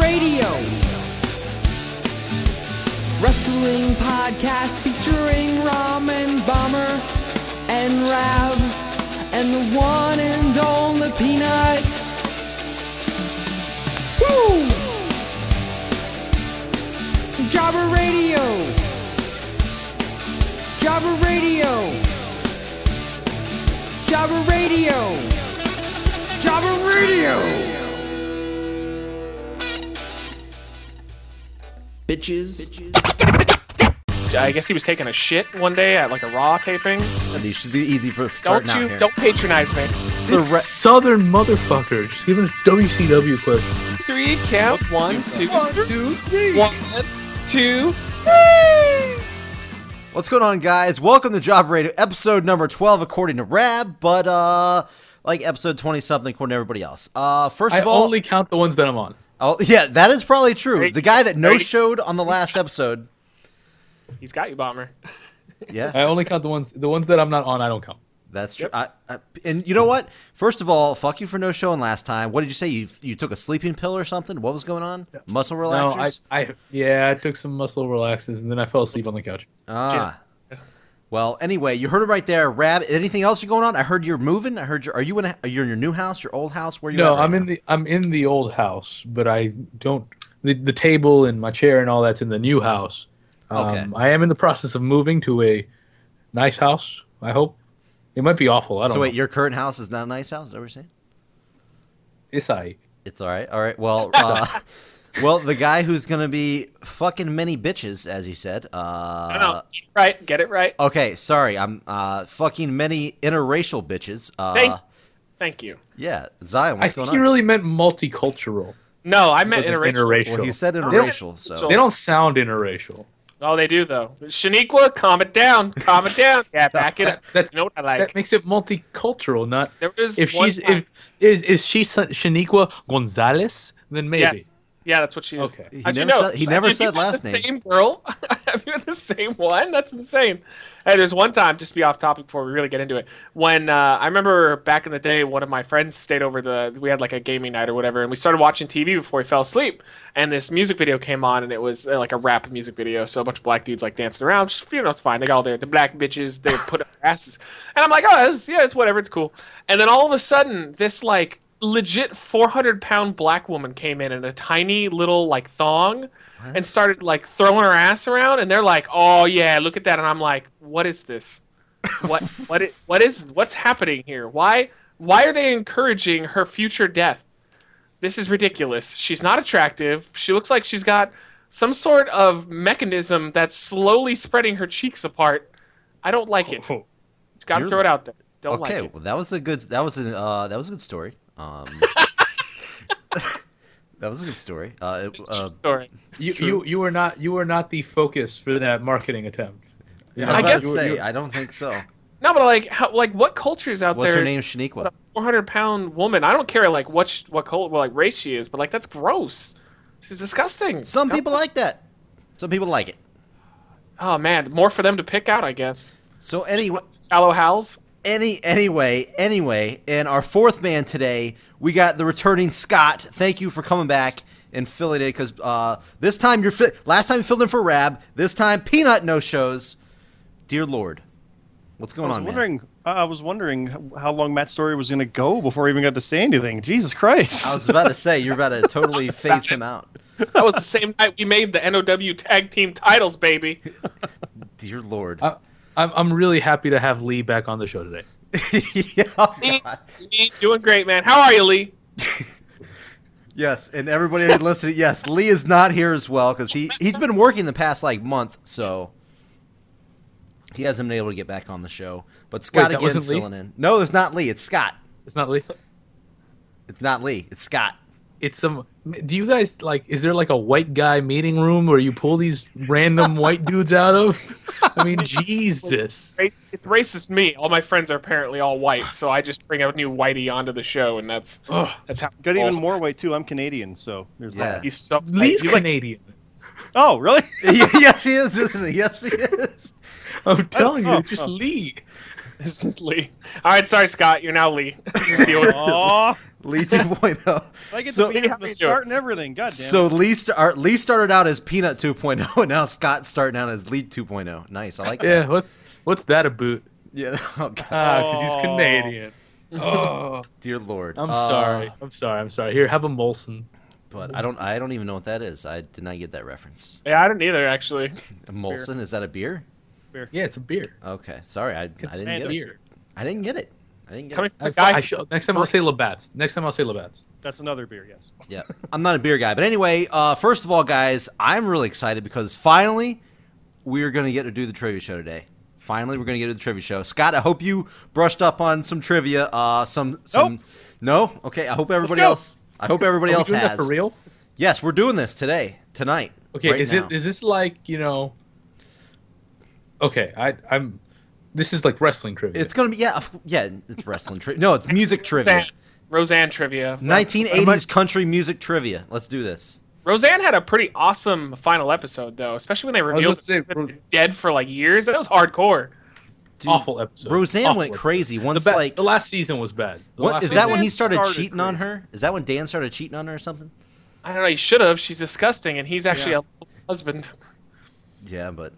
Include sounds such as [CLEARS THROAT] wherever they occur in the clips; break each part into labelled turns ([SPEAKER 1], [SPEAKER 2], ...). [SPEAKER 1] Radio. Wrestling podcast featuring Ramen Bomber and Rab and the one and only Peanut. Woo! Jobber Radio. Jobber Radio. Jobber Radio. Jobber Radio. Bitches.
[SPEAKER 2] I guess he was taking a shit one day at like a Raw taping.
[SPEAKER 3] These should be easy for
[SPEAKER 2] Don't
[SPEAKER 3] starting out
[SPEAKER 2] you?
[SPEAKER 3] here.
[SPEAKER 2] Don't patronize me.
[SPEAKER 4] This
[SPEAKER 3] re-
[SPEAKER 4] southern motherfucker. Just giving us WCW question.
[SPEAKER 2] Three count. One, two, two, three. One, two.
[SPEAKER 3] What's going on, guys? Welcome to Job Radio, episode number twelve, according to Rab, but uh, like episode twenty something, according to everybody else. Uh, first
[SPEAKER 4] I
[SPEAKER 3] of all,
[SPEAKER 4] only count the ones that I'm on.
[SPEAKER 3] oh yeah, that is probably true. The guy that no showed on the last episode,
[SPEAKER 2] He's got you, bomber.
[SPEAKER 3] yeah,
[SPEAKER 4] I only count the ones the ones that I'm not on. I don't count.
[SPEAKER 3] that's true. I, I, and you know what? First of all, fuck you for no showing last time. What did you say? You you took a sleeping pill or something? What was going on? Muscle relaxers?
[SPEAKER 4] No, I, I yeah, I took some muscle relaxes and then I fell asleep on the couch.
[SPEAKER 3] Ah. Well, anyway, you heard it right there, Rab. Anything else going on? I heard you're moving. I heard you're. Are you in? A, are you in your new house? Your old house? Where you?
[SPEAKER 4] No,
[SPEAKER 3] at right
[SPEAKER 4] I'm in
[SPEAKER 3] now?
[SPEAKER 4] the I'm in the old house, but I don't the, the table and my chair and all that's in the new house. Um,
[SPEAKER 3] Okay.
[SPEAKER 4] I am in the process of moving to a nice house. I hope it might be awful. I don't
[SPEAKER 3] So wait,
[SPEAKER 4] know.
[SPEAKER 3] your current house is not a nice house. Is that what you're saying?
[SPEAKER 4] It's I.
[SPEAKER 3] It's all right. All right. [LAUGHS] Well, uh, well, the guy who's gonna be fucking many bitches, as he said. Uh,
[SPEAKER 2] I know. Right. Get it right.
[SPEAKER 3] Okay, sorry. I'm uh, fucking many interracial bitches. Uh,
[SPEAKER 2] Thank, thank you.
[SPEAKER 3] yeah, Zion.
[SPEAKER 4] I
[SPEAKER 3] What's
[SPEAKER 4] think
[SPEAKER 3] going
[SPEAKER 4] he
[SPEAKER 3] on?
[SPEAKER 4] really meant multicultural.
[SPEAKER 2] No, I meant
[SPEAKER 4] Wasn't
[SPEAKER 2] interracial.
[SPEAKER 4] interracial.
[SPEAKER 3] well, he said
[SPEAKER 2] No,
[SPEAKER 3] interracial.
[SPEAKER 2] they-
[SPEAKER 3] So
[SPEAKER 4] They don't sound interracial.
[SPEAKER 2] Oh, they do though. Shaniqua, calm it down. Calm it down.
[SPEAKER 3] [LAUGHS]
[SPEAKER 2] Yeah, back it up.
[SPEAKER 4] That's-
[SPEAKER 2] That's you know what I like.
[SPEAKER 4] That makes it multicultural, not
[SPEAKER 2] there was
[SPEAKER 4] if
[SPEAKER 2] one
[SPEAKER 4] she's
[SPEAKER 2] time-
[SPEAKER 4] if is is she San- Shaniqua Gonzalez? Then maybe.
[SPEAKER 2] yes. Yeah, that's what she is.
[SPEAKER 4] Okay.
[SPEAKER 3] He
[SPEAKER 2] How'd you
[SPEAKER 3] never
[SPEAKER 2] know?
[SPEAKER 3] said- he never
[SPEAKER 2] Did you get
[SPEAKER 3] said last
[SPEAKER 2] the
[SPEAKER 3] name.
[SPEAKER 2] Same girl. [LAUGHS] Have you had the same one? That's insane. Hey, there's one time, just to be off topic before we really get into it. When uh, I remember back in the day, one of my friends stayed over the. We had like a gaming night or whatever, and we started watching TV before he fell asleep. And this music video came on, and it was uh, like a rap music video. So a bunch of black dudes like dancing around. Just, you know, it's fine. They got all their the black bitches. They put up their asses, and I'm like, oh, this, yeah, it's whatever. It's cool. And then all of a sudden, this like legit 400 pound black woman came in in a tiny little like thong and started like throwing her ass around and they're like oh yeah look at that and i'm like what is this
[SPEAKER 3] [LAUGHS]
[SPEAKER 2] what what it, what is what's happening here why why are they encouraging her future death this is ridiculous she's not attractive she looks like she's got some sort of mechanism that's slowly spreading her cheeks apart i don't like it gotta
[SPEAKER 3] Oh, You're-
[SPEAKER 2] throw it out there don't
[SPEAKER 3] okay.
[SPEAKER 2] like it
[SPEAKER 3] Well, that was a good. That was a uh, that was a good story. Um, [LAUGHS] that was a good story. Uh, it, uh,
[SPEAKER 2] story
[SPEAKER 4] You, you you were not you were not the focus for that marketing attempt.
[SPEAKER 3] Yeah, I,
[SPEAKER 2] I
[SPEAKER 3] was about
[SPEAKER 2] guess-
[SPEAKER 3] to say, I don't think so.
[SPEAKER 2] no but like how, like what cultures out
[SPEAKER 3] What's
[SPEAKER 2] there
[SPEAKER 3] her name? Shaniqua.
[SPEAKER 2] 400 pound woman. I don't care like what sh- what col- well, like race she is, but like that's gross. She's disgusting.
[SPEAKER 3] Some
[SPEAKER 2] That
[SPEAKER 3] people
[SPEAKER 2] was-
[SPEAKER 3] like that. Some people like it.
[SPEAKER 2] Oh man, more for them to pick out, I guess.
[SPEAKER 3] So anyway,
[SPEAKER 2] Shallow Howls.
[SPEAKER 3] any anyway, anyway, and our fourth man today, we got the returning Scott. Thank you for coming back and filling it because uh, this time you're fi- last time you filled in for Rab. This time Peanut no shows. Dear Lord, what's going
[SPEAKER 5] I was
[SPEAKER 3] on, man?
[SPEAKER 5] wondering. uh, I was wondering h- how long Matt's story was going to go before I even got to say anything. Jesus Christ!
[SPEAKER 3] I was about to say you're about to totally phase him out.
[SPEAKER 2] That was the same [LAUGHS] night we made the NOW tag team titles, baby.
[SPEAKER 3] Dear Lord.
[SPEAKER 4] I, Uh, I'm I'm really happy to have Lee back on the show today.
[SPEAKER 3] [LAUGHS] yeah, oh,
[SPEAKER 2] Lee,
[SPEAKER 3] God.
[SPEAKER 2] Lee, doing great, man. How are you, Lee?
[SPEAKER 3] Yes, and everybody that listening, yes, Lee is not here as well because he he's been working the past like month, so he hasn't been able to get back on the show. But Scott
[SPEAKER 4] that
[SPEAKER 3] again
[SPEAKER 4] wasn't Lee?
[SPEAKER 3] filling in. No, it's not Lee. It's Scott.
[SPEAKER 4] It's not Lee.
[SPEAKER 3] It's not Lee. It's Scott. [LAUGHS]
[SPEAKER 4] It's some. Do you guys like? Is there like a white guy meeting room where you pull these random white dudes out of?
[SPEAKER 2] [LAUGHS]
[SPEAKER 4] I mean, Jesus.
[SPEAKER 2] Race, it's racist me. All my friends are apparently all white, so I just bring a new whitey onto the show, and that's
[SPEAKER 4] Ugh.
[SPEAKER 2] that's how.
[SPEAKER 5] [LAUGHS] got even
[SPEAKER 2] oh,
[SPEAKER 5] more weight too. I'm Canadian, so there's
[SPEAKER 3] Yeah.
[SPEAKER 2] He's so.
[SPEAKER 4] Lee's
[SPEAKER 2] he's like-
[SPEAKER 4] Canadian.
[SPEAKER 3] [LAUGHS]
[SPEAKER 5] Oh, really?
[SPEAKER 3] yes, he is, isn't he? Yes, he is.
[SPEAKER 4] I'm telling you,
[SPEAKER 2] [LAUGHS]
[SPEAKER 5] oh,
[SPEAKER 4] it's just
[SPEAKER 5] oh.
[SPEAKER 4] Lee.
[SPEAKER 2] [LAUGHS] This is Lee. All right, sorry, Scott. You're now Lee. [LAUGHS] Just deal with it.
[SPEAKER 5] [LAUGHS] Aw,
[SPEAKER 3] Lee
[SPEAKER 4] [LAUGHS]
[SPEAKER 3] 2.0.
[SPEAKER 5] I get
[SPEAKER 3] So- [LAUGHS]
[SPEAKER 5] to be at
[SPEAKER 2] Yeah,
[SPEAKER 5] the start and everything. God damn.
[SPEAKER 3] So Lee, star- Lee started out as Peanut 2.0, and now Scott's starting out as Lee 2.0. Nice, I like that.
[SPEAKER 4] Yeah, what's what's that about?
[SPEAKER 3] Yeah. [LAUGHS] Oh, God,
[SPEAKER 4] Ah, because
[SPEAKER 5] Oh.
[SPEAKER 4] he's Canadian. Oh,
[SPEAKER 3] dear Lord.
[SPEAKER 4] I'm
[SPEAKER 3] Uh,
[SPEAKER 4] sorry. I'm sorry. I'm sorry. Here, have a Molson.
[SPEAKER 3] but I don't. I don't even know what that is. I did not get that reference.
[SPEAKER 2] Yeah, I didn't either, actually.
[SPEAKER 3] Molson is that a beer?
[SPEAKER 4] Yeah, it's a beer.
[SPEAKER 3] Okay, sorry, I, I didn't
[SPEAKER 5] stand
[SPEAKER 3] get
[SPEAKER 5] a
[SPEAKER 3] it.
[SPEAKER 4] Beer.
[SPEAKER 3] I didn't get it. I didn't get
[SPEAKER 2] Coming
[SPEAKER 3] it.
[SPEAKER 2] from the
[SPEAKER 4] I,
[SPEAKER 2] guy.
[SPEAKER 4] I shall- next time I'll say Labatt's. Next time I'll say Labatt's.
[SPEAKER 5] That's another beer. Yes.
[SPEAKER 3] Yeah, I'm not a beer guy, but anyway, uh, first of all, guys, I'm really excited because finally we're gonna get to do the trivia show today. Finally, we're gonna get to the trivia show. Scott, I hope you brushed up on some trivia. Uh, some some. No, okay. I hope everybody
[SPEAKER 5] go.
[SPEAKER 3] else. I hope everybody
[SPEAKER 4] Are we
[SPEAKER 3] else
[SPEAKER 4] doing
[SPEAKER 3] has.
[SPEAKER 4] that for real?
[SPEAKER 3] Yes, we're doing this today, tonight.
[SPEAKER 4] Okay,
[SPEAKER 3] right
[SPEAKER 4] is
[SPEAKER 3] now.
[SPEAKER 4] it is this like you know? Okay, I I'm. This is like wrestling trivia.
[SPEAKER 3] It's gonna be yeah, of- yeah. It's wrestling trivia. No, it's music trivia.
[SPEAKER 2] Roseanne, Roseanne trivia.
[SPEAKER 3] 1980s country music trivia. Let's do this.
[SPEAKER 2] Roseanne had a pretty awesome final episode, though, especially when they
[SPEAKER 4] was
[SPEAKER 2] revealed
[SPEAKER 4] gonna say,
[SPEAKER 2] that
[SPEAKER 4] Ro-
[SPEAKER 2] they're dead for like years. That was hardcore.
[SPEAKER 3] Dude,
[SPEAKER 4] awful episode.
[SPEAKER 3] Roseanne
[SPEAKER 4] Awful
[SPEAKER 3] went
[SPEAKER 4] episode.
[SPEAKER 3] crazy
[SPEAKER 4] The,
[SPEAKER 3] once.
[SPEAKER 4] ba-
[SPEAKER 3] like,
[SPEAKER 4] the last season was bad. The
[SPEAKER 3] what
[SPEAKER 4] last
[SPEAKER 3] is that?
[SPEAKER 4] season-
[SPEAKER 3] When he
[SPEAKER 2] season
[SPEAKER 3] started,
[SPEAKER 2] started
[SPEAKER 3] cheating on her? Is that when Dan started cheating on her or something?
[SPEAKER 2] I don't know. You should have. She's disgusting, and he's actually a husband.
[SPEAKER 3] Yeah, but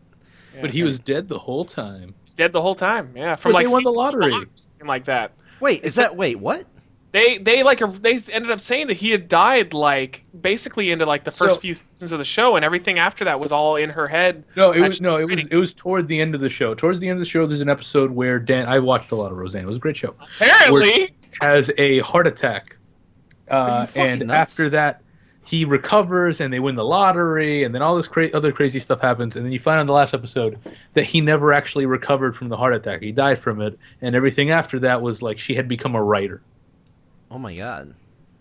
[SPEAKER 4] But he was dead the whole time.
[SPEAKER 2] He's dead the whole time. Yeah, from
[SPEAKER 4] But
[SPEAKER 2] like
[SPEAKER 4] they won the
[SPEAKER 2] season
[SPEAKER 4] lottery.
[SPEAKER 2] five, something like that.
[SPEAKER 3] wait, is that wait what?
[SPEAKER 2] They they like they ended up saying that he had died like basically into like the first
[SPEAKER 4] So-
[SPEAKER 2] few seasons of the show, and everything after that was all in her head.
[SPEAKER 4] No, it
[SPEAKER 2] That's
[SPEAKER 4] was no, it was
[SPEAKER 2] pretty-
[SPEAKER 4] it was toward the end of the show. Towards the end of the show, there's an episode where Dan. I watched a lot of Roseanne. It was a great show.
[SPEAKER 2] [LAUGHS] Apparently,
[SPEAKER 4] Has a heart attack,
[SPEAKER 3] you
[SPEAKER 4] uh,
[SPEAKER 3] fucking
[SPEAKER 4] and
[SPEAKER 3] nuts?
[SPEAKER 4] after that, he recovers, and they win the lottery, and then all this cra- other crazy stuff happens, and then you find on the last episode that he never actually recovered from the heart attack. He died from it, and everything after that was like she had become a writer.
[SPEAKER 3] Oh my god,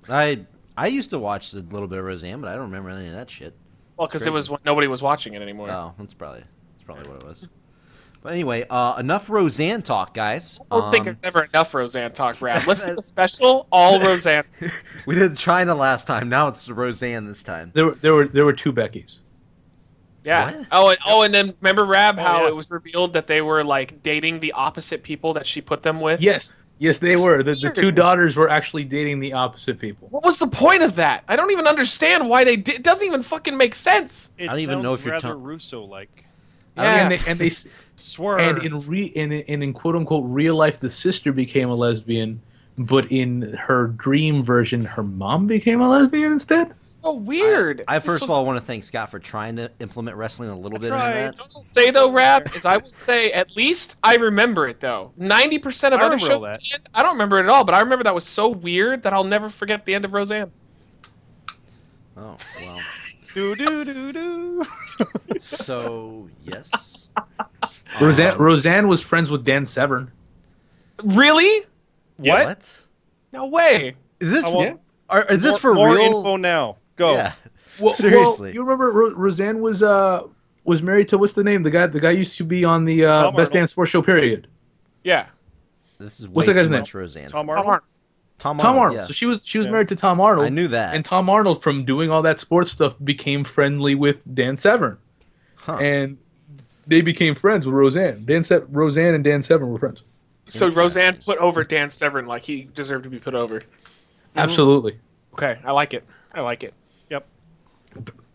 [SPEAKER 3] I I used to watch a little bit of Roseanne, but I don't remember any of that shit.
[SPEAKER 2] well, because
[SPEAKER 3] crazy.
[SPEAKER 2] it was when nobody was watching it anymore.
[SPEAKER 3] Oh, that's probably that's probably what it was. But anyway, uh, enough Roseanne talk, guys.
[SPEAKER 2] I don't think
[SPEAKER 3] Um,
[SPEAKER 2] there's ever enough Roseanne talk, Brad. Let's do a special all Roseanne.
[SPEAKER 3] [LAUGHS] we did China last time. Now it's Roseanne this time.
[SPEAKER 4] There were there were there were two Beckys.
[SPEAKER 2] Yeah.
[SPEAKER 3] What?
[SPEAKER 2] Oh, and oh, and then remember Rab how
[SPEAKER 5] yeah.
[SPEAKER 2] it was revealed that they were like dating the opposite people that she put them with.
[SPEAKER 4] Yes, yes, they were. The, the two
[SPEAKER 2] Sure.
[SPEAKER 4] daughters were actually dating the opposite people.
[SPEAKER 2] What was the point of that? I don't even understand why they did. It doesn't even fucking make sense.
[SPEAKER 5] It
[SPEAKER 3] I don't even know
[SPEAKER 5] sounds
[SPEAKER 3] if you're
[SPEAKER 5] rather
[SPEAKER 3] tongue-
[SPEAKER 5] Russo-like.
[SPEAKER 2] Yeah.
[SPEAKER 4] And they, and they s-
[SPEAKER 5] Swerve.
[SPEAKER 4] and in re and in, and in quote unquote real life the sister became a lesbian but in her dream version her mom became a lesbian instead
[SPEAKER 2] so weird.
[SPEAKER 3] I
[SPEAKER 2] This
[SPEAKER 3] first
[SPEAKER 2] was-
[SPEAKER 3] of all want to thank Scott for trying to implement wrestling a little bit
[SPEAKER 5] tried.
[SPEAKER 3] in
[SPEAKER 2] What I'll
[SPEAKER 3] that.
[SPEAKER 2] say though, Rab, is I would say at least I remember it though. Ninety percent of
[SPEAKER 5] I
[SPEAKER 2] other
[SPEAKER 5] remember all
[SPEAKER 2] shows,
[SPEAKER 5] that.
[SPEAKER 2] end- I don't remember it at all. But I remember that was so weird that I'll never forget the end of Roseanne.
[SPEAKER 3] Oh well.
[SPEAKER 5] do do
[SPEAKER 2] [LAUGHS]
[SPEAKER 5] do do.
[SPEAKER 3] So yes.
[SPEAKER 4] roseanne
[SPEAKER 3] Um,
[SPEAKER 4] roseanne was friends with dan severn
[SPEAKER 2] Really?
[SPEAKER 3] what?
[SPEAKER 2] What? No way.
[SPEAKER 3] Is this
[SPEAKER 5] I want-
[SPEAKER 3] are, is this
[SPEAKER 5] More-
[SPEAKER 3] for
[SPEAKER 5] more
[SPEAKER 3] real?
[SPEAKER 5] info now. Go.
[SPEAKER 3] Yeah.
[SPEAKER 4] well,
[SPEAKER 3] Seriously.
[SPEAKER 4] you remember Ro- roseanne was uh was married to what's the name the guy the guy used to be on the uh,
[SPEAKER 5] Tom
[SPEAKER 4] best
[SPEAKER 5] Arnold.
[SPEAKER 4] damn sports show period
[SPEAKER 2] Yeah.
[SPEAKER 3] This is way
[SPEAKER 4] What's that guy's
[SPEAKER 3] too
[SPEAKER 4] name?
[SPEAKER 3] much Roseanne.
[SPEAKER 5] Tom
[SPEAKER 2] Come
[SPEAKER 5] Arnold.
[SPEAKER 2] on.
[SPEAKER 3] Tom
[SPEAKER 4] tom arnold
[SPEAKER 3] yes.
[SPEAKER 4] so she was she was
[SPEAKER 5] Yeah.
[SPEAKER 4] married to tom arnold
[SPEAKER 3] I knew that.
[SPEAKER 4] and Tom Arnold from doing all that sports stuff became friendly with Dan Severn,
[SPEAKER 3] Huh.
[SPEAKER 4] and they became friends with Roseanne. Dan Se- Roseanne and Dan Severn were friends.
[SPEAKER 2] So Roseanne put over Dan Severn like he deserved to be put over.
[SPEAKER 4] Absolutely.
[SPEAKER 2] Okay, I like it. I like it.
[SPEAKER 5] Yep.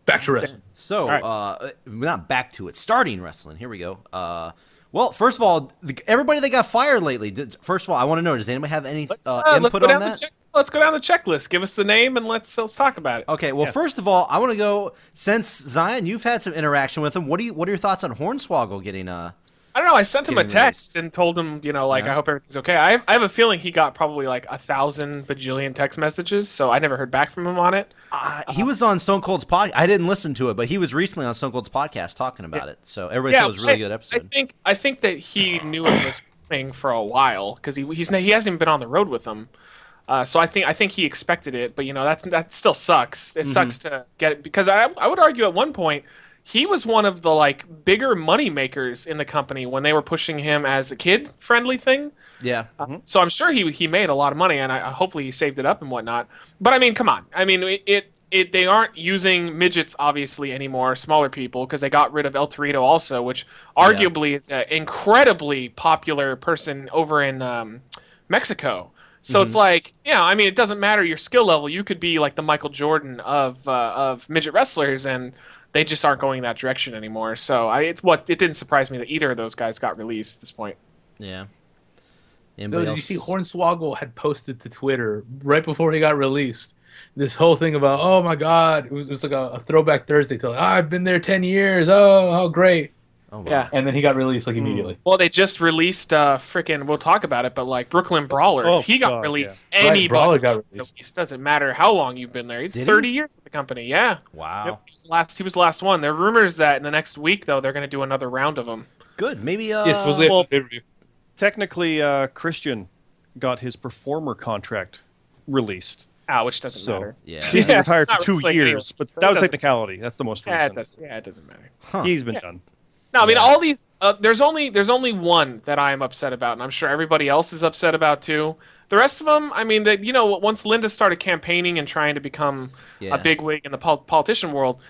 [SPEAKER 4] Back to wrestling.
[SPEAKER 3] So,
[SPEAKER 2] Alright.
[SPEAKER 3] uh, not back to it. Starting wrestling. Here we go. Uh, well, first of all, the, everybody that got fired lately. Did, first of all, I want to know: Does anybody have any
[SPEAKER 2] Let's,
[SPEAKER 3] uh,
[SPEAKER 2] uh,
[SPEAKER 3] input
[SPEAKER 2] let's go down
[SPEAKER 3] on that?
[SPEAKER 2] the check. Let's go down the checklist. Give us the name and let's let's talk about it.
[SPEAKER 3] okay. Well,
[SPEAKER 5] Yeah.
[SPEAKER 3] first of all, I want to go. Since Zion, you've had some interaction with him. What do you? What are your thoughts on Hornswoggle getting? Uh,
[SPEAKER 2] I don't know. I sent him a
[SPEAKER 3] Getting
[SPEAKER 2] text and told him, you know, like
[SPEAKER 3] Yeah.
[SPEAKER 2] I hope everything's okay. I have, I have a feeling he got probably like a thousand bajillion text messages, so I never heard back from him on it.
[SPEAKER 3] uh, he was on Stone Cold's podcast. I didn't listen to it, but he was recently on Stone Cold's podcast talking about it. So everybody said it was a really
[SPEAKER 2] I-
[SPEAKER 3] good
[SPEAKER 2] I
[SPEAKER 3] episode.
[SPEAKER 2] think I think that he knew it was coming for a while because he he's he hasn't been on the road with them. Uh, so I think I think he expected it, but you know that's that still sucks. It
[SPEAKER 3] Mm-hmm.
[SPEAKER 2] sucks to get because I I would argue at one point he was one of the like bigger money makers in the company when they were pushing him as a kid friendly thing.
[SPEAKER 3] yeah.
[SPEAKER 2] So I'm sure he he made a lot of money, and I, I- hopefully he saved it up and whatnot. But I mean, come on. I mean, it it, it they aren't using midgets obviously anymore, smaller people, because they got rid of El Torito also, which arguably is an incredibly popular person over in um, Mexico. So it's like, yeah, I mean, it doesn't matter your skill level. You could be like the Michael Jordan of uh, of midget wrestlers, and they just aren't going that direction anymore. So I, it, what it didn't surprise me that either of those guys got released at this point.
[SPEAKER 3] Yeah.
[SPEAKER 4] Though,
[SPEAKER 3] Anybody
[SPEAKER 4] did you
[SPEAKER 3] else?
[SPEAKER 4] see Hornswoggle had posted to Twitter right before he got released this whole thing about oh my god it was, it was like a, a throwback Thursday to like, "Ah, I've been there ten years oh how great
[SPEAKER 3] Oh, wow.
[SPEAKER 2] Yeah.
[SPEAKER 4] and then he got released like immediately.
[SPEAKER 2] Well, they just released uh freaking we'll talk about it, but like Brooklyn Brawler,
[SPEAKER 5] Oh,
[SPEAKER 2] if he got
[SPEAKER 5] God,
[SPEAKER 2] released,
[SPEAKER 4] yeah. Right,
[SPEAKER 2] anybody
[SPEAKER 4] Brawler got
[SPEAKER 2] gets
[SPEAKER 4] released.
[SPEAKER 2] Doesn't matter how long you've been there. He's
[SPEAKER 3] Did he?
[SPEAKER 2] 30 years with the company. Yeah.
[SPEAKER 3] Wow.
[SPEAKER 2] Yep, he was the last he was the last one. There are rumors that in the next week though they're going to do another round of them.
[SPEAKER 3] Good. Maybe. Uh,
[SPEAKER 4] Yes, was it
[SPEAKER 5] well-
[SPEAKER 4] pay-per-view.
[SPEAKER 5] Technically, uh, Christian got his performer contract released.
[SPEAKER 2] Ah, which doesn't
[SPEAKER 5] So-
[SPEAKER 2] matter.
[SPEAKER 3] Yeah.
[SPEAKER 5] He's been
[SPEAKER 2] Yeah,
[SPEAKER 5] retired for
[SPEAKER 2] it's not
[SPEAKER 5] two
[SPEAKER 2] like-
[SPEAKER 5] years, but
[SPEAKER 2] so it
[SPEAKER 5] that was
[SPEAKER 2] doesn't-
[SPEAKER 5] technicality. That's the most
[SPEAKER 2] Yeah, it
[SPEAKER 5] recent.
[SPEAKER 2] doesn't, yeah, it doesn't matter.
[SPEAKER 5] He's been done.
[SPEAKER 2] No, I mean
[SPEAKER 3] Yeah.
[SPEAKER 2] all these. Uh, there's only there's only one that I am upset about, and I'm sure everybody else is upset about too. The rest of them, I mean, that you know, once Linda started campaigning and trying to become
[SPEAKER 3] Yeah.
[SPEAKER 2] a big wig in the pol- politician world,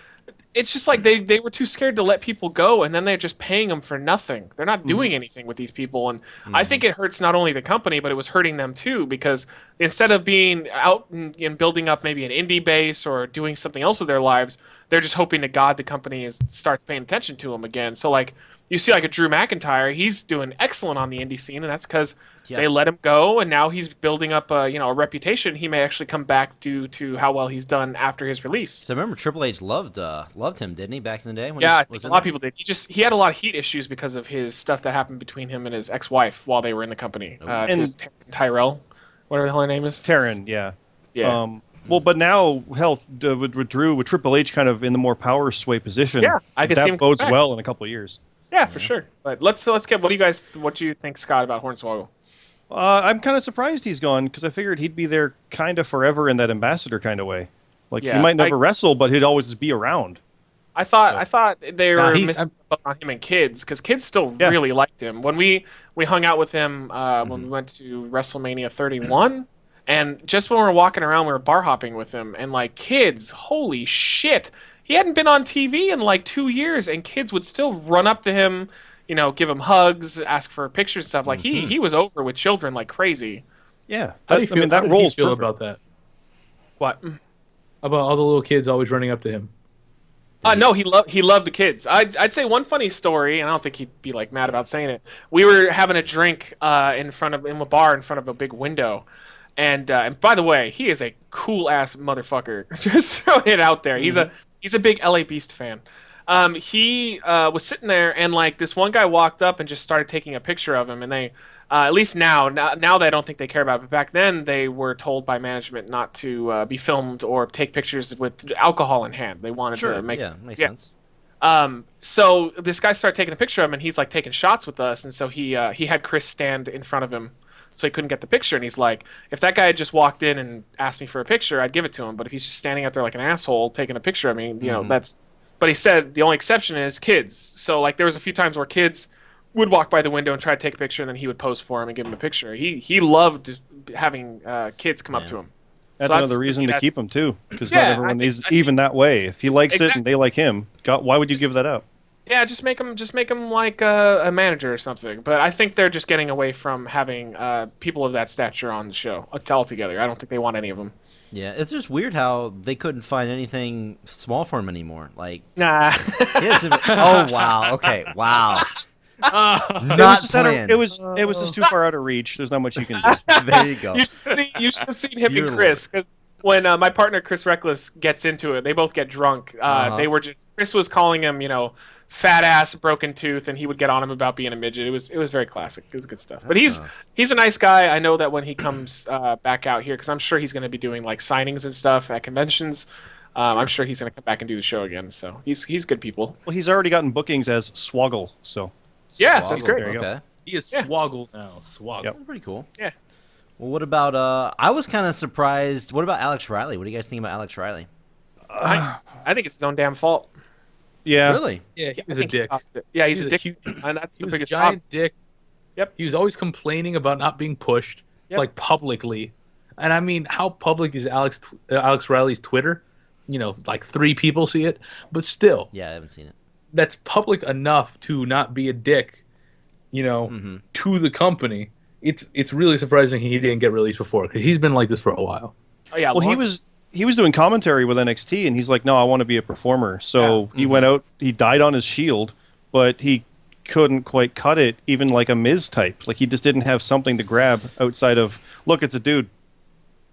[SPEAKER 2] it's just like they they were too scared to let people go, and then they're just paying them for nothing. They're not doing anything with these people, and I think it hurts not only the company, but it was hurting them too because instead of being out and, and building up maybe an indie base or doing something else with their lives, they're just hoping to God the company is starts paying attention to them again. So like you see like a Drew McIntyre, he's doing excellent on the indie scene, and that's because
[SPEAKER 3] Yeah.
[SPEAKER 2] they let him go, and now he's building up a you know a reputation. He may actually come back due to how well he's done after his release.
[SPEAKER 3] So I remember Triple H loved uh, loved him, didn't he? Back in the day. When
[SPEAKER 2] yeah, I
[SPEAKER 3] he
[SPEAKER 2] think
[SPEAKER 3] was
[SPEAKER 2] a
[SPEAKER 3] in
[SPEAKER 2] lot of
[SPEAKER 3] there?
[SPEAKER 2] people did. He just he had a lot of heat issues because of his stuff that happened between him and his ex-wife while they were in the company. Uh,
[SPEAKER 5] And-
[SPEAKER 2] to his Ty- Tyrell, whatever the hell her name is.
[SPEAKER 5] Taryn, yeah.
[SPEAKER 2] Yeah.
[SPEAKER 5] Um, well, but now, hell, d- with, with Drew, with Triple H kind of in the more power sway position,
[SPEAKER 2] Yeah, I could
[SPEAKER 5] that
[SPEAKER 2] see him
[SPEAKER 5] bodes
[SPEAKER 2] back.
[SPEAKER 5] well in a couple of years.
[SPEAKER 2] yeah, for sure. But let's so let's get what do you guys what do you think, Scott, about Hornswoggle?
[SPEAKER 5] Uh, I'm kind of surprised he's gone because I figured he'd be there kind of forever in that ambassador kind of way. Like,
[SPEAKER 2] Yeah,
[SPEAKER 5] he might never
[SPEAKER 2] I-
[SPEAKER 5] wrestle, but he'd always be around.
[SPEAKER 2] I thought I thought they
[SPEAKER 4] Nah,
[SPEAKER 2] were
[SPEAKER 4] he-
[SPEAKER 2] missing the boat on him and kids because kids still
[SPEAKER 5] Yeah.
[SPEAKER 2] really liked him. When we we hung out with him uh, when
[SPEAKER 4] Mm-hmm.
[SPEAKER 2] we went to WrestleMania 31, and just when we were walking around, we were bar hopping with him, and like kids, holy shit, he hadn't been on TV in like two years, and kids would still run up to him, you know, give him hugs, ask for pictures and stuff. Like
[SPEAKER 4] Mm-hmm.
[SPEAKER 2] he he was over with children like crazy.
[SPEAKER 5] Yeah.
[SPEAKER 4] How do
[SPEAKER 5] That-
[SPEAKER 4] you
[SPEAKER 5] I
[SPEAKER 4] feel,
[SPEAKER 5] mean,
[SPEAKER 4] how
[SPEAKER 5] that
[SPEAKER 4] did you
[SPEAKER 5] role's
[SPEAKER 4] feel
[SPEAKER 5] perfect.
[SPEAKER 4] about that?
[SPEAKER 2] What?
[SPEAKER 4] About all the little kids always running up to him.
[SPEAKER 2] Uh, no, he loved he loved the kids. I'd, I'd say one funny story, and I don't think he'd be like mad about saying it. We were having a drink uh, in front of in a bar in front of a big window, and uh, and by the way, he is a cool ass motherfucker. [LAUGHS] Just throwing it out there. He's a
[SPEAKER 3] Mm-hmm.
[SPEAKER 2] he's a big LA Beast fan. Um, he uh, was sitting there, and like this one guy walked up and just started taking a picture of him, and they. Uh, at least now, now, now they don't think they care about it. But back then, they were told by management not to uh, be filmed or take pictures with alcohol in hand. They wanted
[SPEAKER 3] Sure.
[SPEAKER 2] to make
[SPEAKER 3] yeah, makes
[SPEAKER 2] yeah.
[SPEAKER 3] sense.
[SPEAKER 2] um, so this guy started taking a picture of him, and he's like taking shots with us, and so he uh, he had Chris stand in front of him, so he couldn't get the picture, and he's like, if that guy had just walked in and asked me for a picture, I'd give it to him, but if he's just standing out there like an asshole taking a picture of me, you know, that's. But he said the only exception is kids. So like there was a few times where kids would walk by the window and try to take a picture, and then he would pose for him and give him a picture. He he loved having uh, kids come
[SPEAKER 3] Yeah.
[SPEAKER 2] up to him.
[SPEAKER 5] That's
[SPEAKER 2] So
[SPEAKER 5] another
[SPEAKER 2] to me,
[SPEAKER 5] reason to
[SPEAKER 2] that's-
[SPEAKER 5] keep him, too, because
[SPEAKER 2] Yeah,
[SPEAKER 5] not
[SPEAKER 2] I
[SPEAKER 5] everyone
[SPEAKER 2] think-
[SPEAKER 5] is
[SPEAKER 2] I think-
[SPEAKER 5] even that way. If he likes it and
[SPEAKER 2] Exactly.
[SPEAKER 5] they like him, God, why would you give that up?
[SPEAKER 2] Yeah, just make them just make 'em like a, a manager or something. But I think they're just getting away from having uh, people of that stature on the show uh, altogether. I don't think they want any of them.
[SPEAKER 3] Yeah, it's just weird how they couldn't find anything small for him anymore. Like,
[SPEAKER 2] Nah. [LAUGHS]
[SPEAKER 3] his, oh wow, okay, wow,
[SPEAKER 5] It was
[SPEAKER 3] not
[SPEAKER 5] just out of-
[SPEAKER 3] planned.
[SPEAKER 5] it was it was
[SPEAKER 2] Uh,
[SPEAKER 5] just too far out of reach. There's not much you can
[SPEAKER 3] [LAUGHS]
[SPEAKER 5] do.
[SPEAKER 2] [LAUGHS]
[SPEAKER 3] there you [LAUGHS] go.
[SPEAKER 2] you should see. You should have seen him
[SPEAKER 3] Dear
[SPEAKER 2] and Chris because when uh, my partner Chris Reckless gets into it, they both get drunk. Uh,
[SPEAKER 3] Uh-huh.
[SPEAKER 2] They were just Chris was calling him, you know, fat ass, broken tooth, and he would get on him about being a midget. It was it was very classic. It was good stuff. But he's he's a nice guy. I know that when he comes uh, back out here, because I'm sure he's going to be doing like signings and stuff at conventions. Um, I'm sure he's going to come back and do the show again. So he's he's good people.
[SPEAKER 5] Well, he's already gotten bookings as Swoggle, so
[SPEAKER 2] Yeah, that's
[SPEAKER 3] Swoggle,
[SPEAKER 2] great.
[SPEAKER 5] There you go.
[SPEAKER 3] Okay,
[SPEAKER 4] He is
[SPEAKER 2] Yeah.
[SPEAKER 4] swoggle now. Swoggle.
[SPEAKER 5] Yep.
[SPEAKER 3] pretty cool.
[SPEAKER 2] Yeah.
[SPEAKER 3] Well, what about? uh I was kind of surprised. What about Alex Riley? What do you guys think about Alex Riley?
[SPEAKER 4] [SIGHS]
[SPEAKER 2] I, I think it's his own damn fault.
[SPEAKER 5] yeah.
[SPEAKER 3] Really?
[SPEAKER 4] Yeah, he
[SPEAKER 2] I
[SPEAKER 4] was a
[SPEAKER 2] think he
[SPEAKER 4] dick.
[SPEAKER 2] caused it. Yeah, he's,
[SPEAKER 4] He's
[SPEAKER 2] a
[SPEAKER 4] a
[SPEAKER 2] dick,
[SPEAKER 4] huge-
[SPEAKER 2] and that's
[SPEAKER 4] He
[SPEAKER 2] the
[SPEAKER 4] was a
[SPEAKER 2] biggest
[SPEAKER 4] giant dick.
[SPEAKER 2] Yep.
[SPEAKER 4] He was always complaining about not being pushed,
[SPEAKER 2] Yep.
[SPEAKER 4] like publicly. And I mean, how public is Alex tw- uh, Alex Riley's Twitter? you know like three people see it, but still,
[SPEAKER 3] Yeah, I haven't seen it.
[SPEAKER 4] that's public enough to not be a dick, you know,
[SPEAKER 2] Mm-hmm.
[SPEAKER 4] to the company. It's it's really surprising he didn't get released before because he's been like this for a while.
[SPEAKER 2] Oh yeah.
[SPEAKER 5] Well, he
[SPEAKER 2] long-
[SPEAKER 5] was he was doing commentary with NXT, and he's like, "No, I want to be a performer." So
[SPEAKER 2] Mm-hmm.
[SPEAKER 5] he went out. He died on his shield, but he couldn't quite cut it. Even like a Miz type, like he just didn't have something to grab outside of look. It's a dude.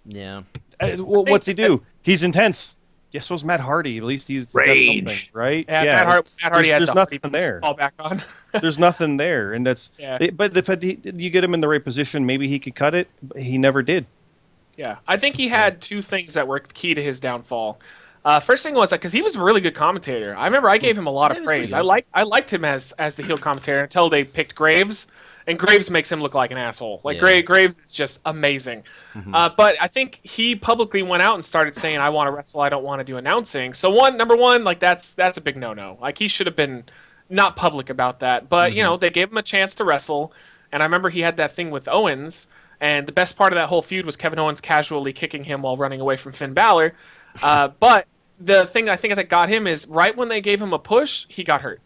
[SPEAKER 3] Yeah.
[SPEAKER 5] Uh, wh- what's he do? He's intense. Yes, was Matt Hardy. At least he's got something,
[SPEAKER 4] Rage.
[SPEAKER 5] right?
[SPEAKER 2] Yeah, Matt, Hart, Matt Hardy
[SPEAKER 5] there's,
[SPEAKER 2] had
[SPEAKER 5] there's
[SPEAKER 2] the
[SPEAKER 5] nothing
[SPEAKER 2] Hardy
[SPEAKER 5] there.
[SPEAKER 2] Fall back on. [LAUGHS]
[SPEAKER 5] There's nothing there, and that's.
[SPEAKER 2] Yeah.
[SPEAKER 5] it- but if it- you get him in the right position, maybe he could cut it. But he never did.
[SPEAKER 2] Yeah, I think he had two things that were key to his downfall. Uh, first thing was that because he was a really good commentator. I remember I gave him a lot
[SPEAKER 3] Yeah, he
[SPEAKER 2] of
[SPEAKER 3] was pretty
[SPEAKER 2] praise.
[SPEAKER 3] good.
[SPEAKER 2] I like I liked him as as the heel commentator until they picked Graves, and Graves makes him look like an asshole. Like
[SPEAKER 3] Yeah.
[SPEAKER 2] Gra- Graves is just amazing.
[SPEAKER 5] Mm-hmm.
[SPEAKER 2] Uh, but I think he publicly went out and started saying, "I want to wrestle. I don't want to do announcing." So one number one, like that's that's a big no no. Like he should have been not public about that. But
[SPEAKER 5] Mm-hmm.
[SPEAKER 2] you know they gave him a chance to wrestle, and I remember he had that thing with Owens. And the best part of that whole feud was Kevin Owens casually kicking him while running away from Finn Balor.
[SPEAKER 5] [LAUGHS]
[SPEAKER 2] Uh, but the thing I think that got him is right when they gave him a push, he got hurt.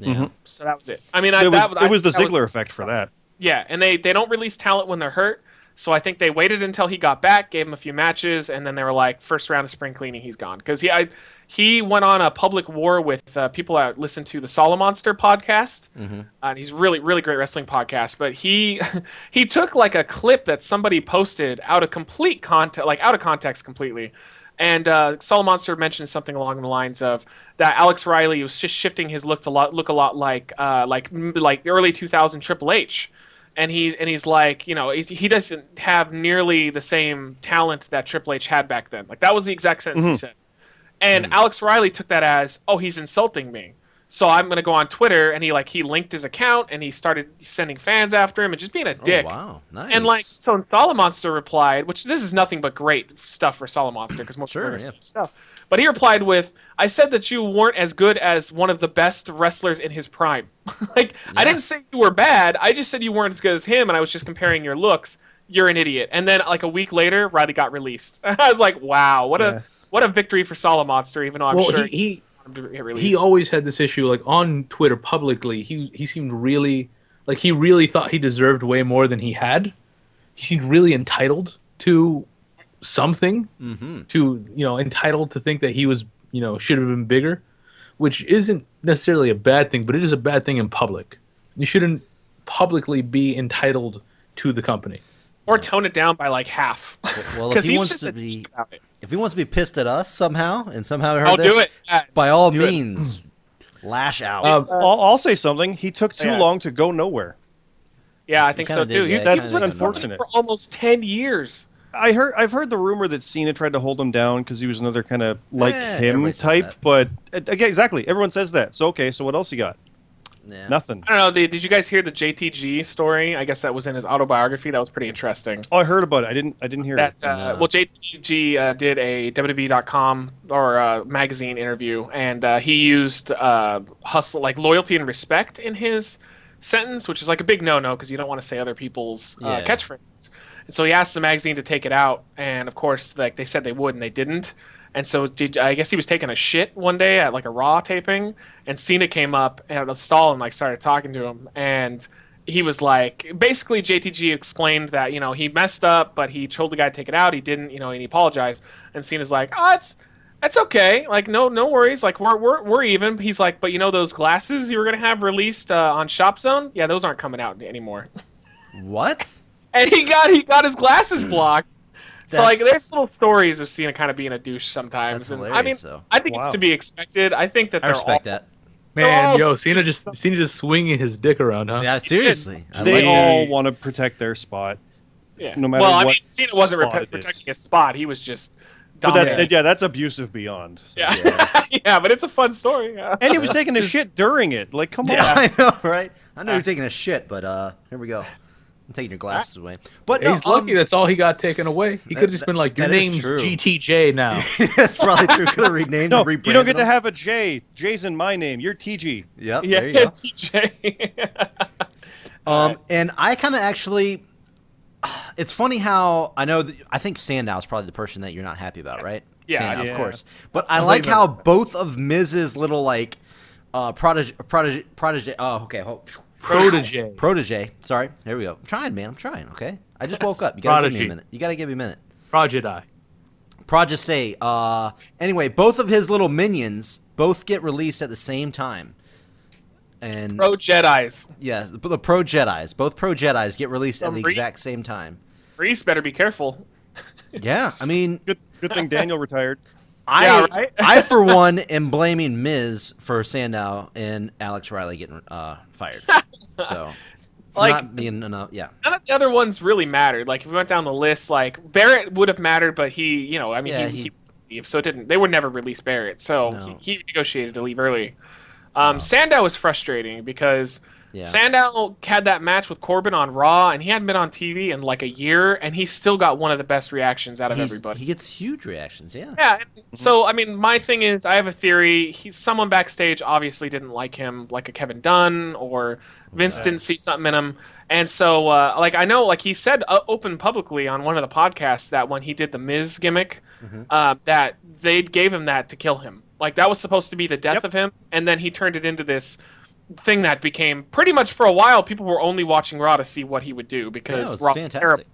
[SPEAKER 3] Yeah.
[SPEAKER 2] So that was it. I mean, I,
[SPEAKER 5] It was,
[SPEAKER 2] that, I
[SPEAKER 5] it was the
[SPEAKER 2] think that
[SPEAKER 5] Ziggler effect for that.
[SPEAKER 2] yeah, and they they don't release talent when they're hurt. So I think they waited until he got back, gave him a few matches, and then they were like, first round of spring cleaning, he's gone. Because he I, he went on a public war with uh, people that listen to the Solo Monster podcast, uh, and he's really really great wrestling podcast. But he [LAUGHS] he took like a clip that somebody posted out of complete context, like out of context completely. And uh, Solo Monster mentioned something along the lines of that Alex Riley was just shifting his look to lot, look a lot like uh, like like early 2000 Triple H and he's and he's like, you know, he's, he doesn't have nearly the same talent that Triple H had back then. Like that was the exact sentence he said.
[SPEAKER 3] Hmm.
[SPEAKER 2] And Alex Riley took that as, oh, he's insulting me. So I'm gonna go on Twitter, and he like he linked his account, and he started sending fans after him, and just being a dick.
[SPEAKER 3] Oh, wow. Nice.
[SPEAKER 2] And like so, Solid Monster replied, which this is nothing but great stuff for Solid Monster because most
[SPEAKER 3] Sure,
[SPEAKER 2] sure,
[SPEAKER 3] yeah.
[SPEAKER 2] stuff. But he replied with, "I said that you weren't as good as one of the best wrestlers in his prime. [LAUGHS] like I didn't say you were bad. I just said you weren't as good as him, and I was just comparing your looks. You're an idiot." And then like a week later, Riley got released. [LAUGHS] I was like, "Wow, what
[SPEAKER 5] Yeah.
[SPEAKER 2] a what a victory for Solid Monster!" Even though I'm
[SPEAKER 4] well,
[SPEAKER 2] sure
[SPEAKER 4] he, he
[SPEAKER 2] wanted to get released.
[SPEAKER 4] he always had this issue like on Twitter publicly. He he seemed really like he really thought he deserved way more than he had. He seemed really entitled to something. To you know, entitled to think that he was you know should have been bigger, which isn't necessarily a bad thing, but it is a bad thing in public. You shouldn't publicly be entitled to the company.
[SPEAKER 2] or tone it down by like half. [LAUGHS]
[SPEAKER 3] well, if
[SPEAKER 2] 'Cause
[SPEAKER 3] he
[SPEAKER 2] was
[SPEAKER 3] wants
[SPEAKER 2] just
[SPEAKER 3] to
[SPEAKER 2] a
[SPEAKER 3] be-
[SPEAKER 2] dick about it.
[SPEAKER 3] if he wants to be pissed at us somehow, and somehow I heard
[SPEAKER 2] I'll
[SPEAKER 3] this,
[SPEAKER 2] do it. Uh, Yeah,
[SPEAKER 3] By all
[SPEAKER 2] do it.
[SPEAKER 3] means, lash out.
[SPEAKER 4] Um,
[SPEAKER 5] I'll, I'll say something. He took too
[SPEAKER 2] Uh, Yeah.
[SPEAKER 5] long to go nowhere.
[SPEAKER 2] Yeah, I think
[SPEAKER 3] kinda
[SPEAKER 2] so
[SPEAKER 3] did,
[SPEAKER 2] too.
[SPEAKER 3] yeah,
[SPEAKER 2] He was, he
[SPEAKER 3] he
[SPEAKER 5] kinda
[SPEAKER 2] was
[SPEAKER 5] did
[SPEAKER 2] with
[SPEAKER 5] kinda
[SPEAKER 2] the company
[SPEAKER 5] unfortunate.
[SPEAKER 2] for almost ten years.
[SPEAKER 5] I heard I've heard the rumor that Cena tried to hold him down because he was another kind of like
[SPEAKER 3] Yeah,
[SPEAKER 5] him
[SPEAKER 3] everybody says
[SPEAKER 5] type.
[SPEAKER 3] that.
[SPEAKER 5] But okay, exactly. Everyone says that. So okay, so what else you got?
[SPEAKER 3] yeah.
[SPEAKER 5] Nothing.
[SPEAKER 2] I don't know. The, did you guys hear the JTG story? I guess that was in his autobiography. That was pretty interesting.
[SPEAKER 5] Oh, I heard about it. I didn't. I didn't hear
[SPEAKER 2] That
[SPEAKER 5] it.
[SPEAKER 2] uh, well, JTG uh, did a WWE.com or uh, magazine interview, and uh, he used uh, hustle like loyalty and respect in his sentence, which is like a big no-no because you don't want to say other people's uh,
[SPEAKER 3] Yeah.
[SPEAKER 2] catchphrases. And so he asked the magazine to take it out, and of course, like they said they would, and they didn't. And so did, I guess he was taking a shit one day at like a Raw taping, and Cena came up at the stall and like started talking to him, and he was like, basically JTG explained that you know he messed up, but he told the guy to take it out, he didn't, you know, and he apologized. And Cena's like, oh, it's that's okay. Like, no, no worries. Like, we're we're we're even. He's like, but you know those glasses you were gonna have released uh, on Shop Zone? Yeah, those aren't coming out anymore.
[SPEAKER 3] What?
[SPEAKER 2] And he got he got his glasses blocked. So like,
[SPEAKER 3] Hmm. That's-
[SPEAKER 2] there's little stories of Cena kind of being a douche sometimes.
[SPEAKER 3] That's
[SPEAKER 2] and I
[SPEAKER 3] hilarious,
[SPEAKER 2] mean,
[SPEAKER 3] though.
[SPEAKER 2] I think
[SPEAKER 5] Wow.
[SPEAKER 2] it's to be expected. I think that
[SPEAKER 3] I
[SPEAKER 2] they're all
[SPEAKER 3] respect that.
[SPEAKER 4] man,
[SPEAKER 2] all-
[SPEAKER 4] yo, Cena just Cena just swinging his dick around, huh?
[SPEAKER 3] Yeah, seriously. I
[SPEAKER 5] they
[SPEAKER 3] like
[SPEAKER 5] [LAUGHS]
[SPEAKER 3] that.
[SPEAKER 5] all want to protect their spot.
[SPEAKER 2] Yeah.
[SPEAKER 5] no matter
[SPEAKER 2] well, I
[SPEAKER 5] what
[SPEAKER 2] mean, Cena wasn't
[SPEAKER 5] spot
[SPEAKER 2] repe-
[SPEAKER 5] it is.
[SPEAKER 2] protecting his spot. He was just
[SPEAKER 5] But that, yeah.
[SPEAKER 2] dominating.
[SPEAKER 5] that's abusive beyond. So-
[SPEAKER 2] Yeah. [LAUGHS] Yeah. but it's a fun story. yeah.
[SPEAKER 5] And he was taking a shit during it. Like, come on.
[SPEAKER 3] [LAUGHS] Yeah, I know, right? I know you're taking a shit, but uh, here we go. I'm taking your glasses away. But no,
[SPEAKER 4] He's lucky
[SPEAKER 3] um,
[SPEAKER 4] that's all he got taken away. He could have just been like, "Your
[SPEAKER 3] that is
[SPEAKER 4] name's
[SPEAKER 3] true. [LAUGHS]
[SPEAKER 4] GTJ now."
[SPEAKER 3] um, that's probably true. Could have renamed
[SPEAKER 5] [LAUGHS] No,
[SPEAKER 3] and
[SPEAKER 5] you
[SPEAKER 3] rebranded.
[SPEAKER 5] don't get to
[SPEAKER 3] them.
[SPEAKER 5] have a J. J's in my name. You're TG.
[SPEAKER 2] [LAUGHS]
[SPEAKER 3] Yep,
[SPEAKER 2] Yeah, [LAUGHS]
[SPEAKER 3] there you go.
[SPEAKER 2] TJ.
[SPEAKER 3] Um, and I kind of actually, uh, it's funny how I know. That, I think Sandow's probably the person that you're not happy about, right?
[SPEAKER 6] Yeah,
[SPEAKER 3] Santa,
[SPEAKER 6] yeah.
[SPEAKER 3] of course. But I like how both of Miz's little like uh protege protege protege oh okay ho-
[SPEAKER 4] Protege.
[SPEAKER 3] protege. Sorry, here we go. I'm trying, man. I'm trying. Okay, I just woke up. You gotta give me a
[SPEAKER 4] Prodigy.
[SPEAKER 3] minute. You gotta give me a minute.
[SPEAKER 4] Progedi.
[SPEAKER 3] Prodigy. Uh, anyway, both of his little minions both get released at the same time.
[SPEAKER 2] [LAUGHS]
[SPEAKER 3] And
[SPEAKER 2] Pro Jedi's.
[SPEAKER 3] yes, the, the pro Jedi's, both pro Jedi's get released at
[SPEAKER 2] Some
[SPEAKER 3] the
[SPEAKER 2] reason.
[SPEAKER 3] exact same time.
[SPEAKER 2] Reese better be careful.
[SPEAKER 3] Yeah, I mean,
[SPEAKER 5] Good, good thing Daniel retired.
[SPEAKER 3] I,
[SPEAKER 2] Yeah, right?
[SPEAKER 3] I for one am blaming Miz for Sandow and Alex Riley getting uh, fired. So, for
[SPEAKER 2] Like-
[SPEAKER 3] not being enough. Yeah,
[SPEAKER 2] None of the other ones really mattered. Like if we went down the list, like Barrett would have mattered, but he, you know, I mean,
[SPEAKER 3] Yeah,
[SPEAKER 2] he,
[SPEAKER 3] he-
[SPEAKER 2] he was leave, so it didn't. They would never release Barrett, so
[SPEAKER 3] No.
[SPEAKER 2] he, he negotiated to leave early. Um, Sandow was frustrating because
[SPEAKER 3] yeah.
[SPEAKER 2] Sandow had that match with Corbin on Raw, and he hadn't been on TV in like a year, and he still got one of the best reactions out of
[SPEAKER 3] He-
[SPEAKER 2] everybody.
[SPEAKER 3] he gets huge reactions. Yeah.
[SPEAKER 2] Yeah. and
[SPEAKER 3] Mm-hmm.
[SPEAKER 2] So I mean, my thing is, I have a theory. He, someone backstage obviously didn't like him, like a Kevin Dunn or Vince didn't see something in him, and so uh, like I know, like he said uh, open publicly on one of the podcasts that when he did the Miz gimmick,
[SPEAKER 3] Mm-hmm.
[SPEAKER 2] uh, that they gave him that to kill him. Like that was supposed to be the death of him, and then he turned it into this thing that became pretty much for a while people were only watching Raw to see what he would do
[SPEAKER 3] Yeah,
[SPEAKER 2] because
[SPEAKER 3] it's
[SPEAKER 2] Raw was
[SPEAKER 3] fantastic.
[SPEAKER 2] terrible.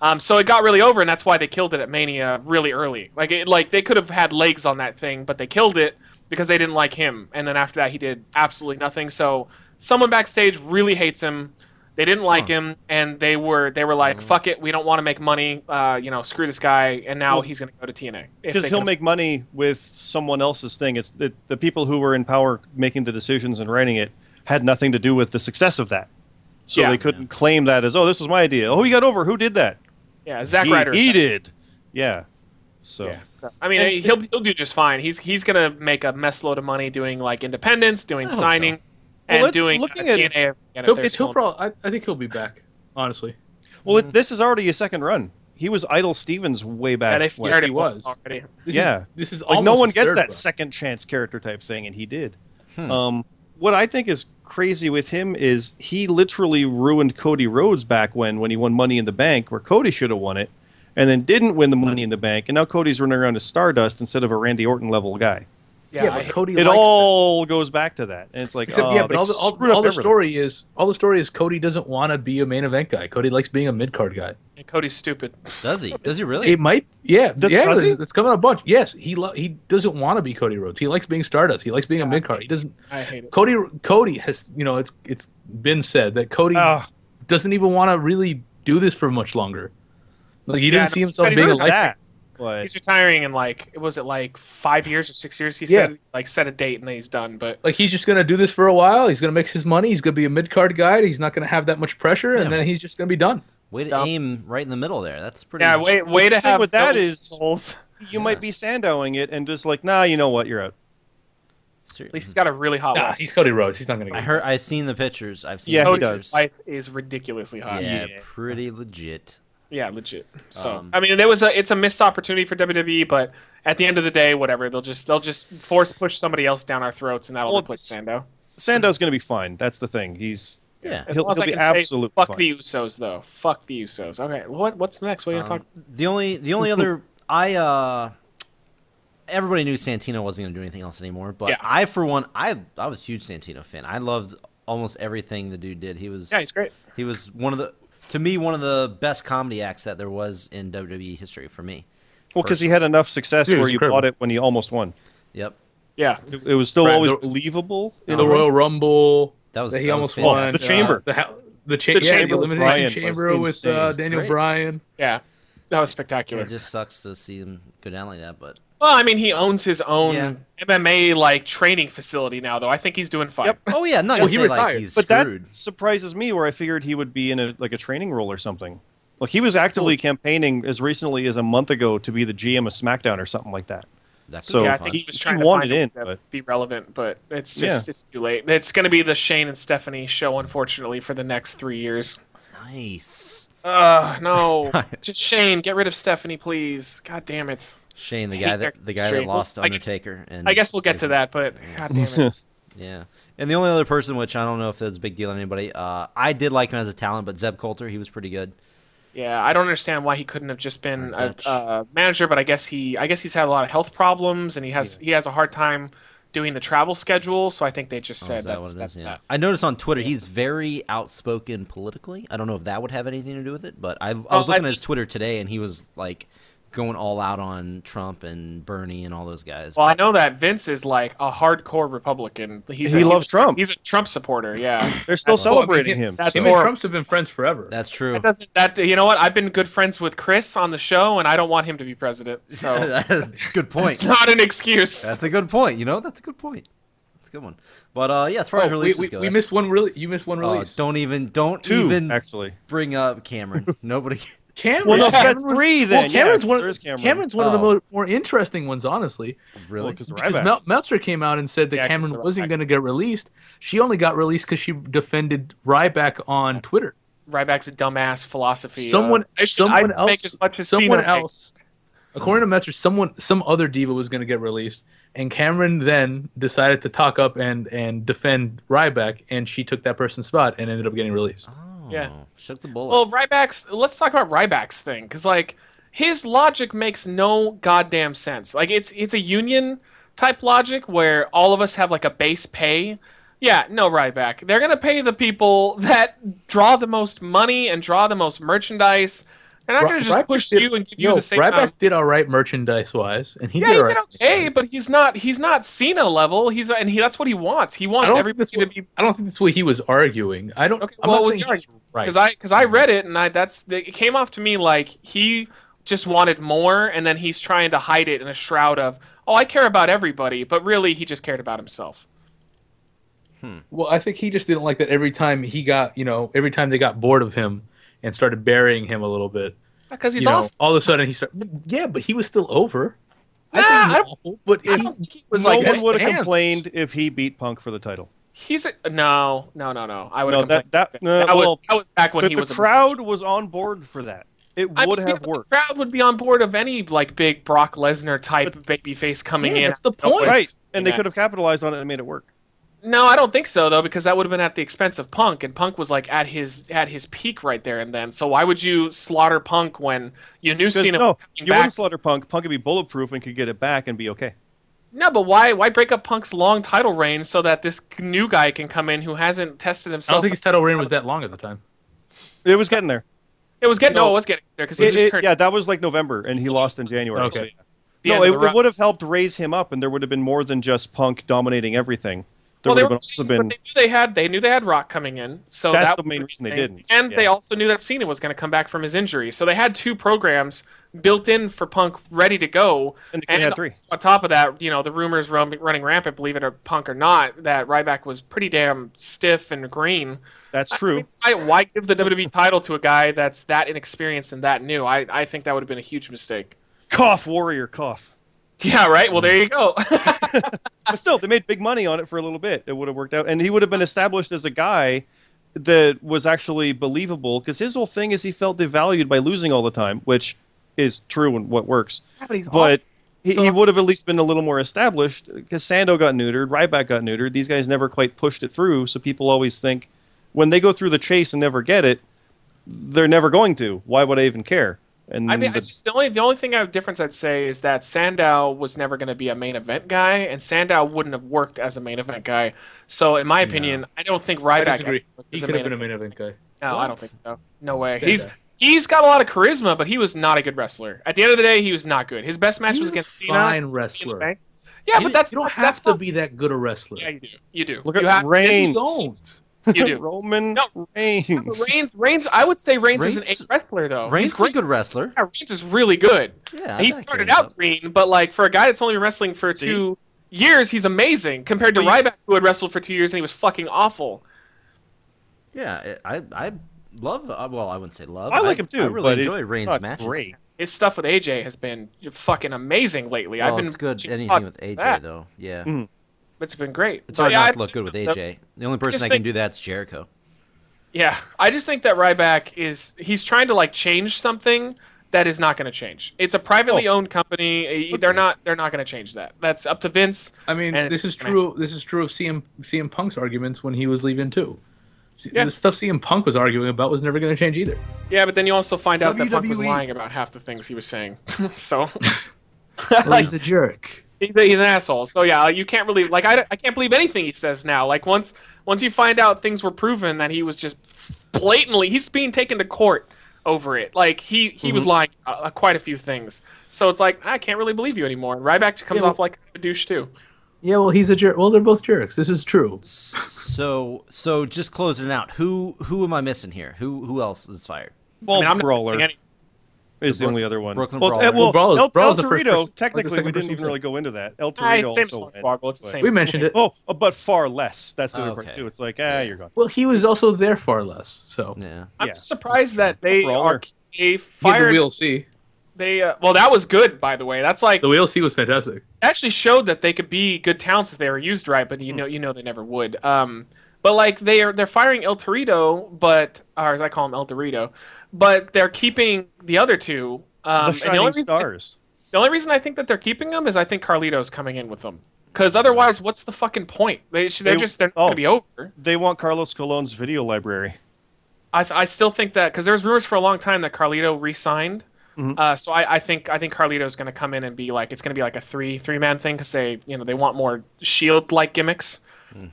[SPEAKER 2] Um, so it got really over, and that's why they killed it at Mania really early. Like, it, like they could have had legs on that thing, but they killed it because they didn't like him. And then after that, he did absolutely nothing. So someone backstage really hates him. They didn't like him, and they were they were
[SPEAKER 5] Mm.
[SPEAKER 2] like, "Fuck it, we don't want to make money. Uh, you know, screw this guy." And now he's gonna go to TNA if
[SPEAKER 5] Because
[SPEAKER 2] they
[SPEAKER 5] he'll
[SPEAKER 2] can-
[SPEAKER 5] make money with someone else's thing. It's the, the people who were in power making the decisions and writing it had nothing to do with the success of that. So
[SPEAKER 2] Yeah.
[SPEAKER 5] they couldn't claim that as, oh, this was my idea. Oh, he got over. Who did that?
[SPEAKER 2] yeah Zack
[SPEAKER 5] he,
[SPEAKER 2] Ryder.
[SPEAKER 5] he did. Yeah. So
[SPEAKER 2] I mean, he'll he'll do just fine. He's he's gonna make a mess load of money doing like independence, doing
[SPEAKER 3] I hope so.
[SPEAKER 2] signing,
[SPEAKER 5] Well,
[SPEAKER 2] and
[SPEAKER 5] let's-
[SPEAKER 2] doing uh,
[SPEAKER 5] looking at-
[SPEAKER 2] TNA. again if
[SPEAKER 4] He'll,
[SPEAKER 2] they're
[SPEAKER 4] it's, he'll
[SPEAKER 2] still-
[SPEAKER 4] probably, I, I think he'll be back, honestly.
[SPEAKER 5] Well,
[SPEAKER 2] Mm-hmm.
[SPEAKER 5] it, this is already a second run. He was Idle Stevens way back.
[SPEAKER 2] Yeah, they
[SPEAKER 5] when.
[SPEAKER 2] figured it
[SPEAKER 4] he
[SPEAKER 2] was
[SPEAKER 4] was.
[SPEAKER 2] already.
[SPEAKER 4] This
[SPEAKER 5] Yeah.
[SPEAKER 4] Is, this is
[SPEAKER 5] like
[SPEAKER 4] almost
[SPEAKER 5] no one
[SPEAKER 4] his
[SPEAKER 5] gets
[SPEAKER 4] third Hmm.
[SPEAKER 5] that
[SPEAKER 4] run.
[SPEAKER 5] second chance character type thing, and he did. Um, what I think is crazy with him is he literally ruined Cody Rhodes back when when he won Money in the Bank, where Cody should have won it, and then didn't win the Money in the Bank, and now Cody's running around as Stardust instead of a Randy Orton level guy.
[SPEAKER 2] Yeah, I-
[SPEAKER 4] but Cody
[SPEAKER 5] it
[SPEAKER 4] likes that.
[SPEAKER 5] all goes back to that, and it's like
[SPEAKER 4] Except,
[SPEAKER 5] oh,
[SPEAKER 4] yeah, but
[SPEAKER 5] they
[SPEAKER 4] all the, all,
[SPEAKER 5] screwed up
[SPEAKER 4] all the
[SPEAKER 5] everything.
[SPEAKER 4] story is all the story is Cody doesn't want to be a main event guy. Cody likes being a mid card guy.
[SPEAKER 2] Cody's stupid.
[SPEAKER 3] Does he? Does he really?
[SPEAKER 4] It might, yeah,
[SPEAKER 5] Does-
[SPEAKER 4] yeah.
[SPEAKER 5] does he?
[SPEAKER 4] It's, it's coming up a bunch. Yes, he lo- he doesn't want to be Cody Rhodes. He likes being Stardust. He likes being a mid card. He doesn't.
[SPEAKER 2] I hate it.
[SPEAKER 4] Cody Cody has you know it's it's been said that Cody
[SPEAKER 5] Ah.
[SPEAKER 4] doesn't even want to really do this for much longer. Like you didn't
[SPEAKER 2] no,
[SPEAKER 4] see himself
[SPEAKER 2] Cody
[SPEAKER 4] being a
[SPEAKER 2] Rhodes
[SPEAKER 4] life.
[SPEAKER 5] that. But
[SPEAKER 2] He's retiring in like was it like five years or six years? He
[SPEAKER 4] Yeah.
[SPEAKER 2] said like set a date and then he's done. But
[SPEAKER 4] Like he's just gonna do this for a while. He's gonna make his money. He's gonna be a mid card guy. He's not gonna have that much pressure, and
[SPEAKER 3] Yeah.
[SPEAKER 4] then he's just gonna be done.
[SPEAKER 3] Way to
[SPEAKER 2] dumb.
[SPEAKER 3] aim right in the middle there. That's pretty.
[SPEAKER 2] yeah, way way to
[SPEAKER 5] thing
[SPEAKER 2] have
[SPEAKER 5] with that
[SPEAKER 2] those
[SPEAKER 5] is-
[SPEAKER 2] goals.
[SPEAKER 5] you might be sandowing it and just like, nah, you know what, you're out.
[SPEAKER 3] Ser-
[SPEAKER 2] At least he's got a really hot
[SPEAKER 4] Nah,
[SPEAKER 2] wife.
[SPEAKER 4] he's Cody Rhodes. He's not gonna.
[SPEAKER 3] I
[SPEAKER 4] Get
[SPEAKER 3] heard. I've seen the pictures. I've seen.
[SPEAKER 5] Yeah,
[SPEAKER 3] the
[SPEAKER 5] he
[SPEAKER 3] pictures.
[SPEAKER 5] does.
[SPEAKER 2] Wife is ridiculously hot.
[SPEAKER 3] Yeah, pretty legit.
[SPEAKER 2] Yeah, legit. So
[SPEAKER 3] Um,
[SPEAKER 2] I mean, there was a it's a missed opportunity for WWE, but at the end of the day, whatever they'll just they'll just force push somebody else down our throats, and that'll
[SPEAKER 5] Well,
[SPEAKER 2] replace
[SPEAKER 5] it's-
[SPEAKER 2] Sandow.
[SPEAKER 5] Sandow's going to be fine. That's the thing. He's
[SPEAKER 3] Yeah.
[SPEAKER 2] As
[SPEAKER 5] He'll-
[SPEAKER 2] long as
[SPEAKER 5] he'll
[SPEAKER 2] I
[SPEAKER 5] be
[SPEAKER 2] can say,
[SPEAKER 5] absolutely
[SPEAKER 2] fuck
[SPEAKER 5] fine.
[SPEAKER 2] the Usos, though. Fuck the Usos. Okay, well, what what's next? What are you gonna talk?
[SPEAKER 3] The only the only other I uh everybody knew Santino wasn't going to do anything else anymore, but
[SPEAKER 2] Yeah.
[SPEAKER 3] I for one I I was a huge Santino fan. I loved almost everything the dude did. He was
[SPEAKER 2] Yeah, he's great.
[SPEAKER 3] he was one of the to me one of the best comedy acts that there was in WWE history for me.
[SPEAKER 5] Well, because he had enough success
[SPEAKER 4] Dude, it
[SPEAKER 5] where
[SPEAKER 4] was
[SPEAKER 5] you
[SPEAKER 4] incredible.
[SPEAKER 5] bought it when he almost won.
[SPEAKER 3] Yep.
[SPEAKER 2] Yeah,
[SPEAKER 5] It, it was still
[SPEAKER 4] Right,
[SPEAKER 5] always
[SPEAKER 4] the-
[SPEAKER 5] believable.
[SPEAKER 4] the Royal Rumble.
[SPEAKER 3] That was-
[SPEAKER 4] he
[SPEAKER 3] that was
[SPEAKER 4] almost won.
[SPEAKER 3] fantastic.
[SPEAKER 5] The Chamber.
[SPEAKER 4] Uh, the, ha- the, cha-
[SPEAKER 5] The
[SPEAKER 4] yeah,
[SPEAKER 5] Chamber
[SPEAKER 4] the
[SPEAKER 5] with Bryan
[SPEAKER 4] elimination
[SPEAKER 5] was
[SPEAKER 4] chamber with
[SPEAKER 3] insane. It
[SPEAKER 4] uh,
[SPEAKER 3] was
[SPEAKER 4] Daniel
[SPEAKER 3] great.
[SPEAKER 4] Bryan.
[SPEAKER 2] yeah, that was spectacular.
[SPEAKER 3] It just sucks to see him go down like that, but
[SPEAKER 2] Well, I mean, he owns his own
[SPEAKER 3] Yeah.
[SPEAKER 2] MMA like training facility now, though. I think he's doing fine.
[SPEAKER 5] Yep.
[SPEAKER 3] Oh
[SPEAKER 2] [LAUGHS]
[SPEAKER 3] yeah, no,
[SPEAKER 4] Well,
[SPEAKER 3] you
[SPEAKER 4] he
[SPEAKER 3] say like
[SPEAKER 4] retired,
[SPEAKER 3] he's
[SPEAKER 5] But
[SPEAKER 3] screwed.
[SPEAKER 5] that surprises me, where I figured he would be in a like a training role or something. Like he was actively campaigning as recently as a month ago to be the GM of SmackDown or something like that.
[SPEAKER 3] That could
[SPEAKER 5] so-
[SPEAKER 3] be
[SPEAKER 2] Yeah, I
[SPEAKER 3] fun.
[SPEAKER 2] think he was
[SPEAKER 5] He
[SPEAKER 2] trying to
[SPEAKER 5] wanted
[SPEAKER 2] find a way
[SPEAKER 5] in,
[SPEAKER 2] to
[SPEAKER 5] but-
[SPEAKER 2] be relevant, but it's just it's too late. It's going to be the Shane and Stephanie show, unfortunately, for the next three years.
[SPEAKER 3] nice.
[SPEAKER 2] Ugh, no, just Shane, get rid of Stephanie, please. God damn it.
[SPEAKER 3] Shane, the
[SPEAKER 2] I
[SPEAKER 3] guy
[SPEAKER 2] hate
[SPEAKER 3] that
[SPEAKER 2] that
[SPEAKER 3] the guy that
[SPEAKER 2] constraint.
[SPEAKER 3] lost
[SPEAKER 2] I guess-
[SPEAKER 3] Undertaker, and
[SPEAKER 2] I guess we'll get to
[SPEAKER 3] isn't.
[SPEAKER 2] that, but god damn it.
[SPEAKER 3] Yeah. And the only other person, which I don't know if it's a big deal to anybody, uh, I did like him as a talent, but Zeb Coulter, he was pretty good.
[SPEAKER 2] Yeah, I don't understand why he couldn't have just been a, a manager, but I guess he I guess he's had a lot of health problems and he has he has a hard time doing the travel schedule. So I think they just said
[SPEAKER 3] Oh, Is that
[SPEAKER 2] that's
[SPEAKER 3] what it is?
[SPEAKER 2] that's
[SPEAKER 3] Yeah.
[SPEAKER 2] that.
[SPEAKER 3] I noticed on Twitter he's very outspoken politically. I don't know if that would have anything to do with it, but I, I was
[SPEAKER 2] Oh, I-
[SPEAKER 3] looking at his Twitter today and he was like going all out on Trump and Bernie and all those guys.
[SPEAKER 2] Well, I know that Vince is like a hardcore Republican. He's
[SPEAKER 5] He
[SPEAKER 2] a,
[SPEAKER 5] loves
[SPEAKER 2] he's a-
[SPEAKER 5] Trump.
[SPEAKER 2] He's a Trump supporter. Yeah,
[SPEAKER 5] They're still
[SPEAKER 4] Well, I mean,
[SPEAKER 5] celebrating
[SPEAKER 4] he-
[SPEAKER 5] him.
[SPEAKER 2] that's
[SPEAKER 5] so-
[SPEAKER 4] Him and
[SPEAKER 2] horrible.
[SPEAKER 4] Trump's have been friends forever.
[SPEAKER 3] That's true.
[SPEAKER 2] that
[SPEAKER 3] [LAUGHS]
[SPEAKER 2] doesn't that you know what? I've been good friends with Chris on the show, and I don't want him to be
[SPEAKER 3] [LAUGHS]
[SPEAKER 2] president. So
[SPEAKER 3] That's a good point.
[SPEAKER 2] it's not an excuse.
[SPEAKER 3] That's a good point. You know, that's a good point. That's a good one. But uh, yeah, as far
[SPEAKER 4] Oh,
[SPEAKER 3] as
[SPEAKER 4] we,
[SPEAKER 3] releases
[SPEAKER 4] we,
[SPEAKER 3] go,
[SPEAKER 4] we
[SPEAKER 3] that's-
[SPEAKER 4] missed one. Really, you missed one
[SPEAKER 3] Oh,
[SPEAKER 4] release.
[SPEAKER 3] don't even don't
[SPEAKER 5] two
[SPEAKER 3] even
[SPEAKER 5] actually.
[SPEAKER 3] bring up Cameron. Nobody. [LAUGHS]
[SPEAKER 4] Cameron.
[SPEAKER 5] Well, no,
[SPEAKER 4] Cameron
[SPEAKER 5] that's
[SPEAKER 4] was-
[SPEAKER 5] three then.
[SPEAKER 4] Well, Cameron's
[SPEAKER 5] yeah,
[SPEAKER 4] one.
[SPEAKER 5] there is Cameron.
[SPEAKER 4] Cameron's one of the
[SPEAKER 3] Oh.
[SPEAKER 4] mo- more interesting ones, honestly.
[SPEAKER 3] Really?
[SPEAKER 5] because
[SPEAKER 4] Because
[SPEAKER 5] Ryback.
[SPEAKER 4] Mel- Meltzer came out and said that
[SPEAKER 2] Yeah, 'cause
[SPEAKER 4] Cameron
[SPEAKER 2] they're
[SPEAKER 4] wasn't
[SPEAKER 2] Ryback.
[SPEAKER 4] going to get released. She only got released because she defended Ryback on Twitter.
[SPEAKER 2] Ryback's dumbass philosophy.
[SPEAKER 4] Someone,
[SPEAKER 2] of, uh, I should-
[SPEAKER 4] someone
[SPEAKER 2] I'd
[SPEAKER 4] else,
[SPEAKER 2] make as much as
[SPEAKER 4] someone
[SPEAKER 2] Cena makes.
[SPEAKER 4] else. According to Meltzer, someone, some other diva was going to get released, and Cameron then decided to talk up and and defend Ryback, and she took that person's spot and ended up getting released.
[SPEAKER 3] Oh,
[SPEAKER 2] Yeah.
[SPEAKER 3] Shook the bullet.
[SPEAKER 2] Well, Ryback's. Let's talk about Ryback's thing, because like his logic makes no goddamn sense. Like it's it's a union type logic where all of us have like a base pay. Yeah, no Ryback. They're gonna pay the people [LAUGHS] that draw the most money and draw the most merchandise. They're not
[SPEAKER 4] Ry-
[SPEAKER 2] gonna just
[SPEAKER 4] Ryback
[SPEAKER 2] push
[SPEAKER 4] did-
[SPEAKER 2] you and give
[SPEAKER 4] Yo,
[SPEAKER 2] you the same.
[SPEAKER 4] Ryback
[SPEAKER 2] amount.
[SPEAKER 4] did all right merchandise wise, and he
[SPEAKER 2] Yeah,
[SPEAKER 4] did
[SPEAKER 2] he
[SPEAKER 4] all
[SPEAKER 2] did
[SPEAKER 4] right.
[SPEAKER 2] okay, but he's not. He's not Cena level. He's and he. That's what he wants. He
[SPEAKER 4] I
[SPEAKER 2] wants
[SPEAKER 4] don't, think
[SPEAKER 2] everybody
[SPEAKER 4] that's
[SPEAKER 2] to
[SPEAKER 4] what,
[SPEAKER 2] be.
[SPEAKER 4] I don't think that's what he was arguing. I don't.
[SPEAKER 2] Okay,
[SPEAKER 4] I'm
[SPEAKER 2] well,
[SPEAKER 4] not
[SPEAKER 2] it was
[SPEAKER 4] saying
[SPEAKER 2] the
[SPEAKER 4] he's right.
[SPEAKER 2] because I because
[SPEAKER 5] Mm-hmm.
[SPEAKER 2] I read it and I that's the, it came off to me like he just wanted more and then he's trying to hide it in a shroud of oh I care about everybody but really he just cared about himself.
[SPEAKER 4] Well, I think he just didn't like that every time he got, you know, every time they got bored of him and started burying him a little bit.
[SPEAKER 2] Because he's
[SPEAKER 4] you know,
[SPEAKER 2] off.
[SPEAKER 4] all of a sudden he started. Yeah, but he was still over.
[SPEAKER 2] Nah,
[SPEAKER 4] I
[SPEAKER 2] I
[SPEAKER 4] think
[SPEAKER 2] don't-
[SPEAKER 4] he was awful, but
[SPEAKER 2] I
[SPEAKER 4] he,
[SPEAKER 2] don't think he was
[SPEAKER 4] no
[SPEAKER 2] like
[SPEAKER 5] no one would have
[SPEAKER 4] fans.
[SPEAKER 5] complained if he beat Punk for the title.
[SPEAKER 2] he's a, no no no no I would
[SPEAKER 5] No,
[SPEAKER 2] have
[SPEAKER 5] that that, no,
[SPEAKER 2] that
[SPEAKER 5] well,
[SPEAKER 2] was that was back when
[SPEAKER 5] the,
[SPEAKER 2] he
[SPEAKER 5] the
[SPEAKER 2] was a-
[SPEAKER 5] crowd was on board for that. It
[SPEAKER 2] I
[SPEAKER 5] would
[SPEAKER 2] mean,
[SPEAKER 5] have
[SPEAKER 2] the
[SPEAKER 5] worked.
[SPEAKER 2] crowd would be on board of any like big Brock Lesnar type babyface coming
[SPEAKER 4] Yeah,
[SPEAKER 2] in.
[SPEAKER 4] that's the
[SPEAKER 2] Don't
[SPEAKER 4] point.
[SPEAKER 2] worry.
[SPEAKER 5] Right, and they
[SPEAKER 2] Yeah.
[SPEAKER 5] could have capitalized on it and made it work.
[SPEAKER 2] No, I don't think so though, because that would have been at the expense of Punk, and Punk was like at his at his peak right there and then. So why would you slaughter Punk when you knew
[SPEAKER 5] 'Cause,
[SPEAKER 2] Cena
[SPEAKER 5] no,
[SPEAKER 2] was
[SPEAKER 5] you
[SPEAKER 2] coming back?
[SPEAKER 5] wouldn't slaughter Punk. Punk could be bulletproof and could get it back and be okay.
[SPEAKER 2] no, but why why break up Punk's long title reign so that this new guy can come in who hasn't tested
[SPEAKER 4] I don't
[SPEAKER 2] himself?
[SPEAKER 4] think his title reign was that long at the time.
[SPEAKER 5] It was getting there.
[SPEAKER 2] it was getting no,
[SPEAKER 5] no.
[SPEAKER 2] it was getting there because he
[SPEAKER 5] It-
[SPEAKER 2] just
[SPEAKER 5] it-
[SPEAKER 2] turned
[SPEAKER 5] yeah, that was like November, and he lost in January.
[SPEAKER 4] Okay.
[SPEAKER 5] So, yeah.
[SPEAKER 2] the
[SPEAKER 5] no,
[SPEAKER 2] end
[SPEAKER 5] it,
[SPEAKER 2] of the
[SPEAKER 5] it
[SPEAKER 2] run.
[SPEAKER 5] would have helped raise him up, and there would have been more than just Punk dominating everything. There
[SPEAKER 2] well, they
[SPEAKER 5] would have
[SPEAKER 2] were,
[SPEAKER 5] been also
[SPEAKER 2] but
[SPEAKER 5] been
[SPEAKER 2] they knew they had they knew they had Rock coming in, so
[SPEAKER 5] That's
[SPEAKER 2] that
[SPEAKER 5] the
[SPEAKER 2] was
[SPEAKER 5] main reason they
[SPEAKER 2] thing.
[SPEAKER 5] didn't,
[SPEAKER 2] And they
[SPEAKER 5] yeah.
[SPEAKER 2] also knew that Cena was going to come back from his injury, so they had two programs built in for Punk ready to go.
[SPEAKER 5] And they had three.
[SPEAKER 2] on top of that, you know, the rumors run, running rampant, believe it or Punk or not, that Ryback was pretty damn stiff and green.
[SPEAKER 5] that's true.
[SPEAKER 2] Why, why give the WWE title to a guy that's that inexperienced and that new? I, I think that would have been a huge mistake. [LAUGHS]
[SPEAKER 5] cough, warrior, cough.
[SPEAKER 2] Yeah, right. Well, there you go. [LAUGHS]
[SPEAKER 5] But still, they made big money on it for a little bit. It would have worked out, and he would have been established as a guy that was actually believable. Because his whole thing is he felt devalued by losing all the time, which is true and what works.
[SPEAKER 2] but he's
[SPEAKER 5] But he,
[SPEAKER 2] So-
[SPEAKER 5] he would have at least been a little more established. Because Sando got neutered, Ryback got neutered. These guys never quite pushed it through, so people always think when they go through the chase and never get it, they're never going to. Why would I even care? And
[SPEAKER 4] Mm,
[SPEAKER 2] I mean, I
[SPEAKER 5] the-
[SPEAKER 2] just the only the only thing I difference I'd say is that Sandow was never going to be a main event guy, and Sandow wouldn't have worked as a main event guy. So, in my opinion, I don't think
[SPEAKER 4] I
[SPEAKER 2] Ryback
[SPEAKER 4] disagree. He
[SPEAKER 2] is
[SPEAKER 4] could have been a main event guy.
[SPEAKER 2] No, I don't
[SPEAKER 3] What?
[SPEAKER 2] think so. No way.
[SPEAKER 4] Yeah,
[SPEAKER 2] he's
[SPEAKER 4] yeah.
[SPEAKER 2] he's got a lot of charisma, but he was not a good wrestler. At the end of the day, he was not good. His best match
[SPEAKER 4] He's
[SPEAKER 2] was
[SPEAKER 4] a
[SPEAKER 2] against Cena.
[SPEAKER 4] fine
[SPEAKER 2] in the
[SPEAKER 4] wrestler.
[SPEAKER 2] bank. Yeah,
[SPEAKER 4] You-
[SPEAKER 2] but that's
[SPEAKER 4] you don't
[SPEAKER 2] that's
[SPEAKER 4] have to
[SPEAKER 2] not-
[SPEAKER 4] be that good a wrestler.
[SPEAKER 2] [LAUGHS] Yeah, you do. You do.
[SPEAKER 5] Look
[SPEAKER 2] you
[SPEAKER 5] at
[SPEAKER 2] have,
[SPEAKER 5] Reigns.
[SPEAKER 2] this is-
[SPEAKER 4] Don't.
[SPEAKER 2] You do.
[SPEAKER 4] [LAUGHS]
[SPEAKER 5] Roman
[SPEAKER 2] No.
[SPEAKER 5] Reigns.
[SPEAKER 2] [LAUGHS] But Reigns, Reigns, I would say Reigns, is
[SPEAKER 3] Reigns-
[SPEAKER 2] an A wrestler though.
[SPEAKER 3] Reigns
[SPEAKER 2] He's
[SPEAKER 3] is a
[SPEAKER 2] great.
[SPEAKER 3] good wrestler.
[SPEAKER 2] Yeah, Reigns is really good.
[SPEAKER 3] Yeah, I
[SPEAKER 2] he
[SPEAKER 3] back
[SPEAKER 2] started
[SPEAKER 3] Reigns
[SPEAKER 2] out
[SPEAKER 3] up.
[SPEAKER 2] green, but like for a guy that's only been wrestling for
[SPEAKER 5] See?
[SPEAKER 2] two years, he's amazing compared to
[SPEAKER 5] Well, you-
[SPEAKER 2] Ryback, who had wrestled for two years and he was fucking awful.
[SPEAKER 3] Yeah, I I love. uh, Well, I wouldn't say love.
[SPEAKER 5] I like him too.
[SPEAKER 3] I really
[SPEAKER 5] but
[SPEAKER 3] enjoy
[SPEAKER 5] it's
[SPEAKER 3] Reigns
[SPEAKER 5] not
[SPEAKER 3] matches.
[SPEAKER 5] Great.
[SPEAKER 2] His stuff with AJ has been fucking amazing lately.
[SPEAKER 3] Well,
[SPEAKER 2] I've been
[SPEAKER 3] it's good.
[SPEAKER 2] watching
[SPEAKER 3] Anything
[SPEAKER 2] podcasts
[SPEAKER 3] with
[SPEAKER 2] of
[SPEAKER 3] AJ
[SPEAKER 2] that.
[SPEAKER 3] though, yeah,
[SPEAKER 5] Mm.
[SPEAKER 2] It's been great.
[SPEAKER 3] it's
[SPEAKER 2] But
[SPEAKER 3] hard
[SPEAKER 2] yeah,
[SPEAKER 3] not
[SPEAKER 2] I-
[SPEAKER 3] to look good with
[SPEAKER 2] the-
[SPEAKER 3] AJ. The only person
[SPEAKER 2] just
[SPEAKER 3] that can
[SPEAKER 2] think-
[SPEAKER 3] do that's Jericho.
[SPEAKER 2] Yeah, I just think that Ryback is he's trying to like change something that is not going to change. It's a
[SPEAKER 3] Oh.
[SPEAKER 2] privately owned company. They're not they're not going to change that. That's up to Vince.
[SPEAKER 4] I mean,
[SPEAKER 2] And
[SPEAKER 4] this
[SPEAKER 2] it's
[SPEAKER 4] is
[SPEAKER 2] gonna-
[SPEAKER 4] true. This is true of CM CM Punk's arguments when he was leaving too.
[SPEAKER 2] Yeah.
[SPEAKER 4] The stuff CM Punk was arguing about was never going to change either.
[SPEAKER 2] Yeah, but then you also find out that Punk was
[SPEAKER 6] WWE.
[SPEAKER 2] lying about half the things he was saying. [LAUGHS] so
[SPEAKER 6] Well, he's a jerk.
[SPEAKER 2] he's, a, he's an asshole. So yeah, you can't really like I, I can't believe anything he says now. Like once once you find out things were proven that he was just blatantly he's being taken to court over it. Like he he was lying about uh, quite a few things. So it's like I can't really believe you anymore. And Ryback comes
[SPEAKER 4] Yeah,
[SPEAKER 2] off like a douche too.
[SPEAKER 4] Yeah, well, he's a jerk. Well, they're both jerks. This is true.
[SPEAKER 3] So so just closing it out. Who who am I missing here? Who who else is fired?
[SPEAKER 5] Well,
[SPEAKER 2] I mean, I'm not
[SPEAKER 5] Brawler
[SPEAKER 2] missing any-
[SPEAKER 5] is the
[SPEAKER 3] Brook-
[SPEAKER 5] only other one.
[SPEAKER 3] Brooklyn
[SPEAKER 5] well,
[SPEAKER 3] Brawler.
[SPEAKER 5] eh, well,
[SPEAKER 4] Brawler's-
[SPEAKER 5] El, El
[SPEAKER 4] Brawler's the first
[SPEAKER 5] Torito,
[SPEAKER 4] person- like the
[SPEAKER 5] technically,
[SPEAKER 4] second
[SPEAKER 5] we
[SPEAKER 4] person
[SPEAKER 5] didn't even
[SPEAKER 4] said.
[SPEAKER 5] really go into that. El Torito
[SPEAKER 2] Ah, same
[SPEAKER 5] also went.
[SPEAKER 2] Slinkwoggle, it's the same.
[SPEAKER 4] We mentioned it.
[SPEAKER 5] Oh, uh, but far less. That's the
[SPEAKER 3] Oh,
[SPEAKER 5] other part
[SPEAKER 3] okay.
[SPEAKER 5] too. It's like, ah, you're gone.
[SPEAKER 4] Well, he was also there far less. So
[SPEAKER 3] Yeah.
[SPEAKER 2] I'm
[SPEAKER 5] Yeah.
[SPEAKER 2] just surprised that they
[SPEAKER 5] Brawler.
[SPEAKER 2] are they
[SPEAKER 4] Yeah, the
[SPEAKER 2] fired.
[SPEAKER 4] wheel C.
[SPEAKER 2] they uh, well, that was good by the way. That's like
[SPEAKER 4] The wheel C was fantastic.
[SPEAKER 2] actually showed that they could be good talents if they were used right, but you
[SPEAKER 5] Hmm.
[SPEAKER 2] know, you know, they never would. Um, but like they are, they're firing El Torito, but or as I call him, El Dorito, but they're keeping the other two. Um,
[SPEAKER 5] the
[SPEAKER 2] and the
[SPEAKER 5] shining
[SPEAKER 2] only reason,
[SPEAKER 5] stars.
[SPEAKER 2] the only reason I think that they're keeping them is I think Carlito's coming in with them. Because otherwise, what's the fucking point? They should, they're
[SPEAKER 5] They-
[SPEAKER 2] just they're not
[SPEAKER 5] oh.
[SPEAKER 2] gonna be over.
[SPEAKER 5] They want Carlos Colon's video library.
[SPEAKER 2] I, th- I still think that because there's rumors for a long time that Carlito re-signed. Uh, so I, I think I think Carlito's going to come in and be like it's going to be like a three three man thing because they you know they want more Shield like gimmicks.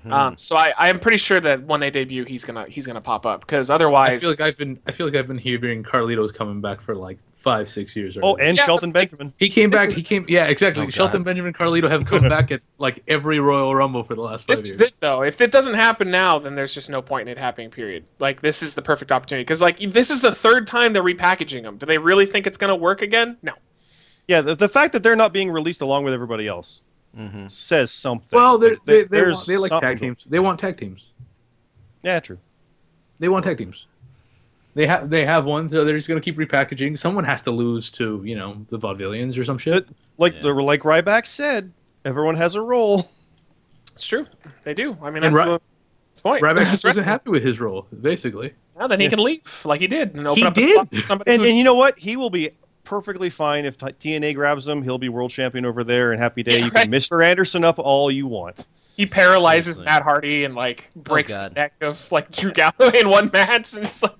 [SPEAKER 2] Um, so I I am pretty sure that when they debut he's gonna he's gonna pop up because
[SPEAKER 4] I
[SPEAKER 2] otherwise
[SPEAKER 4] feel like I've been I feel like I've been hearing Carlito's coming back for like five six years.
[SPEAKER 5] Oh,
[SPEAKER 4] already.
[SPEAKER 5] and
[SPEAKER 2] Yeah,
[SPEAKER 5] Shelton
[SPEAKER 2] but-
[SPEAKER 5] Benjamin.
[SPEAKER 4] he came back. He came. Yeah, exactly.
[SPEAKER 3] Oh,
[SPEAKER 4] Shelton
[SPEAKER 3] God.
[SPEAKER 4] Benjamin Carlito have come back at like every Royal Rumble for the last five
[SPEAKER 2] this
[SPEAKER 4] years.
[SPEAKER 2] is it though. If it doesn't happen now, then there's just no point in it happening. Period. Like this is the perfect opportunity because like this is the third time they're repackaging them. Do they really think it's going to work again? No.
[SPEAKER 5] Yeah, the, the fact that they're not being released along with everybody else says something.
[SPEAKER 4] Well, they're,
[SPEAKER 5] Like,
[SPEAKER 4] they they,
[SPEAKER 5] there's
[SPEAKER 4] want, they like
[SPEAKER 5] something
[SPEAKER 4] tag
[SPEAKER 5] to it.
[SPEAKER 4] teams. They want tag teams.
[SPEAKER 5] Yeah, true.
[SPEAKER 4] They want tag teams. They have they have one, so they're just gonna keep repackaging. Someone has to lose to you know the Vaudevillians or some shit.
[SPEAKER 5] But like the, like Ryback said, everyone has
[SPEAKER 4] [LAUGHS]
[SPEAKER 5] a role.
[SPEAKER 2] It's true. They do. I mean, that's
[SPEAKER 4] And Ry-
[SPEAKER 2] the, [LAUGHS] that's the point.
[SPEAKER 4] Ryback
[SPEAKER 2] It's
[SPEAKER 4] just
[SPEAKER 2] wrestling.
[SPEAKER 4] wasn't happy with his role, basically.
[SPEAKER 2] Now then he can leave like he did and open
[SPEAKER 4] He
[SPEAKER 2] up
[SPEAKER 4] did?
[SPEAKER 2] a spot to somebody
[SPEAKER 5] And,
[SPEAKER 2] who-
[SPEAKER 5] and you know what? He will be perfectly fine if t- TNA grabs him. He'll be world champion over there, and happy day.
[SPEAKER 2] Yeah,
[SPEAKER 5] you
[SPEAKER 2] right.
[SPEAKER 5] can Mr. Anderson up all you want.
[SPEAKER 2] he paralyzes
[SPEAKER 3] Seriously. Oh,
[SPEAKER 2] Matt Hardy and like breaks the
[SPEAKER 3] God.
[SPEAKER 2] neck of like Drew Galloway in one match and it's like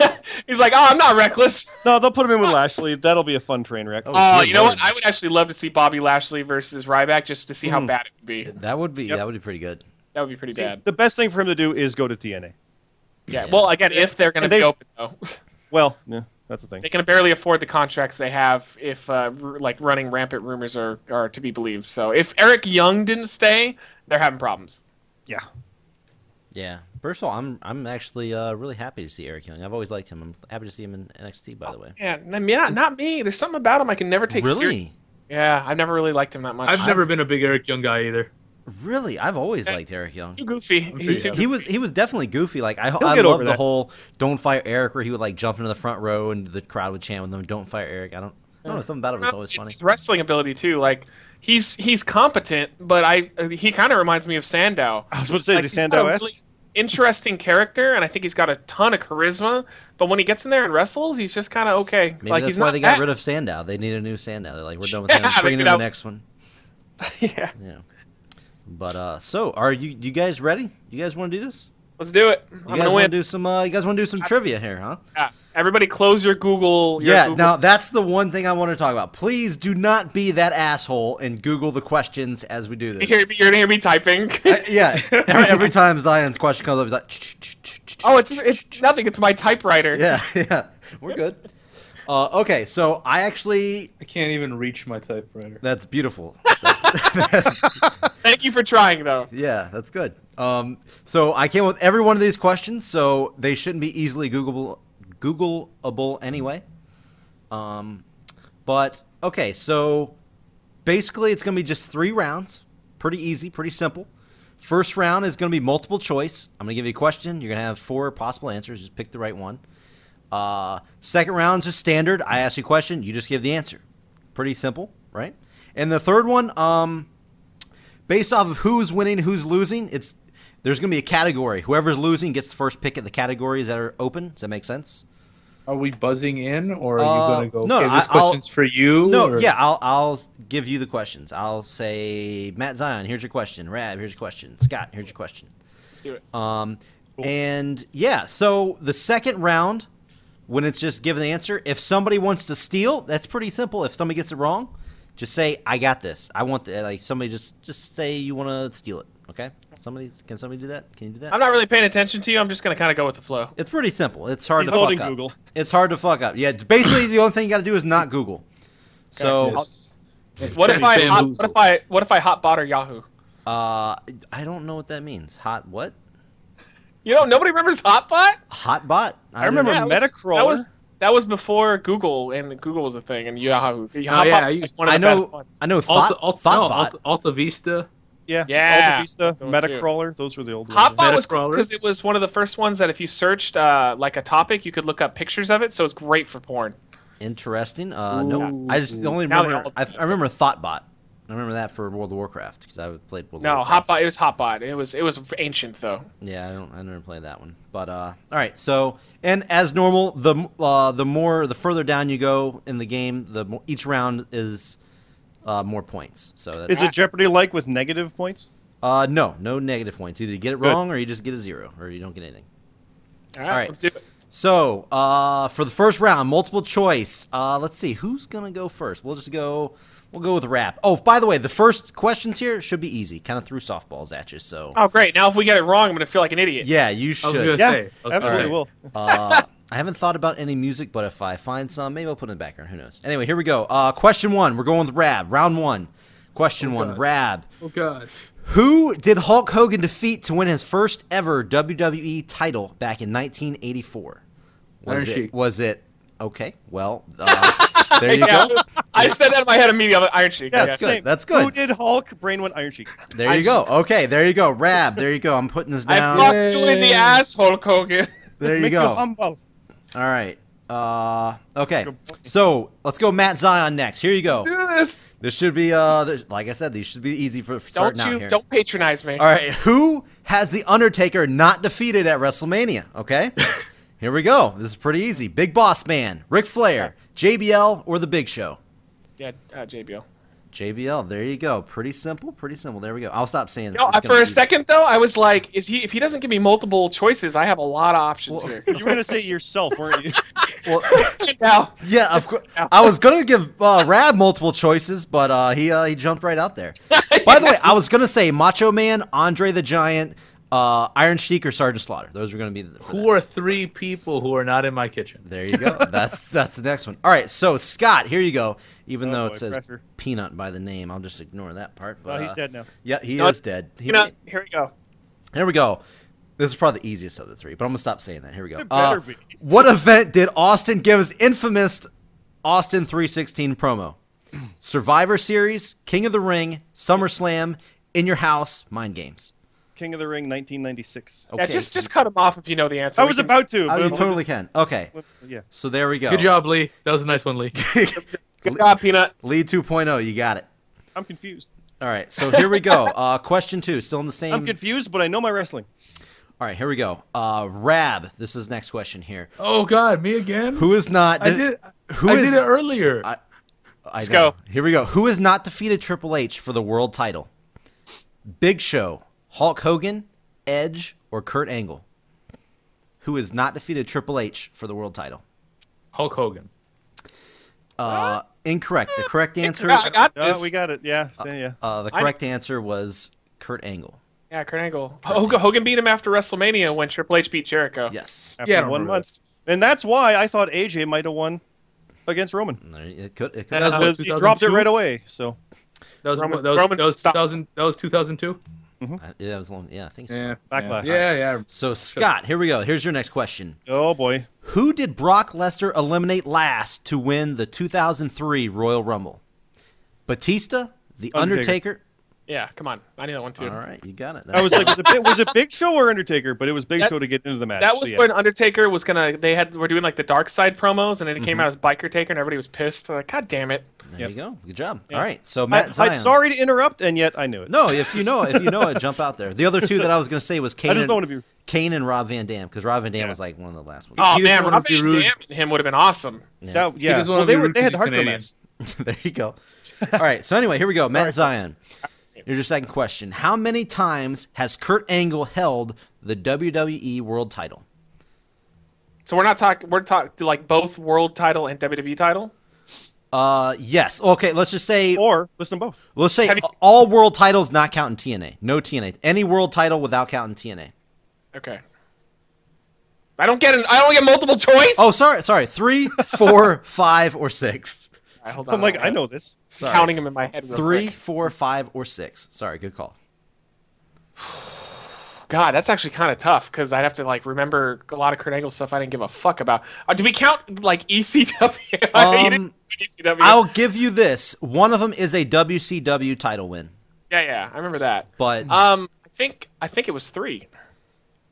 [SPEAKER 2] [LAUGHS] he's like, Oh, I'm not reckless.
[SPEAKER 5] No, they'll put him in with Lashley. That'll be a fun train wreck.
[SPEAKER 3] Oh.
[SPEAKER 2] Oh,
[SPEAKER 3] dear
[SPEAKER 2] you know
[SPEAKER 3] Lord.
[SPEAKER 2] what? I would actually love to see Bobby Lashley versus Ryback just to see how
[SPEAKER 5] Mhm.
[SPEAKER 2] bad it would be.
[SPEAKER 3] That would be
[SPEAKER 5] Yep.
[SPEAKER 3] that would be pretty good.
[SPEAKER 2] That would be pretty
[SPEAKER 5] See,
[SPEAKER 2] bad.
[SPEAKER 5] The best thing for him to do is go to TNA.
[SPEAKER 2] Yeah. Well again, if they're gonna
[SPEAKER 5] And they-
[SPEAKER 2] be open though. [LAUGHS]
[SPEAKER 5] Well, yeah, that's the thing.
[SPEAKER 2] they can barely afford the contracts they have if uh, r- like running rampant rumors are, are to be believed. So if Eric Young didn't stay, they're having problems.
[SPEAKER 5] Yeah.
[SPEAKER 3] Yeah. First of all, I'm I'm actually uh, really happy to see Eric Young. I've always liked him. I'm happy to see him in NXT. By the way,
[SPEAKER 2] Yeah, I mean, not, not me. There's something about him I can never take
[SPEAKER 3] really,
[SPEAKER 2] serious- Yeah, I've never really liked him that much.
[SPEAKER 4] I've never been a big Eric Young guy either.
[SPEAKER 3] really, I've always liked Eric Young.
[SPEAKER 2] too goofy. He's too
[SPEAKER 4] sure
[SPEAKER 3] He was he was definitely goofy. Like I I
[SPEAKER 5] get
[SPEAKER 3] love
[SPEAKER 5] over
[SPEAKER 3] the
[SPEAKER 5] that.
[SPEAKER 3] whole "Don't fire Eric" where he would like jump into the front row and the crowd would chant with him "Don't fire Eric." I don't I don't know something about it was always
[SPEAKER 2] it's
[SPEAKER 3] funny.
[SPEAKER 2] his wrestling ability too. Like he's he's competent, but I uh, he kind of reminds me of
[SPEAKER 3] [LAUGHS]
[SPEAKER 2] Sandow.
[SPEAKER 5] I was about to say,
[SPEAKER 2] Like,
[SPEAKER 5] is he
[SPEAKER 2] he's got a
[SPEAKER 5] Sandow-esque?
[SPEAKER 2] really interesting character, and I think he's got a ton of charisma. But when he gets in there and wrestles, he's just kind of okay.
[SPEAKER 3] Maybe
[SPEAKER 2] like
[SPEAKER 3] that's
[SPEAKER 2] he's
[SPEAKER 3] why
[SPEAKER 2] not
[SPEAKER 3] they got
[SPEAKER 2] bad.
[SPEAKER 3] rid of Sandow. They need a new Sandow. They're like, we're
[SPEAKER 2] [LAUGHS]
[SPEAKER 3] done with
[SPEAKER 2] Yeah,
[SPEAKER 3] him. Bring in
[SPEAKER 2] maybe
[SPEAKER 3] the
[SPEAKER 2] that was-
[SPEAKER 3] next one.
[SPEAKER 2] [LAUGHS] yeah,
[SPEAKER 3] Yeah. But uh, so are you you guys ready? You guys want to do this?
[SPEAKER 2] let's do it.
[SPEAKER 3] You
[SPEAKER 2] I'm
[SPEAKER 3] guys
[SPEAKER 2] gonna
[SPEAKER 3] want
[SPEAKER 2] win.
[SPEAKER 3] to do some? Uh, you guys want to do some trivia here, huh?
[SPEAKER 2] Yeah. Everybody, close your Google. Your
[SPEAKER 3] yeah.
[SPEAKER 2] Google.
[SPEAKER 3] Now that's the one thing I want to talk about. Please do not be that asshole and Google the questions as we do
[SPEAKER 2] You hear
[SPEAKER 3] this.
[SPEAKER 2] me- you're gonna hear me
[SPEAKER 3] [LAUGHS]
[SPEAKER 2] typing. [LAUGHS]
[SPEAKER 3] I- yeah. Every, every time Zion's question comes up, he's like, "Ch- ch- ch- ch- ch-
[SPEAKER 2] oh, it's it's nothing. It's my typewriter.
[SPEAKER 3] yeah, [LAUGHS] yeah. We're good. Uh, okay, so I actually.
[SPEAKER 4] I can't even reach my typewriter.
[SPEAKER 3] That's beautiful. That's- [LAUGHS]
[SPEAKER 2] Thank you for trying though.
[SPEAKER 3] Yeah, that's good. Um, so I came up with every one of these questions, so they shouldn't be easily Googleable, Googleable anyway. Um, but okay, so basically it's going to be just three rounds. Pretty easy, pretty simple. First round is going to be multiple choice. I'm going to give you a question. You're going to have four possible answers. Just pick the right one. Uh, second round's just standard. I ask you a question, you just give the answer. Pretty simple, right? And the third one, um, based off of who's winning, who's losing, it's there's going to be a category. Whoever's losing gets the first pick at the categories that are open. Does that make sense?
[SPEAKER 4] Are we buzzing in, or are
[SPEAKER 3] Uh,
[SPEAKER 4] you gonna go?
[SPEAKER 3] no,
[SPEAKER 4] okay, this
[SPEAKER 3] I- I'll-
[SPEAKER 4] question's for you.
[SPEAKER 3] No,
[SPEAKER 4] or-
[SPEAKER 3] yeah, I'll I'll give you the questions. I'll say Matt Zion, here's your question. Rab, here's your question. Scott, here's your question.
[SPEAKER 2] Let's do it.
[SPEAKER 3] Um, And yeah, so the second round, when it's just given the answer, if somebody wants to steal, that's pretty simple. If somebody gets it wrong, just say, "I got this. I want the like." Somebody just just say you want to steal it. Okay, somebody can somebody do that? Can you do that?
[SPEAKER 2] I'm not really paying attention to you. I'm just gonna kind of go with the flow.
[SPEAKER 3] It's pretty simple. It's hard
[SPEAKER 5] He's
[SPEAKER 3] to
[SPEAKER 5] holding
[SPEAKER 3] fuck up.
[SPEAKER 5] Google.
[SPEAKER 3] It's hard to fuck up. Yeah, it's basically the only thing you got to do is not Google. So
[SPEAKER 2] What if I hot,
[SPEAKER 4] Bamboozled.
[SPEAKER 2] what if I what if I hot bot or Yahoo?
[SPEAKER 3] uh, I don't know what that means. Hot what?
[SPEAKER 2] You know, nobody remembers Hotbot.
[SPEAKER 3] Hot bot?
[SPEAKER 5] I remember
[SPEAKER 2] that was-
[SPEAKER 5] Metacrawler.
[SPEAKER 2] That was that was before Google and Google was a thing, and Yahoo. Hotbot
[SPEAKER 4] yeah,
[SPEAKER 2] was
[SPEAKER 4] I
[SPEAKER 2] like
[SPEAKER 4] used-
[SPEAKER 2] one of
[SPEAKER 3] Oh, I
[SPEAKER 2] the
[SPEAKER 3] know.
[SPEAKER 2] best ones.
[SPEAKER 3] I know.
[SPEAKER 4] Alta,
[SPEAKER 3] Thought,
[SPEAKER 4] Alta, no,
[SPEAKER 3] Thoughtbot.
[SPEAKER 4] Alta, Alta Vista.
[SPEAKER 5] Yeah,
[SPEAKER 2] Yeah.
[SPEAKER 5] Alta Vista,
[SPEAKER 2] That's what we do.
[SPEAKER 5] Metacrawler, those were the old ones.
[SPEAKER 2] Hotbot was cool
[SPEAKER 4] Metacrawler.
[SPEAKER 2] because it was one of the first ones that if you searched uh, like a topic, you could look up pictures of it. So it's great for porn.
[SPEAKER 3] Interesting. Uh, no,
[SPEAKER 4] Ooh.
[SPEAKER 3] I just the only
[SPEAKER 2] Now they
[SPEAKER 3] remember.
[SPEAKER 2] all-
[SPEAKER 3] I, I remember Thoughtbot. I remember that for World of Warcraft because I played World of
[SPEAKER 2] No,
[SPEAKER 3] Warcraft.
[SPEAKER 2] Hotbot. It was Hotbot. It was it was ancient though.
[SPEAKER 3] Yeah, I don't. I never played that one. But uh, all right. So and as normal, the m- uh, the more the further down you go in the game, the mo each round is uh, more points. So that's,
[SPEAKER 5] Is it Jeopardy like with negative points?
[SPEAKER 3] uh, no no negative points. Either you get it wrong or you just get a zero or you don't get anything.
[SPEAKER 2] All right,
[SPEAKER 3] All right.
[SPEAKER 2] let's do it.
[SPEAKER 3] So, uh, for the first round, multiple choice. Uh, let's see who's gonna go first. We'll just go. We'll go with rap. Oh, by the way, the first questions here should be easy. Kind of threw softballs at you, so
[SPEAKER 2] Oh, great! Now if we get it wrong, I'm gonna feel like an idiot.
[SPEAKER 3] yeah, you
[SPEAKER 4] I was gonna
[SPEAKER 3] should.
[SPEAKER 5] Yeah,
[SPEAKER 4] say. I was gonna
[SPEAKER 5] absolutely
[SPEAKER 4] say.
[SPEAKER 5] will.
[SPEAKER 3] Uh, I haven't thought about any music, but if I find some, maybe I'll put it in the background. Who knows? Anyway, here we go. Uh, question one. We're going with Rab. Round one. Question one.
[SPEAKER 4] God.
[SPEAKER 3] Rab.
[SPEAKER 4] Oh God.
[SPEAKER 3] Who did Hulk Hogan defeat to win his first ever WWE title back in 1984? Was
[SPEAKER 4] Iron
[SPEAKER 3] it?
[SPEAKER 4] Sheik.
[SPEAKER 3] Was it? Okay.
[SPEAKER 4] [LAUGHS]
[SPEAKER 3] Well, uh, there you
[SPEAKER 2] Yeah.
[SPEAKER 3] go.
[SPEAKER 2] [LAUGHS] I said that in my head immediately. Iron Sheik.
[SPEAKER 5] Yeah,
[SPEAKER 2] yes.
[SPEAKER 3] good.
[SPEAKER 5] same.
[SPEAKER 3] That's good.
[SPEAKER 5] Who did Hulk? Brain went Iron Cheek.
[SPEAKER 3] There you go. Okay. There you go. Rab. There you go. I'm putting this
[SPEAKER 2] I
[SPEAKER 3] down.
[SPEAKER 2] fucked doing the
[SPEAKER 4] Yay.
[SPEAKER 2] asshole Hogan.
[SPEAKER 3] there you
[SPEAKER 5] Make
[SPEAKER 3] go. All
[SPEAKER 5] humble.
[SPEAKER 3] right. Uh, okay. So let's go Matt Zion next. Here you go.
[SPEAKER 2] Do this.
[SPEAKER 3] This should be uh, this, like I said, these should be easy for, for
[SPEAKER 2] Don't
[SPEAKER 3] starting out
[SPEAKER 2] you?
[SPEAKER 3] here.
[SPEAKER 2] Don't patronize me.
[SPEAKER 3] All right, who has the Undertaker not defeated at WrestleMania?
[SPEAKER 2] [LAUGHS]
[SPEAKER 3] Okay, here we go. This is pretty easy. Big Boss Man, Ric Flair, JBL, or The Big Show.
[SPEAKER 2] Yeah, uh, JBL.
[SPEAKER 3] JBL. There you go. Pretty simple. Pretty simple. There we go. I'll stop saying this.
[SPEAKER 2] No,
[SPEAKER 3] It's
[SPEAKER 2] I-
[SPEAKER 3] gonna
[SPEAKER 2] for
[SPEAKER 3] be
[SPEAKER 2] a
[SPEAKER 3] easy.
[SPEAKER 2] second though, I was like, "Is he? If he doesn't give me multiple choices, I have a lot of options
[SPEAKER 3] Well-
[SPEAKER 2] here." [LAUGHS]
[SPEAKER 3] [LAUGHS]
[SPEAKER 5] You were gonna say yourself, weren't you?
[SPEAKER 3] Well,
[SPEAKER 2] now,
[SPEAKER 3] yeah, of course. I was gonna give uh, Rab multiple choices, but uh, he uh, he jumped right out there. By the way, I was gonna say Macho Man, Andre the Giant, uh, Iron Sheik, or Sergeant Slaughter. Those were gonna be the. for that.
[SPEAKER 4] Who are three people who are not in my kitchen?
[SPEAKER 3] There you go. That's that's the next one. All right, so Scott, here you go. Even
[SPEAKER 5] Oh
[SPEAKER 3] though
[SPEAKER 5] boy,
[SPEAKER 3] it says
[SPEAKER 5] pressure.
[SPEAKER 3] peanut by the name, I'll just ignore that part.
[SPEAKER 5] Oh,
[SPEAKER 3] But
[SPEAKER 5] he's
[SPEAKER 3] uh,
[SPEAKER 5] dead now.
[SPEAKER 3] Yeah, he
[SPEAKER 2] No,
[SPEAKER 3] is dead. He
[SPEAKER 2] you know,
[SPEAKER 3] may-
[SPEAKER 2] here we go.
[SPEAKER 3] here we go. This is probably the easiest of the three, but I'm gonna stop saying that. Here we go.
[SPEAKER 5] It better
[SPEAKER 3] Uh,
[SPEAKER 5] be.
[SPEAKER 3] What event did Austin give his infamous Austin 316 promo? Survivor Series, King of the Ring, SummerSlam, In Your House, Mind Games.
[SPEAKER 5] King of the Ring, 1996.
[SPEAKER 3] Okay.
[SPEAKER 2] Yeah, just just cut him off if you know the answer.
[SPEAKER 5] I
[SPEAKER 2] We
[SPEAKER 5] was
[SPEAKER 2] can-
[SPEAKER 5] about to.
[SPEAKER 3] Oh,
[SPEAKER 5] but-
[SPEAKER 3] you totally can. Okay,
[SPEAKER 5] Yeah.
[SPEAKER 3] so there we go.
[SPEAKER 4] Good job, Lee. That was a nice one, Lee.
[SPEAKER 2] Good job, Peanut.
[SPEAKER 3] Lead 2.0, you got it.
[SPEAKER 5] I'm confused.
[SPEAKER 3] All right, so here we
[SPEAKER 4] [LAUGHS]
[SPEAKER 3] go. Uh, question two, still in the same.
[SPEAKER 5] I'm confused, but I know my wrestling.
[SPEAKER 3] All right, here we go. Uh, Rab, this is next question here.
[SPEAKER 4] [LAUGHS] Oh God, me again?
[SPEAKER 3] Who is not?
[SPEAKER 4] I did.
[SPEAKER 3] who
[SPEAKER 4] I
[SPEAKER 3] is-
[SPEAKER 4] did it earlier.
[SPEAKER 3] I- I
[SPEAKER 2] Let's
[SPEAKER 3] know.
[SPEAKER 2] go.
[SPEAKER 3] Here we go. Who has not defeated Triple H for the world title? Big Show, Hulk Hogan, Edge, or Kurt Angle? Who has not defeated Triple H for the world title?
[SPEAKER 4] Hulk Hogan.
[SPEAKER 3] Uh, incorrect. The correct answer.
[SPEAKER 2] I got
[SPEAKER 5] Oh,
[SPEAKER 2] this.
[SPEAKER 5] we got it. Yeah. yeah, yeah.
[SPEAKER 3] Uh, the
[SPEAKER 2] I-
[SPEAKER 3] correct answer was Kurt Angle.
[SPEAKER 2] Yeah, Kurt Angle. Hogan, Hogan beat him after WrestleMania when Triple H beat Jericho.
[SPEAKER 3] Yes.
[SPEAKER 5] After
[SPEAKER 4] I don't
[SPEAKER 5] one
[SPEAKER 4] remember
[SPEAKER 5] month. And that's why I thought AJ might have won against Roman.
[SPEAKER 3] There- It could. It could
[SPEAKER 2] That is
[SPEAKER 4] Uh,
[SPEAKER 5] Because he dropped it
[SPEAKER 4] 2002?
[SPEAKER 5] right away. So
[SPEAKER 4] That was
[SPEAKER 2] Roman's-
[SPEAKER 4] that was,
[SPEAKER 2] Roman's
[SPEAKER 4] that was
[SPEAKER 2] stop.
[SPEAKER 4] 2000. That was 2002.
[SPEAKER 3] Uh, yeah, it was long. Yeah, I think so.
[SPEAKER 4] Yeah.
[SPEAKER 5] Backlash.
[SPEAKER 4] Yeah, yeah.
[SPEAKER 3] So Scott, here we go. Here's your next question.
[SPEAKER 5] oh boy.
[SPEAKER 3] Who did Brock Lesnar eliminate last to win the 2003 Royal Rumble? Batista, The Undertaker.
[SPEAKER 5] Undertaker.
[SPEAKER 2] Yeah, come on. I knew that one too.
[SPEAKER 3] All right, you got it.
[SPEAKER 5] I was like, was it, big, was it Big Show or Undertaker? But it was Big
[SPEAKER 2] That-
[SPEAKER 5] Show to get into the match.
[SPEAKER 2] That
[SPEAKER 5] so
[SPEAKER 2] was
[SPEAKER 5] yeah.
[SPEAKER 2] when Undertaker was gonna. They had were doing like the Dark Side promos, and then he came
[SPEAKER 3] Mm-hmm.
[SPEAKER 2] out as Biker Taker, and everybody was pissed. They're like, God damn it!
[SPEAKER 3] there
[SPEAKER 5] Yep.
[SPEAKER 3] you go. Good job. All right, so Matt
[SPEAKER 5] I,
[SPEAKER 3] Zion.
[SPEAKER 5] am sorry to interrupt, and yet I knew it.
[SPEAKER 3] No, if you know, if you know it, jump out there. The other two that I was going to say was Kane.
[SPEAKER 5] [LAUGHS] I just don't
[SPEAKER 3] and,
[SPEAKER 5] wanna be-
[SPEAKER 3] Kane and Rob Van Dam because Rob Van Dam
[SPEAKER 5] Yeah.
[SPEAKER 3] was like one of the last ones.
[SPEAKER 2] Oh
[SPEAKER 4] just
[SPEAKER 2] man,
[SPEAKER 4] wanted
[SPEAKER 2] Rob
[SPEAKER 4] to be
[SPEAKER 2] Van
[SPEAKER 4] rude.
[SPEAKER 2] Dam and him would have been awesome.
[SPEAKER 3] Yeah.
[SPEAKER 5] That- yeah.
[SPEAKER 4] just wanted to
[SPEAKER 5] Well, they
[SPEAKER 4] be
[SPEAKER 5] were.
[SPEAKER 4] rude
[SPEAKER 5] They had
[SPEAKER 4] 'cause he's
[SPEAKER 5] hardcore
[SPEAKER 4] Canadian.
[SPEAKER 5] match.
[SPEAKER 3] [LAUGHS] there you go. All right. So anyway, here we go. Matt Zion. Here's your second question. How many times has Kurt Angle held the WWE World Title.
[SPEAKER 2] So we're not talking. We're talking like both world title and WWE title.
[SPEAKER 3] Uh, yes. Okay, let's just say
[SPEAKER 5] Or list them both.
[SPEAKER 3] let's say
[SPEAKER 2] have you-
[SPEAKER 3] all world titles not counting TNA. No TNA. Any world title without counting TNA.
[SPEAKER 2] Okay. I don't get an. I don't get multiple choice.
[SPEAKER 3] Oh, sorry, sorry. Three, [LAUGHS] four, five, or six.
[SPEAKER 2] All right, hold on.
[SPEAKER 3] Oh,
[SPEAKER 5] I'm like,
[SPEAKER 2] hold on.
[SPEAKER 5] I know this.
[SPEAKER 3] Sorry.
[SPEAKER 2] counting them in my head. Real
[SPEAKER 3] Three,
[SPEAKER 2] quick.
[SPEAKER 3] four, five, or six. Sorry, good call.
[SPEAKER 2] God, that's actually kind of tough because I'd have to like remember a lot of Kurt Angle stuff I didn't give a fuck about. Uh, do we count like ECW? [LAUGHS] You didn't E
[SPEAKER 3] Um,
[SPEAKER 2] do ECW.
[SPEAKER 3] I'll give you this. One of them is a WCW title win,
[SPEAKER 2] Yeah, yeah, I remember that.
[SPEAKER 3] but
[SPEAKER 2] Um, I think I think it was three.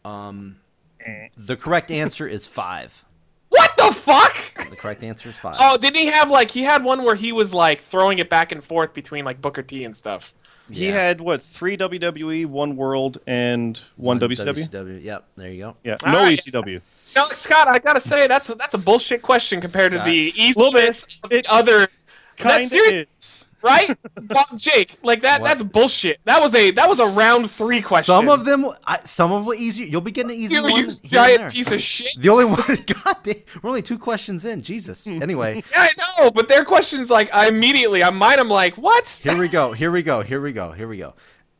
[SPEAKER 3] the correct answer is five.
[SPEAKER 2] What the fuck?
[SPEAKER 3] The correct answer is five.
[SPEAKER 2] Oh, didn't he have like he had one where he was like throwing it back and forth between like Booker T and stuff.
[SPEAKER 5] He
[SPEAKER 3] Yeah.
[SPEAKER 5] had what three WWE, one World, and one, WCW.
[SPEAKER 3] WCW. Yep, there you go.
[SPEAKER 5] Yeah,
[SPEAKER 2] All
[SPEAKER 5] no E
[SPEAKER 2] right.
[SPEAKER 5] ECW.
[SPEAKER 2] Now, Scott, I gotta say that's a, that's a bullshit question compared to the
[SPEAKER 3] Scott's-
[SPEAKER 2] easiest of the other.
[SPEAKER 5] Kinda
[SPEAKER 2] That's serious,
[SPEAKER 5] is.
[SPEAKER 2] right? Bob Jake, like that.
[SPEAKER 3] What?
[SPEAKER 2] That's bullshit. That was a that was a round three question.
[SPEAKER 3] Some of them, I, some of them easier. You'll be getting an easy
[SPEAKER 2] you,
[SPEAKER 3] one.
[SPEAKER 2] you
[SPEAKER 3] here and there.
[SPEAKER 2] giant piece of shit.
[SPEAKER 3] The only [LAUGHS] one. God damn, we're only two questions
[SPEAKER 2] [LAUGHS]
[SPEAKER 3] in. Jesus. Anyway,
[SPEAKER 2] Yeah, I know, but their questions like I immediately on mine. I'm like, what?
[SPEAKER 3] here we go. Here we go. Here we go. Here we go.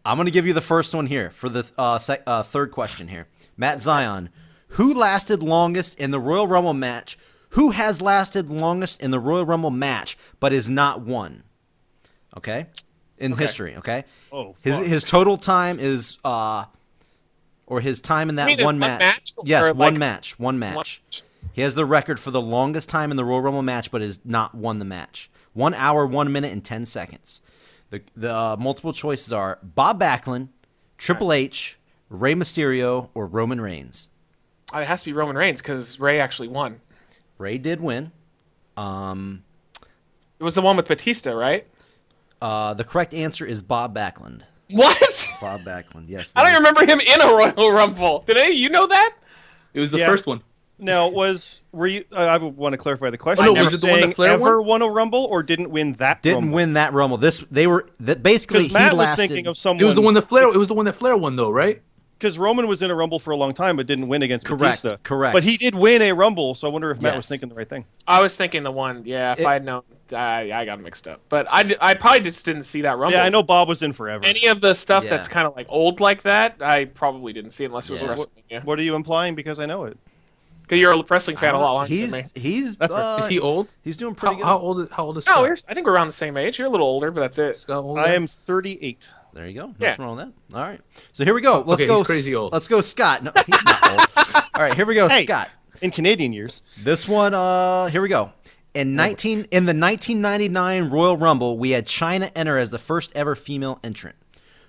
[SPEAKER 3] I'm gonna give you the first one here for the uh, sec- uh, third question here. Matt Zion, who lasted longest in the Royal Rumble match? Who has lasted longest in the Royal Rumble match but is not won? Okay, in history. Okay.
[SPEAKER 5] Oh,
[SPEAKER 3] His
[SPEAKER 5] fuck.
[SPEAKER 3] his total time is uh, or his time in that
[SPEAKER 2] mean in
[SPEAKER 3] one
[SPEAKER 2] one
[SPEAKER 3] match.
[SPEAKER 2] match
[SPEAKER 3] yes,
[SPEAKER 2] or,
[SPEAKER 3] one
[SPEAKER 2] like,
[SPEAKER 3] match. One match. He has the record for the longest time in the Royal Rumble match, but has not won the match. One hour, one minute, and ten seconds. The the uh, multiple choices are Bob Backlund, Triple H, Rey Mysterio, or Roman Reigns.
[SPEAKER 2] Oh, it has to be Roman Reigns because Ray actually won.
[SPEAKER 3] Ray did win.
[SPEAKER 2] It was the one with Batista, right?
[SPEAKER 3] Uh, the correct answer is Bob Backlund.
[SPEAKER 2] What?
[SPEAKER 3] Bob Backlund. Yes.
[SPEAKER 2] [LAUGHS] I
[SPEAKER 3] that
[SPEAKER 2] don't
[SPEAKER 3] is-
[SPEAKER 2] remember him in a Royal Rumble. Did any of you know that?
[SPEAKER 4] It was the
[SPEAKER 5] Yeah.
[SPEAKER 4] first one.
[SPEAKER 5] Now was were you? I- I would want to clarify the question.
[SPEAKER 4] Oh, no,
[SPEAKER 5] Were
[SPEAKER 4] was
[SPEAKER 5] you
[SPEAKER 4] it the one that
[SPEAKER 5] saying
[SPEAKER 4] Flair
[SPEAKER 5] ever won? a rumble or didn't win that?
[SPEAKER 3] Didn't
[SPEAKER 5] rumble?
[SPEAKER 3] win that Rumble. This they were that basically
[SPEAKER 5] because
[SPEAKER 3] he
[SPEAKER 5] Matt was
[SPEAKER 3] lasted.
[SPEAKER 5] thinking of someone.
[SPEAKER 4] It was the one that Flair. It was the one that Flair won, though, right?
[SPEAKER 5] because Roman was in a rumble for a long time but didn't win against
[SPEAKER 3] Correct,
[SPEAKER 5] Batista.
[SPEAKER 3] correct.
[SPEAKER 5] But he did win a rumble, so I wonder if Matt was
[SPEAKER 3] Yes.
[SPEAKER 5] thinking the right thing.
[SPEAKER 2] I was thinking the one. Yeah, if
[SPEAKER 3] It-
[SPEAKER 2] I had known, I, I got mixed up. But I, d- I probably just didn't see that Rumble.
[SPEAKER 5] Yeah, I know Bob was in forever.
[SPEAKER 2] Any of the stuff that's
[SPEAKER 3] Yeah.
[SPEAKER 2] kind of like old like that, I probably didn't see unless it was
[SPEAKER 3] Yeah.
[SPEAKER 2] WrestleMania.
[SPEAKER 5] What are you implying? Because I know it.
[SPEAKER 2] Because you're a wrestling fan a lot longer
[SPEAKER 3] he's
[SPEAKER 2] than me.
[SPEAKER 3] he's
[SPEAKER 5] That's right.
[SPEAKER 3] uh,
[SPEAKER 4] Is he old?
[SPEAKER 3] he's doing
[SPEAKER 4] How,
[SPEAKER 3] pretty good.
[SPEAKER 4] how old? How old is Scott?
[SPEAKER 2] No, we're, I think we're around the same age. You're a little older, but that's it.
[SPEAKER 4] Scott old
[SPEAKER 5] I am 38.
[SPEAKER 3] There you go. Nothing
[SPEAKER 2] Yeah.
[SPEAKER 3] wrong with that. All right. So here we go. Let's
[SPEAKER 4] Okay,
[SPEAKER 3] go.
[SPEAKER 4] he's crazy old.
[SPEAKER 3] Let's go, Scott. No, [LAUGHS] he's not old. All right, here we go,
[SPEAKER 5] Hey.
[SPEAKER 3] Scott.
[SPEAKER 5] In Canadian years,
[SPEAKER 3] This one. Uh, here we go. In nineteen in the nineteen ninety nine Royal Rumble, we had China enter as the first ever female entrant.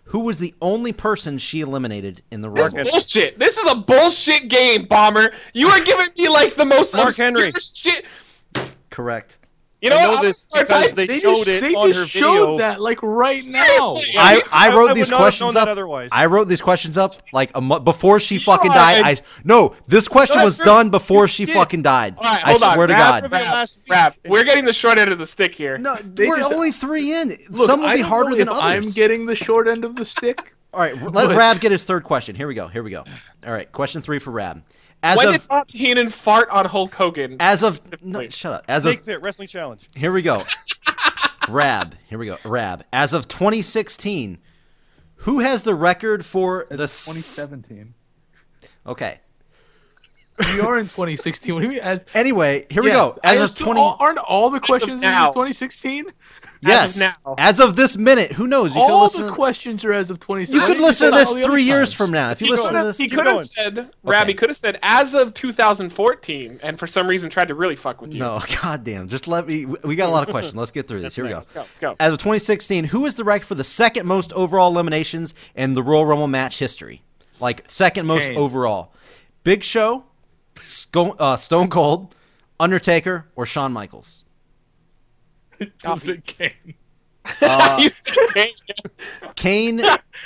[SPEAKER 3] Who was the only person she eliminated in the Royal
[SPEAKER 2] This
[SPEAKER 5] Mark
[SPEAKER 2] is
[SPEAKER 3] Rumble?
[SPEAKER 5] Henry.
[SPEAKER 2] bullshit. This is a bullshit game, bomber. You are giving me like the most
[SPEAKER 5] Mark
[SPEAKER 2] obscure
[SPEAKER 5] Henry.
[SPEAKER 2] shit.
[SPEAKER 3] Correct.
[SPEAKER 2] You know,
[SPEAKER 5] I know
[SPEAKER 2] what? I'm
[SPEAKER 5] this
[SPEAKER 2] gonna start
[SPEAKER 5] because
[SPEAKER 2] typing-
[SPEAKER 5] they,
[SPEAKER 4] They
[SPEAKER 5] showed
[SPEAKER 4] just,
[SPEAKER 5] it
[SPEAKER 4] they
[SPEAKER 5] on
[SPEAKER 4] just
[SPEAKER 5] her
[SPEAKER 4] showed
[SPEAKER 5] video.
[SPEAKER 4] that like right
[SPEAKER 2] Seriously?
[SPEAKER 4] now.
[SPEAKER 2] Yeah,
[SPEAKER 3] I,
[SPEAKER 2] he's-
[SPEAKER 3] I
[SPEAKER 5] I- I
[SPEAKER 3] wrote
[SPEAKER 5] would
[SPEAKER 3] these
[SPEAKER 5] not have
[SPEAKER 3] questions
[SPEAKER 5] known
[SPEAKER 3] up.
[SPEAKER 5] that otherwise.
[SPEAKER 3] I wrote these questions up like a month before she fucking
[SPEAKER 2] are-
[SPEAKER 3] died. I no, this question
[SPEAKER 2] No,
[SPEAKER 3] was
[SPEAKER 2] you're-
[SPEAKER 3] done before she
[SPEAKER 5] did.
[SPEAKER 3] fucking died.
[SPEAKER 2] All right,
[SPEAKER 3] I
[SPEAKER 2] hold on.
[SPEAKER 3] swear to
[SPEAKER 2] Rap,
[SPEAKER 3] God.
[SPEAKER 5] Rap, last week.
[SPEAKER 2] Rap, we're getting the short end of the stick here.
[SPEAKER 3] No, we're
[SPEAKER 4] did-
[SPEAKER 3] only three in.
[SPEAKER 4] Look,
[SPEAKER 3] Some will
[SPEAKER 4] I
[SPEAKER 3] be
[SPEAKER 4] don't
[SPEAKER 3] harder
[SPEAKER 4] know
[SPEAKER 3] than
[SPEAKER 4] if
[SPEAKER 3] others.
[SPEAKER 4] I'm getting the short end of the stick.
[SPEAKER 3] All right, r- let
[SPEAKER 4] But-
[SPEAKER 3] Rab get his third question. Here we go. Here we go. All right, question three for Rab. As
[SPEAKER 2] when
[SPEAKER 3] of
[SPEAKER 2] did Bob Heenan fart on Hulk Hogan?
[SPEAKER 3] as of no,
[SPEAKER 2] specifically?
[SPEAKER 3] shut up. As of
[SPEAKER 5] Snake Pit Wrestling Challenge.
[SPEAKER 3] here we
[SPEAKER 4] [LAUGHS]
[SPEAKER 3] go. Rab, here we go. Rab, as of 2016, who has the record for [LAUGHS] the s-
[SPEAKER 4] 2017.
[SPEAKER 3] Okay.
[SPEAKER 4] We are in 2016. What do you mean? As
[SPEAKER 3] Anyway, here we
[SPEAKER 4] Yes,
[SPEAKER 3] go.
[SPEAKER 4] I
[SPEAKER 3] As of
[SPEAKER 4] assume
[SPEAKER 3] 20
[SPEAKER 4] all- aren't all the questions in
[SPEAKER 2] now.
[SPEAKER 4] 2016?
[SPEAKER 3] yes,
[SPEAKER 2] now.
[SPEAKER 3] as of this minute, who knows? You could
[SPEAKER 4] All
[SPEAKER 3] listen.
[SPEAKER 4] the questions are as of 2016.
[SPEAKER 3] you
[SPEAKER 4] Why
[SPEAKER 3] could
[SPEAKER 4] didn't
[SPEAKER 3] listen
[SPEAKER 4] say
[SPEAKER 3] to
[SPEAKER 4] that
[SPEAKER 3] this
[SPEAKER 4] all the other
[SPEAKER 3] three years
[SPEAKER 4] times?
[SPEAKER 3] from now. If you
[SPEAKER 2] He
[SPEAKER 3] listen
[SPEAKER 2] could
[SPEAKER 3] to
[SPEAKER 2] have,
[SPEAKER 3] this,
[SPEAKER 2] he
[SPEAKER 5] keep
[SPEAKER 2] could
[SPEAKER 5] going.
[SPEAKER 2] have said, Rabbi could have said, as of 2014, and for some reason tried to really fuck with you.
[SPEAKER 3] no, [LAUGHS] goddamn. Just let me. we- We got a lot of questions. Let's get through this. Here we go.
[SPEAKER 2] Let's go. Let's go.
[SPEAKER 3] As of 2016, who is the rank for the second most overall eliminations in the Royal Rumble match history? Like second most
[SPEAKER 4] Kane.
[SPEAKER 3] overall. Big Show, Sco- uh, Stone Cold, Undertaker, or Shawn Michaels?
[SPEAKER 4] Was it Kane?
[SPEAKER 2] [LAUGHS] You
[SPEAKER 3] Uh,
[SPEAKER 2] said-
[SPEAKER 3] Kane,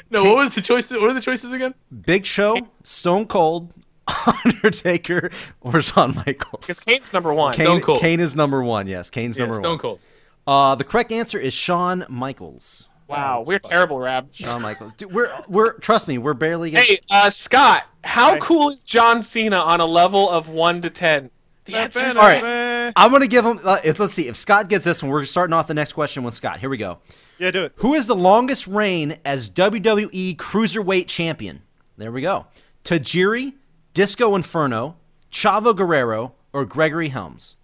[SPEAKER 4] No, what was the choices? What are the choices again?
[SPEAKER 3] Big Show, Stone Cold, [LAUGHS] Undertaker, or Shawn
[SPEAKER 2] Because
[SPEAKER 3] Michaels?
[SPEAKER 2] Kane's number one.
[SPEAKER 3] Kane,
[SPEAKER 4] Stone Cold.
[SPEAKER 3] Kane is number one. Yes, Kane's number
[SPEAKER 4] Stone
[SPEAKER 3] one.
[SPEAKER 4] Cold.
[SPEAKER 3] Uh, the correct answer is Shawn Michaels.
[SPEAKER 2] Wow, we're terrible, Rab.
[SPEAKER 3] Shawn Michaels. Dude, we're we're trust me, we're barely.
[SPEAKER 2] Hey, uh, Scott, How
[SPEAKER 5] Right.
[SPEAKER 2] cool is John Cena on a level of one to ten? The answer is
[SPEAKER 3] All right. I'm going to give him. Uh, if, let's see. If Scott gets this one, we're starting off the next question with Scott. Here we go.
[SPEAKER 5] Yeah, do it.
[SPEAKER 3] Who is the longest reign as WWE Cruiserweight Champion? There we go. Tajiri, Disco Inferno, Chavo Guerrero, or Gregory Helms?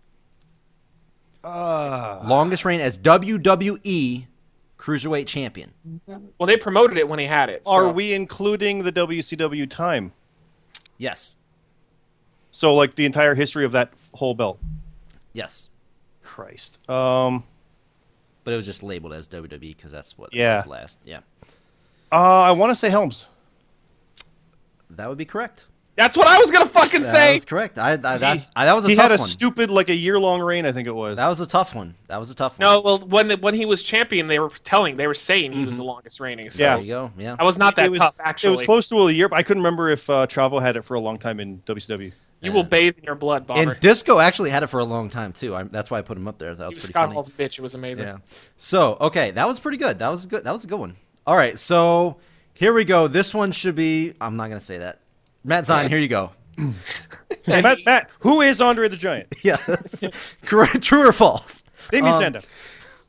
[SPEAKER 3] longest reign as WWE Cruiserweight Champion.
[SPEAKER 2] well, they promoted it when he had it. so-
[SPEAKER 5] Are we including the WCW time?
[SPEAKER 3] Yes.
[SPEAKER 5] So like the entire history of that whole belt.
[SPEAKER 3] Yes.
[SPEAKER 5] Christ. Um.
[SPEAKER 3] But it was just labeled as WWE because that's what
[SPEAKER 5] Yeah.
[SPEAKER 3] was last. Yeah.
[SPEAKER 5] Uh, I want to say Helms.
[SPEAKER 3] That would be correct.
[SPEAKER 2] That's what I was gonna fucking
[SPEAKER 3] That
[SPEAKER 2] say.
[SPEAKER 3] was correct. I, I, that, I, that was a
[SPEAKER 5] he
[SPEAKER 3] tough
[SPEAKER 5] had a
[SPEAKER 3] one.
[SPEAKER 5] stupid like a year long reign. I think it was.
[SPEAKER 3] that was a tough one. That was a tough one.
[SPEAKER 2] No, well, when the, when he was champion, they were telling, they were saying he was the longest reigning. So
[SPEAKER 5] Yeah.
[SPEAKER 3] There you go. Yeah.
[SPEAKER 2] I was not that
[SPEAKER 5] it was,
[SPEAKER 2] tough actually.
[SPEAKER 5] It was close to a year, but I couldn't remember if uh, Chavo had it for a long time in WCW.
[SPEAKER 2] You will bathe in your blood, Bomber.
[SPEAKER 3] And Disco actually had it for a long time too. I, that's why I put him up there. That was
[SPEAKER 2] he was
[SPEAKER 3] pretty
[SPEAKER 2] Scott
[SPEAKER 3] funny.
[SPEAKER 2] Hall's bitch. It was amazing.
[SPEAKER 3] Yeah. So okay, that was pretty good. That was good. That was a good one. All right, so here we go. This one should be. I'm not gonna say that. Matt Zahn, here you go. [LAUGHS]
[SPEAKER 5] Hey, Matt, Matt, who is Andre the Giant?
[SPEAKER 3] Yeah. Correct. [LAUGHS] True or false?
[SPEAKER 5] Dave
[SPEAKER 3] Um,
[SPEAKER 5] Sanda.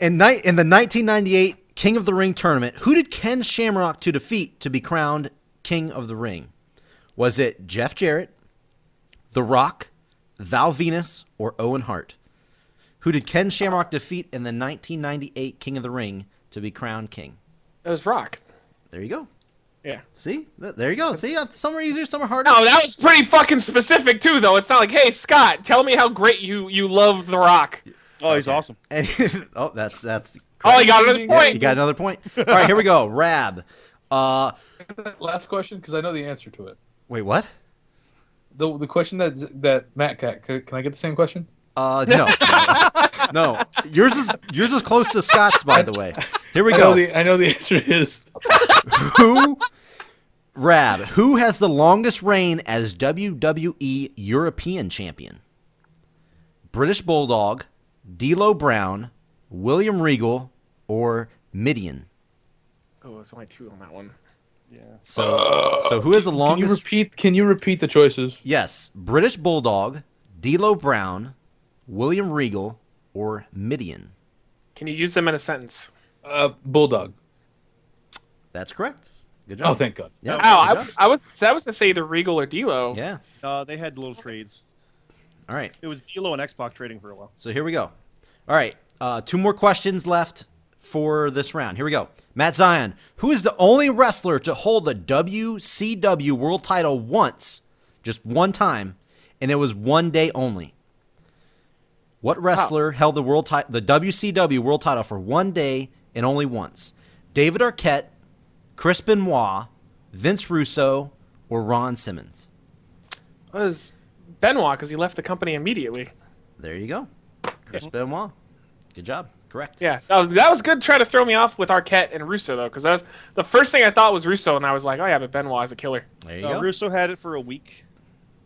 [SPEAKER 3] In night in the 1998 King of the Ring tournament, who did Ken Shamrock to defeat to be crowned King of the Ring? Was it Jeff Jarrett, The Rock, Val Venus, or Owen Hart? Who did Ken Shamrock defeat in the 1998 King of the Ring to be crowned king?
[SPEAKER 2] That was Rock.
[SPEAKER 3] There you go.
[SPEAKER 2] Yeah.
[SPEAKER 3] See, Th- there you go. See, uh, some are easier, some are harder.
[SPEAKER 2] No, that was pretty fucking specific too, though. It's not like, hey, Scott, tell me how great you you love The Rock.
[SPEAKER 5] Oh, he's awesome.
[SPEAKER 3] And- [LAUGHS] oh, that's that's.
[SPEAKER 2] Oh, you got another
[SPEAKER 4] Yeah,
[SPEAKER 3] Yeah,
[SPEAKER 2] point.
[SPEAKER 3] you got another point. All right, here we go. Rab. Uh,
[SPEAKER 4] Last question, because I know the answer to it.
[SPEAKER 3] wait, what?
[SPEAKER 4] The, the question that that Matt got. Can, can I get the same question?
[SPEAKER 3] Uh, no, no. Yours is yours is close to Scott's, by the way. Here we
[SPEAKER 4] I know
[SPEAKER 3] go.
[SPEAKER 4] the I know the [LAUGHS] answer is
[SPEAKER 3] Who? Rab. Who has the longest reign as WWE European Champion? British Bulldog, D'Lo Brown, William Regal, or Midian.
[SPEAKER 2] Oh, it's only two on that one.
[SPEAKER 3] So, so who is the
[SPEAKER 4] Can you
[SPEAKER 3] longest?
[SPEAKER 4] repeat? Can you repeat the choices?
[SPEAKER 3] yes, British Bulldog, D'Lo Brown, William Regal, or Midian.
[SPEAKER 2] Can you use them in a sentence?
[SPEAKER 4] Uh, bulldog.
[SPEAKER 3] That's correct. Good job.
[SPEAKER 4] Oh, thank God.
[SPEAKER 3] Yeah.
[SPEAKER 2] Oh,
[SPEAKER 3] good
[SPEAKER 2] I,
[SPEAKER 3] job.
[SPEAKER 2] I was I was to say either Regal or D'Lo.
[SPEAKER 3] yeah.
[SPEAKER 5] Uh, they had little trades.
[SPEAKER 3] All right.
[SPEAKER 5] It was D'Lo and Xbox trading for a while.
[SPEAKER 3] So here we go. All right. Uh, two more questions left for this round. Here we go. Matt Zion, who is the only wrestler to hold the WCW world title once, just one time, and it was one day only? What wrestler held the world ti- the WCW world title for one day and only once? David Arquette, Chris Benoit, Vince Russo, or Ron Simmons?
[SPEAKER 2] It was Benoit because he left the company immediately.
[SPEAKER 3] There you go. Chris
[SPEAKER 5] Mm-hmm.
[SPEAKER 3] Benoit. Good job. Correct.
[SPEAKER 2] Yeah, that was, that was good. Trying to throw me off with Arquette and Russo though, because that was the first thing I thought was Russo, and I was like, oh yeah, but Benoit is a killer.
[SPEAKER 3] There you
[SPEAKER 5] Uh,
[SPEAKER 3] go.
[SPEAKER 5] Russo had it for a week,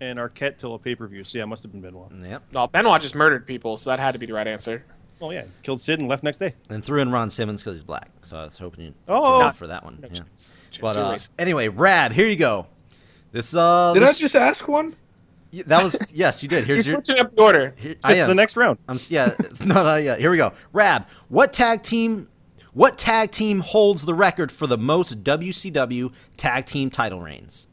[SPEAKER 5] and Arquette till a pay per view. So yeah, it must have been Benoit.
[SPEAKER 3] Yep.
[SPEAKER 2] No, Benoit just murdered people, so that had to be the right answer.
[SPEAKER 5] Oh yeah, killed Sid and left next day.
[SPEAKER 3] And threw in Ron Simmons because he's black. So I was hoping you
[SPEAKER 5] Oh.
[SPEAKER 3] for, for that one.
[SPEAKER 2] No
[SPEAKER 3] Yeah.
[SPEAKER 2] chance.
[SPEAKER 3] But
[SPEAKER 2] Too
[SPEAKER 3] uh,
[SPEAKER 2] racist.
[SPEAKER 3] anyway, Rab, here you go. This uh,
[SPEAKER 4] Did I
[SPEAKER 3] this-
[SPEAKER 4] just ask one?
[SPEAKER 3] y- that was yes, you did.
[SPEAKER 2] you're
[SPEAKER 3] Here's your.
[SPEAKER 2] switching up the order.
[SPEAKER 3] Here, I
[SPEAKER 5] It's the
[SPEAKER 3] am.
[SPEAKER 5] next round.
[SPEAKER 3] I'm s- yeah. It's not uh, yeah. Here we go. Rab, what tag team? What tag team holds the record for the most WCW tag team title reigns?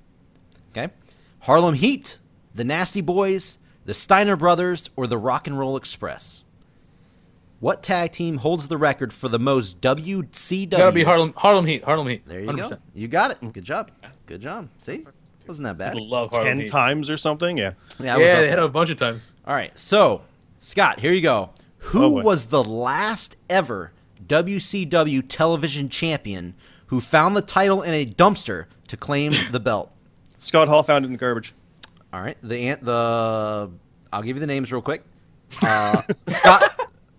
[SPEAKER 3] Okay, Harlem Heat, the Nasty Boys, the Steiner Brothers, or the Rock and Roll Express. What tag team holds the record for the most WCW?
[SPEAKER 4] Gotta be Harlem Harlem Heat. Harlem Heat.
[SPEAKER 3] There you go.
[SPEAKER 4] 100%.
[SPEAKER 3] You got it. Good job. Good job. See, wasn't that bad?
[SPEAKER 4] People love Harlem
[SPEAKER 5] Ten
[SPEAKER 4] Heat.
[SPEAKER 5] times or something. Yeah.
[SPEAKER 3] Yeah, I was
[SPEAKER 4] Yeah,
[SPEAKER 3] up
[SPEAKER 4] they had
[SPEAKER 3] there.
[SPEAKER 4] it a bunch of times.
[SPEAKER 3] All right. So, Scott, here you go.
[SPEAKER 5] Oh,
[SPEAKER 3] Who
[SPEAKER 5] boy.
[SPEAKER 3] was the last ever WCW television champion who found the title in a dumpster to
[SPEAKER 5] [LAUGHS]
[SPEAKER 3] claim the belt?
[SPEAKER 5] Scott Hall found it in the garbage.
[SPEAKER 3] All right. The an- the I'll give you the names real quick. Uh, Scott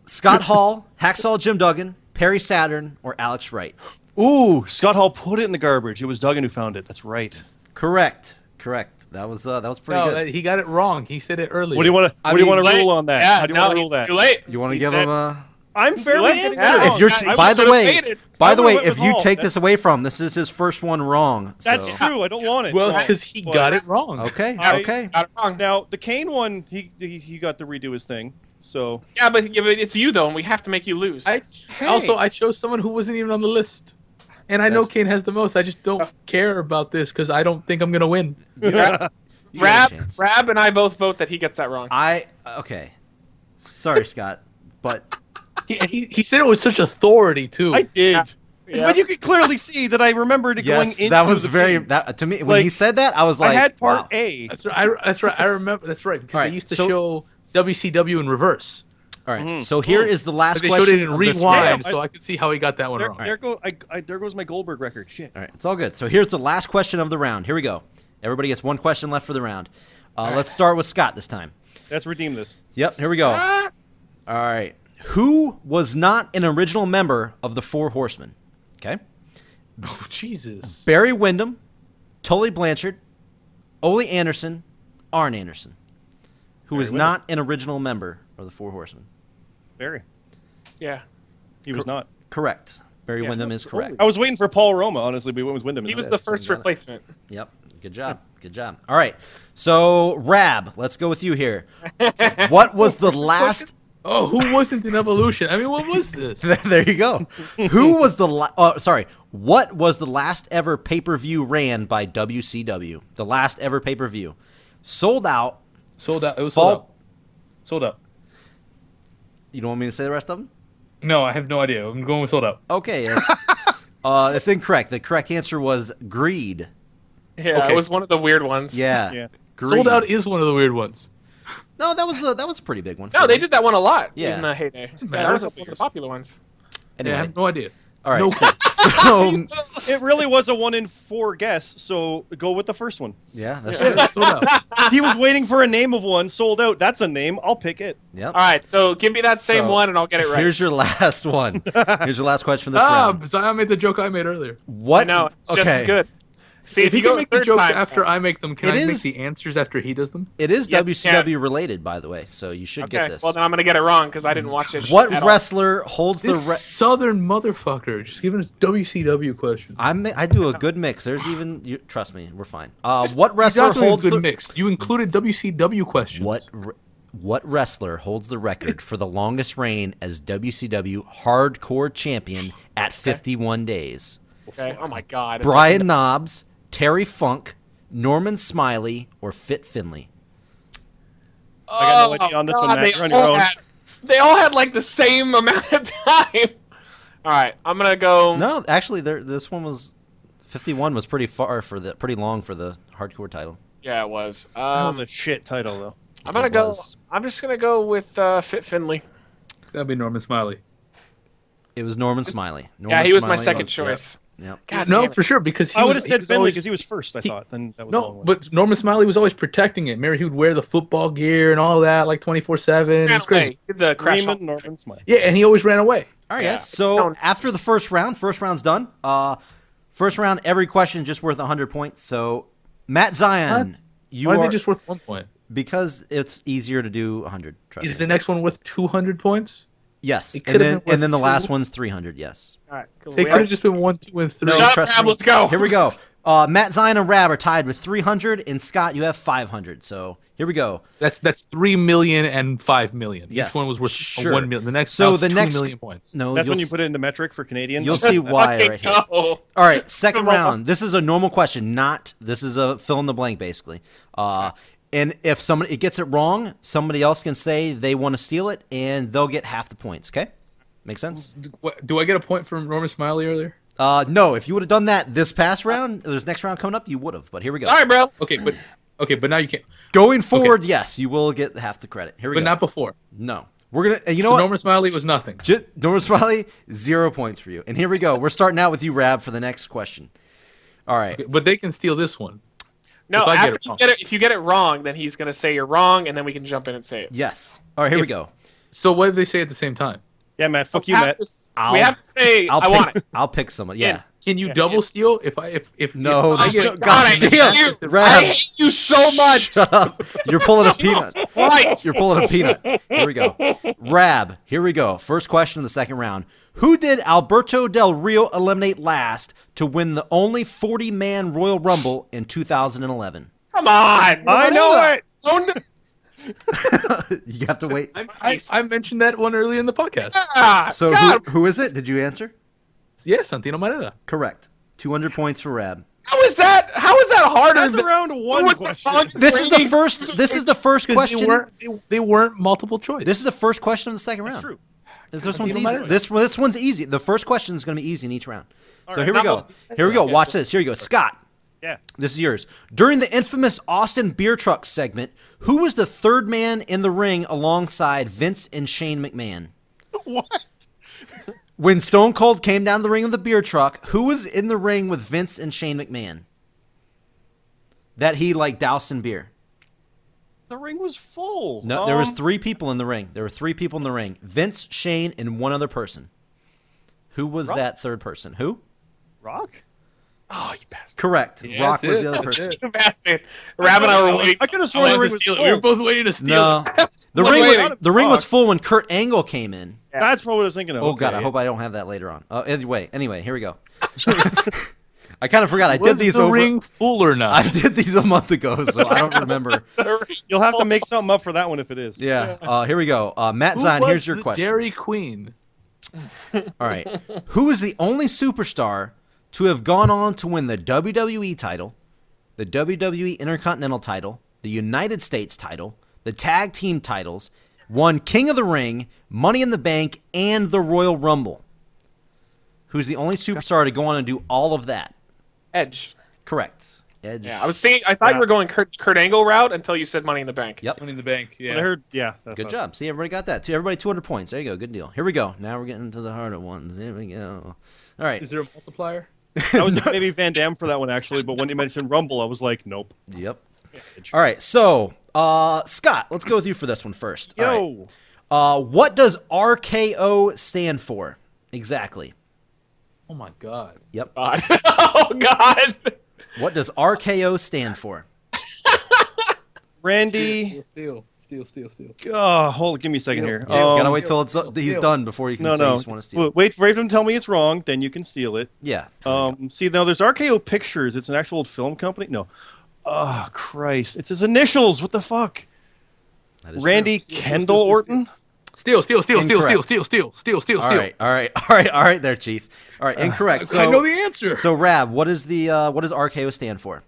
[SPEAKER 3] Scott Hall, Hacksaw Jim Duggan, Perry Saturn, or Alex Wright.
[SPEAKER 5] Ooh, Scott Hall put it in the garbage. It was Duggan who found it. That's right.
[SPEAKER 3] Correct. Correct. That was uh, that was pretty
[SPEAKER 4] No,
[SPEAKER 3] good.
[SPEAKER 4] that- he got it wrong. He said it earlier.
[SPEAKER 5] What do you want to?
[SPEAKER 3] I
[SPEAKER 5] What do you
[SPEAKER 3] mean,
[SPEAKER 5] want to
[SPEAKER 2] Late.
[SPEAKER 5] rule on that?
[SPEAKER 2] Yeah,
[SPEAKER 5] How do you
[SPEAKER 2] no,
[SPEAKER 5] want to rule
[SPEAKER 2] it's
[SPEAKER 5] that?
[SPEAKER 2] too late.
[SPEAKER 3] you want to
[SPEAKER 2] He
[SPEAKER 3] give
[SPEAKER 2] said-
[SPEAKER 3] him a
[SPEAKER 5] I'm fairly
[SPEAKER 2] What?
[SPEAKER 5] getting
[SPEAKER 2] Yeah.
[SPEAKER 5] it wrong.
[SPEAKER 3] if you're,
[SPEAKER 5] I- I
[SPEAKER 3] by
[SPEAKER 5] was
[SPEAKER 3] the
[SPEAKER 5] gonna-
[SPEAKER 2] made
[SPEAKER 3] way,
[SPEAKER 2] it.
[SPEAKER 3] by
[SPEAKER 5] I
[SPEAKER 3] the
[SPEAKER 5] would've
[SPEAKER 3] way,
[SPEAKER 5] went
[SPEAKER 3] if
[SPEAKER 5] with
[SPEAKER 3] you
[SPEAKER 5] all.
[SPEAKER 3] take this
[SPEAKER 5] That's-
[SPEAKER 3] away from him, this is his first one wrong.
[SPEAKER 5] That's
[SPEAKER 3] so.
[SPEAKER 5] true. I don't want it.
[SPEAKER 4] Well,
[SPEAKER 5] Right.
[SPEAKER 4] because he
[SPEAKER 5] Well,
[SPEAKER 4] got it wrong.
[SPEAKER 3] Okay,
[SPEAKER 5] I-
[SPEAKER 3] okay.
[SPEAKER 2] Got it wrong.
[SPEAKER 5] Now the Kane one, he, he he got to redo his thing. So
[SPEAKER 2] Yeah, but, yeah, but it's you though, and we have to make you lose.
[SPEAKER 4] I also I chose someone who wasn't even on the list, and I know
[SPEAKER 3] That's-
[SPEAKER 4] Kane has the most. I just don't care about this because I don't think I'm gonna win.
[SPEAKER 3] You got a
[SPEAKER 2] Rab,
[SPEAKER 3] chance.
[SPEAKER 2] Rab, and I both vote that he gets that wrong.
[SPEAKER 3] I okay. Sorry, Scott, but
[SPEAKER 4] He, he, he said it with such authority too.
[SPEAKER 5] I did.
[SPEAKER 2] Yeah.
[SPEAKER 5] But you could clearly see that I remembered it
[SPEAKER 3] yes,
[SPEAKER 5] going into
[SPEAKER 3] that was
[SPEAKER 5] the
[SPEAKER 3] very
[SPEAKER 5] thing.
[SPEAKER 3] that to me when
[SPEAKER 5] Like,
[SPEAKER 3] he said that. I was like,
[SPEAKER 5] I had part
[SPEAKER 3] wow.
[SPEAKER 5] A.
[SPEAKER 4] that's right. I, that's right. I remember. That's right because
[SPEAKER 3] All right,
[SPEAKER 4] they used to
[SPEAKER 3] so-
[SPEAKER 4] show WCW in reverse.
[SPEAKER 3] All right,
[SPEAKER 5] Mm.
[SPEAKER 3] so here is the last
[SPEAKER 4] But they showed
[SPEAKER 3] question.
[SPEAKER 4] it in
[SPEAKER 3] of this
[SPEAKER 4] rewind,
[SPEAKER 3] round.
[SPEAKER 5] round.
[SPEAKER 4] so I could see how he got that one
[SPEAKER 5] There,
[SPEAKER 4] wrong.
[SPEAKER 5] there go, I, I, there goes my Goldberg record. Shit.
[SPEAKER 3] All right, it's all good. So here's the last question of the round. Here we go. Everybody gets one question left for the round. Uh, let's start with Scott this time.
[SPEAKER 5] Let's redeem this.
[SPEAKER 3] Yep, here we go. All right. Who was not an original member of the Four Horsemen? Okay.
[SPEAKER 4] Oh, Jesus.
[SPEAKER 3] Barry Windham, Tully Blanchard, Ole Anderson, Arn Anderson. Who was
[SPEAKER 5] Wyndham.
[SPEAKER 3] not an original member of the Four Horsemen?
[SPEAKER 5] Barry.
[SPEAKER 2] yeah.
[SPEAKER 5] He was not.
[SPEAKER 3] Correct. Barry
[SPEAKER 2] Yeah.
[SPEAKER 3] Windham is correct.
[SPEAKER 5] I was waiting for Paul Roma. Honestly, we went with Wyndham.
[SPEAKER 2] He was the
[SPEAKER 5] instead.
[SPEAKER 2] first
[SPEAKER 3] got it.
[SPEAKER 2] replacement.
[SPEAKER 3] Yep. Good job. Good job. All right. So, Rab, let's go with you here. What was the last
[SPEAKER 4] Oh, who wasn't in Evolution? I mean, what
[SPEAKER 3] [LAUGHS]
[SPEAKER 4] was this?
[SPEAKER 3] there you go. Who was the la- oh, sorry? What was the last ever pay per view ran by WCW? The last ever pay per view, sold out.
[SPEAKER 4] Sold out. It was
[SPEAKER 3] Fall-
[SPEAKER 4] sold out. Sold out.
[SPEAKER 3] You don't want me to say the rest of them?
[SPEAKER 4] No, I have no idea. I'm going with sold out.
[SPEAKER 3] Okay,
[SPEAKER 4] [LAUGHS]
[SPEAKER 3] it's, uh, it's incorrect. The correct answer was greed.
[SPEAKER 2] Yeah,
[SPEAKER 4] Okay.
[SPEAKER 2] it was one of the weird ones.
[SPEAKER 3] Yeah,
[SPEAKER 5] Yeah.
[SPEAKER 3] greed.
[SPEAKER 4] Sold out is one of the weird ones.
[SPEAKER 3] no, that was a, that was a pretty big one.
[SPEAKER 2] No, they did that one a lot
[SPEAKER 3] Yeah.
[SPEAKER 2] in the heyday.
[SPEAKER 4] matter.
[SPEAKER 2] That was one of the popular ones.
[SPEAKER 4] Yeah, I
[SPEAKER 3] Anyway,
[SPEAKER 4] have no idea.
[SPEAKER 3] all right. [LAUGHS]
[SPEAKER 4] No clue.
[SPEAKER 3] so
[SPEAKER 5] It really was a one in four guess. So go with
[SPEAKER 2] [LAUGHS]
[SPEAKER 5] the first one.
[SPEAKER 3] yeah, that's
[SPEAKER 4] Yeah,
[SPEAKER 3] true.
[SPEAKER 4] sold out.
[SPEAKER 5] He was waiting for a name of one. Sold out. That's a name. I'll pick it.
[SPEAKER 3] Yep.
[SPEAKER 2] All right, so give me that same
[SPEAKER 3] So,
[SPEAKER 2] one and I'll get it right.
[SPEAKER 3] Here's your last one. Here's your last question for this
[SPEAKER 4] Ah,
[SPEAKER 3] round.
[SPEAKER 4] Zion made the joke I made earlier.
[SPEAKER 3] What?
[SPEAKER 2] I know it's just as
[SPEAKER 3] okay.
[SPEAKER 2] good. See
[SPEAKER 4] if,
[SPEAKER 2] if,
[SPEAKER 4] he
[SPEAKER 2] you go
[SPEAKER 4] can make the
[SPEAKER 2] third
[SPEAKER 4] jokes
[SPEAKER 2] time-
[SPEAKER 4] after I make them, can
[SPEAKER 3] It
[SPEAKER 4] I
[SPEAKER 3] is-
[SPEAKER 4] make the answers after he does them?
[SPEAKER 3] It is
[SPEAKER 2] Yes, you can.
[SPEAKER 3] WCW related, by the way, so you should
[SPEAKER 2] Okay,
[SPEAKER 3] get this.
[SPEAKER 2] well then I'm gonna get it wrong because I didn't watch it.
[SPEAKER 3] What
[SPEAKER 2] at all.
[SPEAKER 3] wrestler holds the?
[SPEAKER 4] This
[SPEAKER 3] Re-
[SPEAKER 4] southern motherfucker just giving us WCW questions.
[SPEAKER 3] I'm, I do a good mix. There's even you, trust me, we're fine. Uh,
[SPEAKER 4] Just-
[SPEAKER 3] what
[SPEAKER 4] you're
[SPEAKER 3] wrestler
[SPEAKER 4] not doing a
[SPEAKER 3] holds
[SPEAKER 4] good
[SPEAKER 3] the
[SPEAKER 4] mix? You included WCW questions.
[SPEAKER 3] what re- what wrestler holds the record for the longest reign as WCW Hardcore Champion at 51 days?
[SPEAKER 2] Okay. Oh my God. it's like-
[SPEAKER 3] Brian Knobs, Terry Funk, Norman Smiley, or Fit Finley?
[SPEAKER 2] oh,
[SPEAKER 5] I got no idea on this one,
[SPEAKER 2] God,
[SPEAKER 5] Matt.
[SPEAKER 2] they
[SPEAKER 5] You're on
[SPEAKER 2] all
[SPEAKER 5] your own.
[SPEAKER 2] Had, they all had like the same [LAUGHS] amount of time. All right, I'm gonna go.
[SPEAKER 3] No, actually, there, this one was 51 was pretty far for the pretty long for the Hardcore title.
[SPEAKER 2] Yeah, it was.
[SPEAKER 5] That
[SPEAKER 2] Um,
[SPEAKER 5] was a shit title though.
[SPEAKER 2] I'm gonna
[SPEAKER 3] It
[SPEAKER 2] go.
[SPEAKER 3] was.
[SPEAKER 2] I'm just gonna go with uh, Fit Finley.
[SPEAKER 4] That'd be Norman Smiley.
[SPEAKER 3] It was Norman Smiley. Norman
[SPEAKER 2] Yeah, he was my
[SPEAKER 3] Smiley
[SPEAKER 2] second
[SPEAKER 3] was- yep,
[SPEAKER 2] choice.
[SPEAKER 3] Yep.
[SPEAKER 2] God,
[SPEAKER 4] no,
[SPEAKER 2] damn it.
[SPEAKER 4] for sure, because he
[SPEAKER 5] I
[SPEAKER 4] would
[SPEAKER 5] would have said Finley because he was first. I thought. Then that was the
[SPEAKER 4] No,
[SPEAKER 5] wrong one.
[SPEAKER 4] but Norman Smiley was always protecting it. Remember, he would wear the football gear and all that, like twenty four seven.
[SPEAKER 2] Ran
[SPEAKER 4] It's crazy.
[SPEAKER 2] away. Did the crash?
[SPEAKER 5] Raymond
[SPEAKER 2] on-
[SPEAKER 5] Norman Smith.
[SPEAKER 4] Yeah, and he always ran away.
[SPEAKER 3] All right,
[SPEAKER 2] Yeah.
[SPEAKER 3] guys. So
[SPEAKER 2] Stone-
[SPEAKER 3] after the first round, first round's done. Uh, first round, every question just worth 100 points. So Matt Zion, you
[SPEAKER 4] Why are
[SPEAKER 3] are
[SPEAKER 4] they just worth one point?
[SPEAKER 3] because it's easier to do 100. Trust
[SPEAKER 4] Is
[SPEAKER 3] me.
[SPEAKER 4] the next one worth two hundred points?
[SPEAKER 3] yes, and
[SPEAKER 4] could've
[SPEAKER 3] then
[SPEAKER 4] been worth
[SPEAKER 3] and then the last
[SPEAKER 4] two.
[SPEAKER 3] one's 300. Yes.
[SPEAKER 2] All right, cool.
[SPEAKER 4] They
[SPEAKER 2] We
[SPEAKER 4] could
[SPEAKER 2] are-
[SPEAKER 4] have just been one, two, and three.
[SPEAKER 3] No,
[SPEAKER 2] Shut up,
[SPEAKER 3] trust
[SPEAKER 2] Rab,
[SPEAKER 3] me.
[SPEAKER 2] let's go.
[SPEAKER 3] Here we go. Uh, Matt Zion and Rab are tied with 300, and Scott, you have 500. So here we go.
[SPEAKER 4] That's that's three million and five million.
[SPEAKER 3] Yes,
[SPEAKER 4] Each one was worth a
[SPEAKER 3] sure.
[SPEAKER 4] one million. The next
[SPEAKER 3] So
[SPEAKER 4] so
[SPEAKER 3] the
[SPEAKER 4] the two
[SPEAKER 3] next-
[SPEAKER 4] million points.
[SPEAKER 3] No,
[SPEAKER 5] That's
[SPEAKER 3] you'll
[SPEAKER 5] when you
[SPEAKER 3] s-
[SPEAKER 5] put it into metric for Canadians.
[SPEAKER 3] You'll see why
[SPEAKER 2] Fucking
[SPEAKER 3] right here.
[SPEAKER 2] go.
[SPEAKER 3] All
[SPEAKER 2] [LAUGHS]
[SPEAKER 3] right, second
[SPEAKER 2] Come on.
[SPEAKER 3] round. This is a normal question, not this is a fill in the blank basically. Uh, and if somebody it gets it wrong, somebody else can say they want to steal it, and they'll get half the points. Okay, make sense?
[SPEAKER 4] What, do I get a point from Norman Smiley earlier?
[SPEAKER 3] Uh, no, if you would have done that this past round, there's next round coming up, you would have. But here we go.
[SPEAKER 2] Sorry, bro.
[SPEAKER 4] Okay, but okay, but now you can't.
[SPEAKER 3] Going forward, yes, you will get half the credit. Here we
[SPEAKER 4] But
[SPEAKER 3] go.
[SPEAKER 4] not before.
[SPEAKER 3] no, we're gonna. and You know
[SPEAKER 4] So
[SPEAKER 3] what?
[SPEAKER 4] Norman Smiley was nothing.
[SPEAKER 3] J- Norman Smiley, zero points for you. And here we go. We're starting out with you, Rab, for the next question. All right.
[SPEAKER 4] But they can steal this one.
[SPEAKER 2] No,
[SPEAKER 4] If I get
[SPEAKER 2] after
[SPEAKER 4] it
[SPEAKER 2] you
[SPEAKER 4] wrong.
[SPEAKER 2] get it, if you get it wrong, then he's gonna say you're wrong, and then we can jump in and say it.
[SPEAKER 3] Yes. All right. Here we
[SPEAKER 4] If-
[SPEAKER 3] go.
[SPEAKER 4] So what did they say at the same time?
[SPEAKER 5] Yeah, Matt. Fuck you,
[SPEAKER 2] Have
[SPEAKER 5] Matt.
[SPEAKER 2] to s-
[SPEAKER 3] I'll-
[SPEAKER 2] we have to say
[SPEAKER 3] I'll
[SPEAKER 2] I
[SPEAKER 3] pick,
[SPEAKER 2] want it.
[SPEAKER 3] I'll pick someone. Yeah.
[SPEAKER 4] Can you double steal if I if if
[SPEAKER 3] No,
[SPEAKER 4] If I
[SPEAKER 3] there's
[SPEAKER 4] get-
[SPEAKER 3] no- God
[SPEAKER 2] I hate
[SPEAKER 3] damn,
[SPEAKER 2] you.
[SPEAKER 3] Rab.
[SPEAKER 2] I hate you so much. [LAUGHS]
[SPEAKER 3] Shut up. [LAUGHS] You're pulling a peanut.
[SPEAKER 2] Right.
[SPEAKER 3] You're pulling a peanut. Here we go. Rab, here we go. First question of the second round. Who did Alberto Del Rio eliminate last to win the only 40 man Royal Rumble in 2011?
[SPEAKER 2] Come on.
[SPEAKER 5] I know it.
[SPEAKER 2] Oh, no.
[SPEAKER 3] You have to wait.
[SPEAKER 2] I'm
[SPEAKER 4] [LAUGHS] I, I mentioned that one earlier in the podcast.
[SPEAKER 2] Ah,
[SPEAKER 3] So, who,
[SPEAKER 2] God,
[SPEAKER 3] who is it? Did you answer?
[SPEAKER 4] Yeah, Santino Marella.
[SPEAKER 3] Correct. 200 points for Rab.
[SPEAKER 2] how is that? How is that harder?
[SPEAKER 5] That's
[SPEAKER 2] than-
[SPEAKER 5] around one
[SPEAKER 2] was the
[SPEAKER 5] question.
[SPEAKER 2] longest-
[SPEAKER 3] This is the first. This is the first
[SPEAKER 4] Because they
[SPEAKER 3] question.
[SPEAKER 4] weren't, they, they weren't multiple choice.
[SPEAKER 3] This is the first question of the second round.
[SPEAKER 5] true.
[SPEAKER 3] This, this one's
[SPEAKER 4] Even
[SPEAKER 3] easy.
[SPEAKER 4] better.
[SPEAKER 3] This this one's easy. The first question is going to be easy in each round. so
[SPEAKER 5] right,
[SPEAKER 3] here we
[SPEAKER 2] not
[SPEAKER 3] go.
[SPEAKER 2] multiple
[SPEAKER 3] Here we go. Watch this. Here you go. Scott,
[SPEAKER 5] Yeah.
[SPEAKER 3] this is yours. During the infamous Austin beer truck segment, who was the third man in the ring alongside Vince and Shane McMahon?
[SPEAKER 5] [LAUGHS] What?
[SPEAKER 3] When Stone Cold came down to the ring with the beer truck, who was in the ring with Vince and Shane McMahon? That he like doused in beer.
[SPEAKER 5] The ring was full.
[SPEAKER 3] No, there was
[SPEAKER 5] Um,
[SPEAKER 3] three people in the ring. There were three people in the ring: Vince, Shane, and one other person. Who was
[SPEAKER 5] Rock?
[SPEAKER 3] that third person? Who?
[SPEAKER 5] Rock.
[SPEAKER 2] Oh, you bastard.
[SPEAKER 3] Correct. Rock
[SPEAKER 4] that's
[SPEAKER 3] was
[SPEAKER 4] it.
[SPEAKER 3] the other
[SPEAKER 4] That's
[SPEAKER 3] person.
[SPEAKER 2] You bastard. Rab and I were waiting.
[SPEAKER 5] I could've sworn the ring was
[SPEAKER 4] Steal it.
[SPEAKER 5] full.
[SPEAKER 4] We were both waiting to steal
[SPEAKER 3] No,
[SPEAKER 4] it.
[SPEAKER 3] the
[SPEAKER 5] Wait,
[SPEAKER 3] ring.
[SPEAKER 5] wait,
[SPEAKER 3] was,
[SPEAKER 5] wait.
[SPEAKER 3] the ring was
[SPEAKER 5] Rock.
[SPEAKER 3] full when Kurt Angle came in.
[SPEAKER 5] That's probably what I was thinking of.
[SPEAKER 3] Oh god, I hope I don't have that later on. Uh, anyway, anyway, here we
[SPEAKER 4] [LAUGHS]
[SPEAKER 3] go. I kind of forgot. I did
[SPEAKER 4] Was
[SPEAKER 3] these
[SPEAKER 4] the
[SPEAKER 3] over.
[SPEAKER 4] ring full or
[SPEAKER 3] [LAUGHS]
[SPEAKER 4] not?
[SPEAKER 3] I did these a month ago, so I don't
[SPEAKER 4] [LAUGHS]
[SPEAKER 3] remember.
[SPEAKER 5] You'll have to make something up for that one if it is.
[SPEAKER 3] Yeah. Uh, here we go. Uh, Matt
[SPEAKER 4] Who
[SPEAKER 3] Zahn,
[SPEAKER 4] was
[SPEAKER 3] here's your
[SPEAKER 4] the
[SPEAKER 3] question.
[SPEAKER 4] Dairy Queen.
[SPEAKER 3] All right. [LAUGHS] Who is the only superstar to have gone on to win the WWE title, the WWE Intercontinental title, the United States title, the tag team titles, won King of the Ring, Money in the Bank, and the Royal Rumble? Who's the only superstar to go on and do all of that?
[SPEAKER 2] Edge.
[SPEAKER 3] Correct. Edge.
[SPEAKER 2] Yeah, I was thinking. I thought you were going Kurt, Kurt Angle route until you said Money in the Bank.
[SPEAKER 3] Yep.
[SPEAKER 4] Money in the bank. Yeah.
[SPEAKER 5] I heard. Yeah. that's
[SPEAKER 3] Good
[SPEAKER 5] what-
[SPEAKER 3] job. See, everybody got that. Two, everybody 200 points. There you go. Good deal. Here we go. Now we're getting to the harder ones. Here we go. All right.
[SPEAKER 4] Is there a multiplier?
[SPEAKER 5] I
[SPEAKER 3] [LAUGHS]
[SPEAKER 5] was thinking maybe Van Damme for that one actually, but when you mentioned Rumble, I was like, nope.
[SPEAKER 3] Yep. All right. So, uh, Scott, let's go with you for this one first. All right.
[SPEAKER 5] Yo.
[SPEAKER 3] Uh, what does RKO stand for exactly?
[SPEAKER 4] Oh my god.
[SPEAKER 3] Yep.
[SPEAKER 5] Uh,
[SPEAKER 2] God. oh God. [LAUGHS]
[SPEAKER 3] What does RKO stand for?
[SPEAKER 5] Randy.
[SPEAKER 4] Steal, steal, steal, steal.
[SPEAKER 5] Oh, hold. Give me a second
[SPEAKER 4] Steal,
[SPEAKER 5] here.
[SPEAKER 4] steal.
[SPEAKER 5] Um,
[SPEAKER 3] Gotta wait till it's, he's
[SPEAKER 4] Steal.
[SPEAKER 3] done before you can
[SPEAKER 5] no,
[SPEAKER 3] say you
[SPEAKER 5] no.
[SPEAKER 3] just want to steal.
[SPEAKER 5] Wait, wait for him to tell me it's wrong, then you can steal it.
[SPEAKER 3] Yeah.
[SPEAKER 5] Um, see, now there's RKO Pictures. It's an actual film company. No. Oh, Christ. It's his initials. What the fuck?
[SPEAKER 3] that is true.
[SPEAKER 5] Randy
[SPEAKER 4] Steal, steal, steal,
[SPEAKER 5] Kendall
[SPEAKER 4] steal,
[SPEAKER 5] Orton?
[SPEAKER 4] Steal, steal, steal, steal, steal,
[SPEAKER 3] Incorrect.
[SPEAKER 4] steal, steal, steal, steal,
[SPEAKER 3] All right. All [LAUGHS] right. All right. All right. There, Chief. All
[SPEAKER 5] Uh,
[SPEAKER 3] right. Incorrect. So,
[SPEAKER 4] I know the answer.
[SPEAKER 3] so Rab, what is the uh, what does RKO stand for?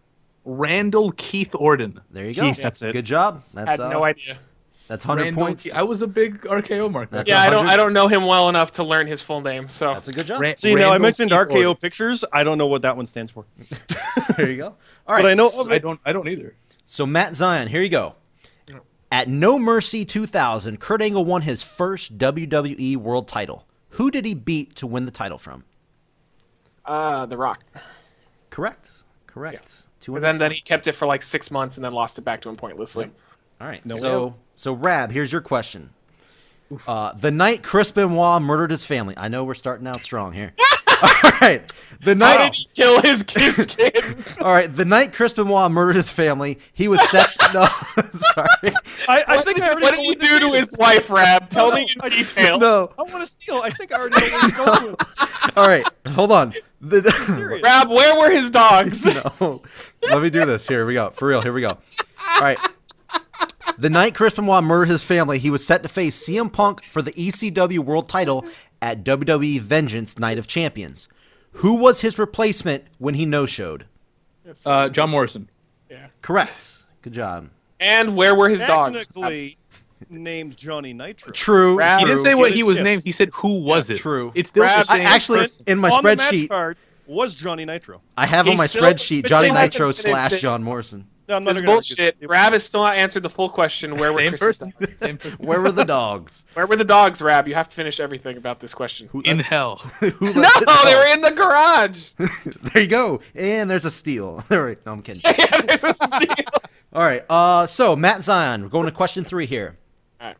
[SPEAKER 4] Randall Keith Orton.
[SPEAKER 3] There you go.
[SPEAKER 5] Keith, that's it.
[SPEAKER 3] Good job.
[SPEAKER 2] I
[SPEAKER 3] That's
[SPEAKER 2] had
[SPEAKER 3] uh,
[SPEAKER 2] no idea.
[SPEAKER 3] That's hundred
[SPEAKER 4] Randall
[SPEAKER 3] points.
[SPEAKER 4] Ke- I was a big RKO mark.
[SPEAKER 3] That's
[SPEAKER 2] Yeah, I don't.
[SPEAKER 3] 100?
[SPEAKER 2] I don't know him well enough to learn his full name. So
[SPEAKER 3] That's a good job.
[SPEAKER 4] Ra-
[SPEAKER 5] See, now I
[SPEAKER 4] Randall
[SPEAKER 5] mentioned
[SPEAKER 4] Keith
[SPEAKER 5] RKO
[SPEAKER 4] Orton.
[SPEAKER 5] Pictures. I don't know what that one stands for.
[SPEAKER 3] there you go. All right.
[SPEAKER 5] I know
[SPEAKER 3] so-
[SPEAKER 5] of
[SPEAKER 4] I don't. I don't either.
[SPEAKER 3] So Matt Zion, here you go. At No Mercy 2000, Kurt Angle won his first WWE World Title. Who did he beat to win the title from?
[SPEAKER 2] uh, The Rock.
[SPEAKER 3] Correct. Correct. Two
[SPEAKER 2] And
[SPEAKER 3] hundred.
[SPEAKER 2] then, then he kept it for like six months and then lost it back to him pointlessly.
[SPEAKER 3] All right.
[SPEAKER 5] No
[SPEAKER 3] so
[SPEAKER 5] way.
[SPEAKER 3] so Rab, here's your question. Uh, the night Chris Benoit murdered his family. I know we're starting out strong here. All right. The
[SPEAKER 2] How did
[SPEAKER 3] night.
[SPEAKER 2] he kill his his
[SPEAKER 3] [LAUGHS]
[SPEAKER 2] kid?
[SPEAKER 3] All right. The night Chris Benoit murdered his family, he was set. [LAUGHS] no, sorry.
[SPEAKER 5] I, I think I already
[SPEAKER 2] what
[SPEAKER 5] know
[SPEAKER 2] did he
[SPEAKER 5] what this
[SPEAKER 2] do to
[SPEAKER 5] is.
[SPEAKER 2] his wife, Rab? Tell [LAUGHS] me in detail.
[SPEAKER 3] No.
[SPEAKER 5] I want to steal. I think I already know where you're going with it.
[SPEAKER 3] All right. Hold on. The-
[SPEAKER 5] Serious.
[SPEAKER 2] Rab, where were his dogs?
[SPEAKER 3] no. Oh, Let me do this. Here we go. For real. Here we go. All right. The night Chris Benoit murdered his family, he was set to face CM Punk for the ECW World Title at WWE Vengeance Night of Champions. Who was his replacement when he no-showed?
[SPEAKER 4] Uh, John Morrison.
[SPEAKER 3] Correct. Good job.
[SPEAKER 2] And where were [LAUGHS] his dogs?
[SPEAKER 5] Technically named Johnny Nitro.
[SPEAKER 3] True.
[SPEAKER 2] Rab-
[SPEAKER 4] He
[SPEAKER 3] true.
[SPEAKER 4] didn't say what
[SPEAKER 5] Yeah,
[SPEAKER 4] he was
[SPEAKER 5] yeah.
[SPEAKER 4] named. He said who was it.
[SPEAKER 3] true.
[SPEAKER 4] It's still
[SPEAKER 2] Brad-
[SPEAKER 4] the
[SPEAKER 3] I,
[SPEAKER 4] same
[SPEAKER 3] actually,
[SPEAKER 4] person.
[SPEAKER 3] in my
[SPEAKER 5] on the match
[SPEAKER 3] spreadsheet,
[SPEAKER 5] card was Johnny Nitro.
[SPEAKER 3] I have on
[SPEAKER 2] He
[SPEAKER 3] my
[SPEAKER 2] still-
[SPEAKER 3] spreadsheet
[SPEAKER 2] he
[SPEAKER 3] Johnny
[SPEAKER 2] still hasn't
[SPEAKER 3] Nitro
[SPEAKER 2] finished
[SPEAKER 3] slash
[SPEAKER 2] it.
[SPEAKER 3] John Morrison.
[SPEAKER 5] No, I'm not
[SPEAKER 2] This
[SPEAKER 5] gonna
[SPEAKER 2] bullshit.
[SPEAKER 5] argue.
[SPEAKER 2] Rab has still not answered the full question. Where were
[SPEAKER 4] Same
[SPEAKER 2] Chris's
[SPEAKER 4] person.
[SPEAKER 2] dogs?
[SPEAKER 4] Same person.
[SPEAKER 3] [LAUGHS] Where were the dogs?
[SPEAKER 2] Where were the dogs, Rab? You have to finish everything about this question. [LAUGHS]
[SPEAKER 4] in hell.
[SPEAKER 3] Who let
[SPEAKER 2] no,
[SPEAKER 3] the dogs-
[SPEAKER 2] they were in the
[SPEAKER 3] [LAUGHS]
[SPEAKER 2] garage.
[SPEAKER 3] There you go. And there's a steal. [LAUGHS] All right. No, I'm kidding.
[SPEAKER 2] Yeah, there's a steal.
[SPEAKER 3] All right. Uh, so Matt Zion, we're going to question three here.
[SPEAKER 2] All right.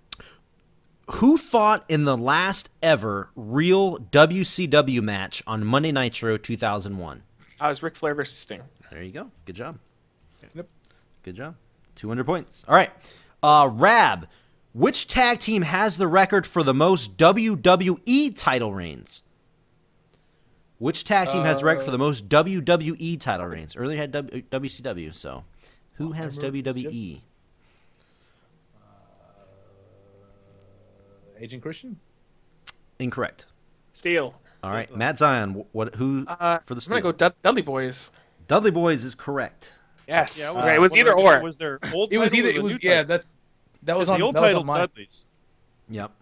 [SPEAKER 3] Who fought in the last ever real WCW match on Monday Nitro 2001?
[SPEAKER 2] I was Ric Flair versus Sting.
[SPEAKER 3] There you go. Good job.
[SPEAKER 4] Yep.
[SPEAKER 3] Good job. 200 points. All right. Uh, Rab, which tag team has the record for the most WWE title reigns? Which tag team has the record for
[SPEAKER 2] Uh,
[SPEAKER 3] the most WWE title reigns? Earlier had w- WCW, so who has E? WWE?
[SPEAKER 4] Agent Christian?
[SPEAKER 3] Incorrect.
[SPEAKER 2] Steel.
[SPEAKER 3] All right, Matt Zion. wh- What? Who
[SPEAKER 2] Uh,
[SPEAKER 3] for
[SPEAKER 2] I'm gonna
[SPEAKER 3] the steal?
[SPEAKER 2] go Dud- Dudley Boys.
[SPEAKER 3] Dudley Boys is correct.
[SPEAKER 2] Yes.
[SPEAKER 5] Yeah,
[SPEAKER 2] okay, it was
[SPEAKER 5] whether
[SPEAKER 2] either
[SPEAKER 5] it
[SPEAKER 2] or.
[SPEAKER 5] Was there old?
[SPEAKER 4] It was
[SPEAKER 5] title
[SPEAKER 4] either.
[SPEAKER 5] or the
[SPEAKER 4] It was
[SPEAKER 5] new
[SPEAKER 4] yeah.
[SPEAKER 5] title?
[SPEAKER 4] That's that was
[SPEAKER 5] the
[SPEAKER 4] on
[SPEAKER 5] old
[SPEAKER 4] that was
[SPEAKER 5] title.
[SPEAKER 4] on mine.
[SPEAKER 5] Dudley's.
[SPEAKER 3] Yep.
[SPEAKER 5] That,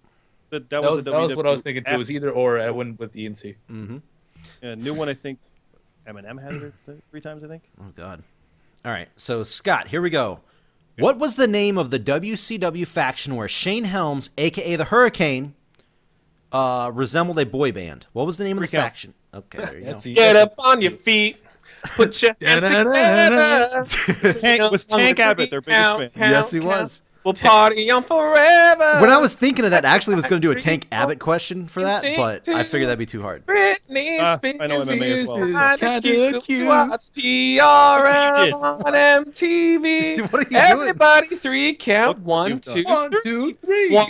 [SPEAKER 4] That
[SPEAKER 5] that,
[SPEAKER 4] was
[SPEAKER 5] the
[SPEAKER 4] that was what I was
[SPEAKER 5] WWF.
[SPEAKER 4] thinking too. It was either or. I went with the ENC.
[SPEAKER 5] Yeah, new one. I think Eminem had it th- three times. I think.
[SPEAKER 3] Oh God. All right. So Scott, here we go. What was the name of the WCW faction where Shane Helms, aka the Hurricane, uh, resembled a boy band? What was the name of the
[SPEAKER 5] Freak out.
[SPEAKER 3] faction? Okay, there you go.
[SPEAKER 4] That's the-
[SPEAKER 2] Get up on your feet. Put your hands
[SPEAKER 4] Da-da-da-da-da.
[SPEAKER 2] together.
[SPEAKER 5] Tank- with Tank Abbott, their biggest
[SPEAKER 2] Count,
[SPEAKER 5] fan.
[SPEAKER 2] count,
[SPEAKER 3] Yes, he
[SPEAKER 2] count.
[SPEAKER 3] was.
[SPEAKER 4] [LAUGHS]
[SPEAKER 2] We'll party on forever.
[SPEAKER 3] When I was thinking of that, I actually was going to do a Tank Abbott question for that, but I figured that'd be too hard.
[SPEAKER 4] Uh,
[SPEAKER 2] Britney
[SPEAKER 4] [LAUGHS]
[SPEAKER 5] Ah,
[SPEAKER 2] Spears
[SPEAKER 5] I know MMA as well.
[SPEAKER 2] is
[SPEAKER 4] Kinda
[SPEAKER 2] kinda
[SPEAKER 4] cute.
[SPEAKER 2] cute. Watch TRL
[SPEAKER 5] You
[SPEAKER 2] on MTV.
[SPEAKER 3] [LAUGHS] What are you doing?
[SPEAKER 2] Everybody, three count.
[SPEAKER 5] What
[SPEAKER 2] One,
[SPEAKER 5] you've
[SPEAKER 2] two,
[SPEAKER 5] done.
[SPEAKER 4] One,
[SPEAKER 2] three.
[SPEAKER 4] two, three.
[SPEAKER 2] One,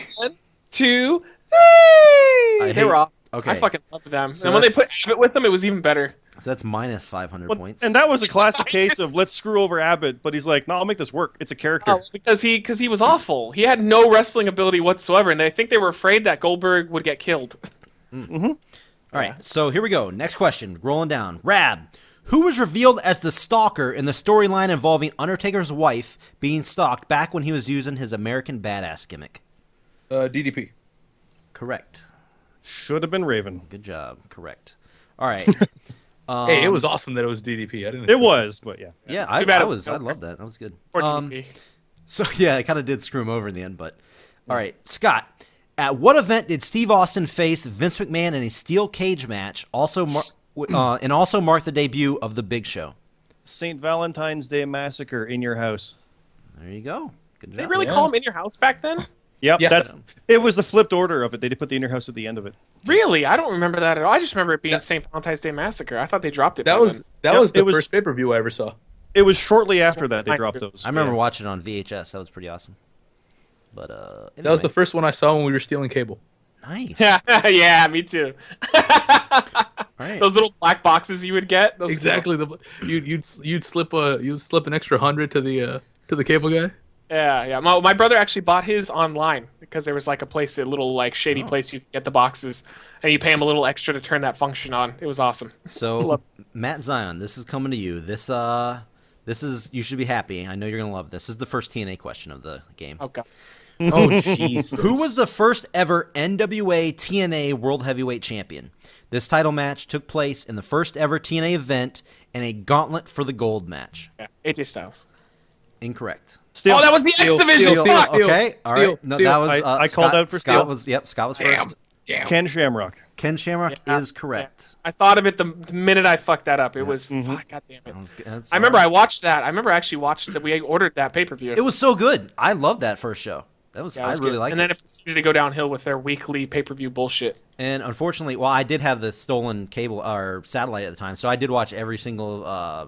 [SPEAKER 2] two, three.
[SPEAKER 3] I
[SPEAKER 2] they
[SPEAKER 3] hate-
[SPEAKER 2] were awesome.
[SPEAKER 3] okay.
[SPEAKER 2] I fucking loved them.
[SPEAKER 3] So
[SPEAKER 2] and when they put
[SPEAKER 3] that's-
[SPEAKER 2] Abbott with them, it was even better.
[SPEAKER 3] So that's minus 500
[SPEAKER 5] Well,
[SPEAKER 3] points.
[SPEAKER 5] and that was a classic case of let's screw over Abbott, but he's like, no, I'll make this work. It's a character.
[SPEAKER 2] Oh, because he because he was awful. He had no wrestling ability whatsoever, and I think they were afraid that Goldberg would get killed. [LAUGHS]
[SPEAKER 3] All right, so here we go. Next question, rolling down. Rab, who was revealed as the stalker in the storyline involving Undertaker's wife being stalked back when he was using his American Badass gimmick?
[SPEAKER 4] Uh, DDP.
[SPEAKER 3] Correct.
[SPEAKER 5] Should have been Raven.
[SPEAKER 3] Good job. Correct.
[SPEAKER 2] [LAUGHS]
[SPEAKER 3] All right.
[SPEAKER 4] hey, it was awesome that Um, it was DDP. I didn't.
[SPEAKER 5] It was, but yeah.
[SPEAKER 3] Yeah, I,
[SPEAKER 2] Too bad
[SPEAKER 3] I
[SPEAKER 2] it
[SPEAKER 3] was. I
[SPEAKER 2] was
[SPEAKER 3] loved that. That was good.
[SPEAKER 2] Poor
[SPEAKER 3] Um,
[SPEAKER 2] DDP.
[SPEAKER 3] so [LAUGHS] yeah, it kind of did screw him over in the end. But all right, Scott. At what event did Steve Austin face Vince McMahon in a steel cage match? Also, mar- w- uh, and also marked the debut of the Big Show.
[SPEAKER 5] St. Valentine's Day Massacre in your house.
[SPEAKER 3] There you go. Good job.
[SPEAKER 2] They really
[SPEAKER 4] Yeah.
[SPEAKER 2] call him in your house back then?
[SPEAKER 5] Yep,
[SPEAKER 4] Yeah.
[SPEAKER 5] that's. It was the flipped order of it. They did put the in your house at the end of it.
[SPEAKER 2] Really, I don't remember that at all. I just remember it being
[SPEAKER 4] That-
[SPEAKER 2] St. Valentine's Day Massacre. I thought they dropped it.
[SPEAKER 4] That
[SPEAKER 2] by
[SPEAKER 4] was
[SPEAKER 2] then.
[SPEAKER 4] that
[SPEAKER 5] Yep,
[SPEAKER 4] was the
[SPEAKER 5] it was-
[SPEAKER 4] first pay per view I ever saw.
[SPEAKER 5] It was shortly after that they
[SPEAKER 2] Right.
[SPEAKER 5] dropped those.
[SPEAKER 3] I remember
[SPEAKER 5] Yeah.
[SPEAKER 3] watching it on VHS. That was pretty awesome. But uh,
[SPEAKER 4] That was the
[SPEAKER 3] anyway,
[SPEAKER 4] first one I saw when we were stealing cable.
[SPEAKER 3] nice.
[SPEAKER 2] [LAUGHS] yeah, me too.
[SPEAKER 3] All right.
[SPEAKER 2] Those little black boxes you would get.
[SPEAKER 4] [LAUGHS]
[SPEAKER 2] Those
[SPEAKER 4] Exactly. The you'd you'd you'd slip a you'd slip an extra hundred to the uh, to the cable guy.
[SPEAKER 2] yeah, yeah. My, my brother actually bought his online because there was like a place, a little like shady
[SPEAKER 4] Oh.
[SPEAKER 2] place you could get the boxes, and you pay him a little extra to turn that function on. It was awesome.
[SPEAKER 3] So
[SPEAKER 2] Love-
[SPEAKER 3] Matt Zion, this is coming to you. This uh, this is you should be happy. I know you're gonna love this. This is the first TNA question of the game.
[SPEAKER 2] Oh god.
[SPEAKER 4] Oh jeez.
[SPEAKER 3] Who was the first ever NWA TNA World Heavyweight Champion? This title match took place in the first ever TNA event in a Gauntlet for the Gold match.
[SPEAKER 2] Yeah. AJ Styles.
[SPEAKER 3] Incorrect.
[SPEAKER 5] Steel.
[SPEAKER 2] Oh, that was the X
[SPEAKER 4] Steel,
[SPEAKER 2] Division.
[SPEAKER 4] steel,
[SPEAKER 2] fuck!
[SPEAKER 4] steel.
[SPEAKER 3] okay, all right.
[SPEAKER 4] Steel.
[SPEAKER 3] No,
[SPEAKER 4] Steel.
[SPEAKER 3] that was
[SPEAKER 5] I-
[SPEAKER 3] uh,
[SPEAKER 5] I called
[SPEAKER 3] Scott-
[SPEAKER 5] out for
[SPEAKER 3] Scott
[SPEAKER 5] Steel.
[SPEAKER 3] was yep. Scott was first.
[SPEAKER 4] Damn.
[SPEAKER 5] Ken Shamrock.
[SPEAKER 3] Ken Shamrock
[SPEAKER 2] Yeah.
[SPEAKER 3] is correct.
[SPEAKER 2] I thought of it the the minute I fucked that up. It was
[SPEAKER 4] Mm-hmm.
[SPEAKER 2] fuck, god damn it.
[SPEAKER 3] That was- that's
[SPEAKER 2] I remember
[SPEAKER 3] all
[SPEAKER 2] I
[SPEAKER 3] right.
[SPEAKER 2] watched that. I remember I actually watched that. We ordered that pay per view.
[SPEAKER 3] it was so good. I loved that first show. That was I really liked
[SPEAKER 2] And
[SPEAKER 3] it.
[SPEAKER 2] then it proceeded to go downhill with their weekly pay per view bullshit.
[SPEAKER 3] And unfortunately, well, I did have the stolen cable or satellite at the time, so I did watch every single uh,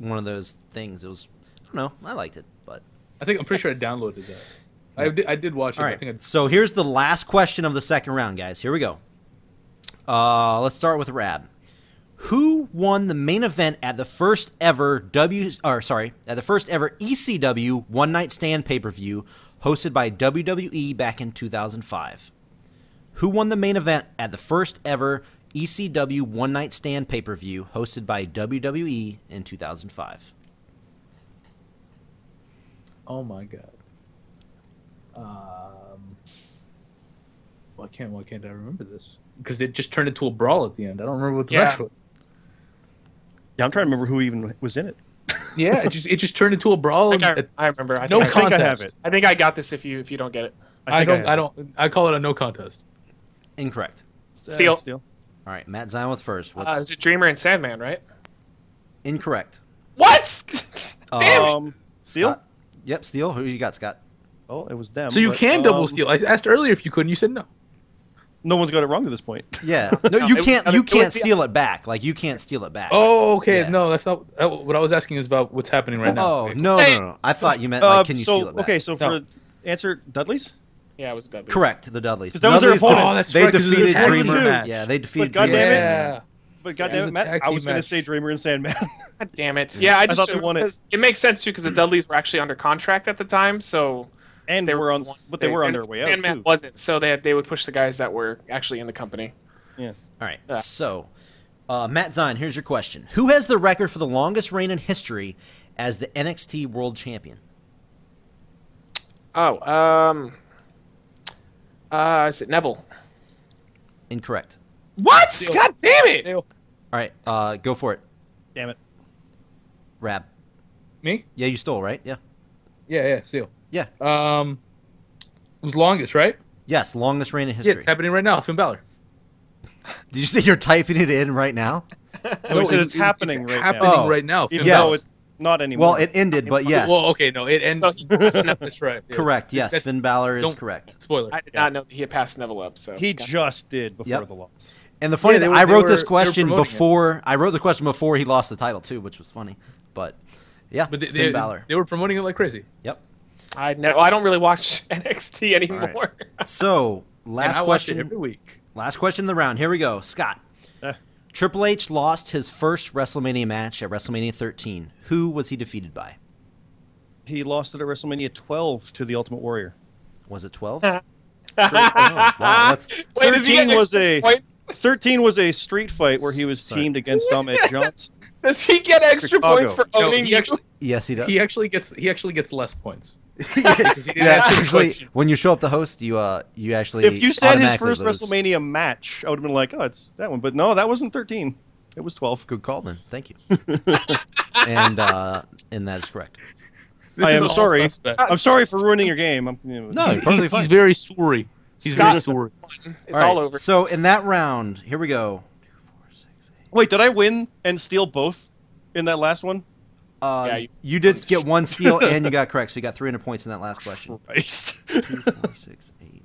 [SPEAKER 3] one of those things. It was, I don't know, I liked it, but
[SPEAKER 4] I think I'm pretty sure I downloaded that. I did, I did watch it.
[SPEAKER 3] all
[SPEAKER 4] I think
[SPEAKER 3] right.
[SPEAKER 4] I,
[SPEAKER 3] So here's the last question of the second round, guys. Here we go. Uh, let's start with Rab. Who won the main event at the first ever W or sorry at the first ever ECW One Night Stand pay per view hosted by WWE back in 2005? Who won the main event at the first ever ECW One Night Stand pay per view hosted by WWE in 2005?
[SPEAKER 4] oh my god. Um, why can't why can't I remember this? Because it just turned into a brawl at the end. I don't remember what the
[SPEAKER 2] Yeah.
[SPEAKER 4] match was.
[SPEAKER 5] Yeah, I'm trying to remember who even was in it.
[SPEAKER 4] Yeah, it just it just turned into a brawl.
[SPEAKER 2] I, think
[SPEAKER 4] at-
[SPEAKER 2] I, I remember. I
[SPEAKER 4] no
[SPEAKER 2] think, I,
[SPEAKER 5] think I
[SPEAKER 4] contest.
[SPEAKER 5] have it.
[SPEAKER 2] I think I got this. If you if you don't get it,
[SPEAKER 4] I,
[SPEAKER 5] think
[SPEAKER 4] don't.
[SPEAKER 5] have
[SPEAKER 4] I,
[SPEAKER 5] it.
[SPEAKER 4] don't. I call it a no contest.
[SPEAKER 3] Incorrect.
[SPEAKER 5] Uh,
[SPEAKER 2] Steel.
[SPEAKER 3] All right, Matt Zion with first.
[SPEAKER 2] uh, it
[SPEAKER 3] What's
[SPEAKER 2] was a Dreamer and Sandman, right?
[SPEAKER 3] incorrect?
[SPEAKER 5] [LAUGHS]
[SPEAKER 2] What? Damn it!
[SPEAKER 5] Um, Steel?
[SPEAKER 3] Scott? Yep, Steele. Who you got, Scott?
[SPEAKER 5] Oh, it was them.
[SPEAKER 4] So you
[SPEAKER 5] but,
[SPEAKER 4] can double
[SPEAKER 5] um,
[SPEAKER 4] steal. I asked earlier if you could, and you said no.
[SPEAKER 5] No one's got it wrong to this point.
[SPEAKER 3] Yeah. No, you
[SPEAKER 2] it was
[SPEAKER 3] can't.
[SPEAKER 2] other-
[SPEAKER 3] You
[SPEAKER 2] it was
[SPEAKER 3] can't
[SPEAKER 2] the-
[SPEAKER 3] steal it back. Like you can't steal it back.
[SPEAKER 4] Oh, okay.
[SPEAKER 3] Yeah.
[SPEAKER 4] No, that's not that, what I was asking. Is about what's happening right now.
[SPEAKER 3] Oh, no, no, no. I thought you meant
[SPEAKER 5] Uh,
[SPEAKER 3] like, can you
[SPEAKER 5] so,
[SPEAKER 3] steal it back?
[SPEAKER 5] Okay, so
[SPEAKER 4] No.
[SPEAKER 5] for answer Dudley's?
[SPEAKER 2] Yeah, it was Dudley.
[SPEAKER 3] Correct, the Dudleys.
[SPEAKER 5] 'Cause that was their
[SPEAKER 3] Dudleys def-
[SPEAKER 5] opponent. Oh,
[SPEAKER 4] that's
[SPEAKER 3] they
[SPEAKER 4] right, 'cause it was a
[SPEAKER 3] defeated
[SPEAKER 4] tag team
[SPEAKER 3] Dreamer.
[SPEAKER 4] match.
[SPEAKER 3] Yeah, they defeated
[SPEAKER 5] But goddamn
[SPEAKER 3] Dreamer. and
[SPEAKER 5] it.
[SPEAKER 3] Sandman.
[SPEAKER 4] Yeah.
[SPEAKER 5] But
[SPEAKER 4] Yeah, it was
[SPEAKER 5] goddamn
[SPEAKER 4] a
[SPEAKER 5] it, Matt,
[SPEAKER 4] tag
[SPEAKER 5] I
[SPEAKER 4] team
[SPEAKER 5] was going to
[SPEAKER 4] match.
[SPEAKER 5] say Dreamer and [LAUGHS] Sandman.
[SPEAKER 2] God damn it. Yeah, I
[SPEAKER 5] I
[SPEAKER 2] just
[SPEAKER 5] thought they wanted-
[SPEAKER 2] because it makes sense too because the Dudleys were actually under contract at the time, so
[SPEAKER 5] and they were on, but they were on their way out.
[SPEAKER 2] Sandman
[SPEAKER 5] too.
[SPEAKER 2] wasn't, so they had, they would push the guys that were actually in the company.
[SPEAKER 3] All right, so uh, Matt Zine, here's your question: Who has the record for the longest reign in history as the NXT World Champion?
[SPEAKER 2] Oh, um, uh, is it Neville?
[SPEAKER 3] Incorrect.
[SPEAKER 2] What? God damn it!
[SPEAKER 3] All right, uh, go for it,
[SPEAKER 5] Damn it.
[SPEAKER 3] Rab.
[SPEAKER 4] Me?
[SPEAKER 3] Yeah, you stole, right? Yeah.
[SPEAKER 4] Yeah, yeah, Seal.
[SPEAKER 3] Yeah.
[SPEAKER 4] Um, it was longest, right?
[SPEAKER 3] Yes, longest reign in
[SPEAKER 4] Yeah,
[SPEAKER 3] history.
[SPEAKER 4] it's happening right now. Finn Balor.
[SPEAKER 3] Did you say you're typing it in right now?
[SPEAKER 5] No,
[SPEAKER 4] it-
[SPEAKER 5] it's, it's
[SPEAKER 4] it-
[SPEAKER 5] happening
[SPEAKER 4] it's
[SPEAKER 5] right
[SPEAKER 4] happening
[SPEAKER 5] now.
[SPEAKER 3] Oh.
[SPEAKER 4] right now.
[SPEAKER 5] Even
[SPEAKER 4] Finn Balor.
[SPEAKER 5] though
[SPEAKER 3] Yes.
[SPEAKER 5] it's not anymore.
[SPEAKER 3] Well, it ended, but yes.
[SPEAKER 4] Well, okay, no, it ends. [LAUGHS] that's right. yeah.
[SPEAKER 3] Correct. Yes,
[SPEAKER 4] That's-
[SPEAKER 3] Finn Balor is
[SPEAKER 4] don't-
[SPEAKER 3] correct.
[SPEAKER 4] Spoiler.
[SPEAKER 2] I did not know that he had passed Neville up. So
[SPEAKER 5] he
[SPEAKER 2] God.
[SPEAKER 5] just did before
[SPEAKER 3] Yep.
[SPEAKER 5] the loss.
[SPEAKER 3] And the funny
[SPEAKER 4] Yeah, they
[SPEAKER 3] thing,
[SPEAKER 4] were-
[SPEAKER 3] I
[SPEAKER 4] they
[SPEAKER 3] wrote
[SPEAKER 4] were-
[SPEAKER 3] this
[SPEAKER 4] they were
[SPEAKER 3] question
[SPEAKER 4] promoting it.
[SPEAKER 3] before. I wrote the question before he lost the title too, which was funny. But yeah,
[SPEAKER 4] But they,
[SPEAKER 3] Finn
[SPEAKER 4] they,
[SPEAKER 3] Balor.
[SPEAKER 4] they were promoting it like crazy.
[SPEAKER 3] yep.
[SPEAKER 2] I know. I don't really watch [LAUGHS] NXT anymore.
[SPEAKER 3] [LAUGHS]
[SPEAKER 2] [LAUGHS]
[SPEAKER 3] So
[SPEAKER 4] And
[SPEAKER 3] last
[SPEAKER 4] I watch it
[SPEAKER 3] question.
[SPEAKER 4] every week.
[SPEAKER 3] Last question of the round. Here we go, Scott.
[SPEAKER 5] Eh.
[SPEAKER 3] Triple H lost his first WrestleMania match at WrestleMania 13. Who was he defeated by?
[SPEAKER 5] He lost it at WrestleMania 12 to the Ultimate [LAUGHS] Warrior.
[SPEAKER 3] Was it
[SPEAKER 4] [LAUGHS]
[SPEAKER 3] 12? oh, wow, that's,
[SPEAKER 2] Wait, does he get
[SPEAKER 5] 13 was
[SPEAKER 2] extra
[SPEAKER 5] a-
[SPEAKER 2] points?
[SPEAKER 5] 13 was a street fight where he was
[SPEAKER 3] Sorry.
[SPEAKER 5] teamed against Ahmed Johnson.
[SPEAKER 2] Does he get extra
[SPEAKER 5] Chicago.
[SPEAKER 2] points for
[SPEAKER 4] No,
[SPEAKER 2] owning
[SPEAKER 4] he
[SPEAKER 2] Oh, you?
[SPEAKER 4] actually-
[SPEAKER 3] yes, he does.
[SPEAKER 4] He actually gets he actually gets less points. he didn't
[SPEAKER 3] yeah,
[SPEAKER 4] answer the
[SPEAKER 3] actually,
[SPEAKER 4] question.
[SPEAKER 3] when you show up the host, you uh, you actually
[SPEAKER 5] If you said his
[SPEAKER 3] automatically
[SPEAKER 5] first
[SPEAKER 3] lose.
[SPEAKER 5] WrestleMania match, I would have been like, oh, it's that one. But no, that wasn't 13. It was 12.
[SPEAKER 3] Good call, then. Thank you. and uh, and that is correct.
[SPEAKER 4] This
[SPEAKER 5] I
[SPEAKER 4] is
[SPEAKER 5] am
[SPEAKER 4] all
[SPEAKER 5] sorry.
[SPEAKER 4] suspect.
[SPEAKER 5] I'm sorry for ruining your game. I'm, you know,
[SPEAKER 3] No,
[SPEAKER 4] He's,
[SPEAKER 3] perfectly
[SPEAKER 4] he's-
[SPEAKER 3] fine.
[SPEAKER 4] he's very sorry. He's very
[SPEAKER 2] Scott-
[SPEAKER 4] sorry.
[SPEAKER 2] It's all over.
[SPEAKER 3] So in that round, here we go. Two, four, six, eight.
[SPEAKER 5] Wait, did I win and steal both in that last one? [LAUGHS]
[SPEAKER 3] Uh,
[SPEAKER 2] Yeah,
[SPEAKER 3] you,
[SPEAKER 2] you-
[SPEAKER 3] did get one steal and you got correct, so you got 300 points in that last question.
[SPEAKER 5] Christ.
[SPEAKER 3] Two, four, six, eight.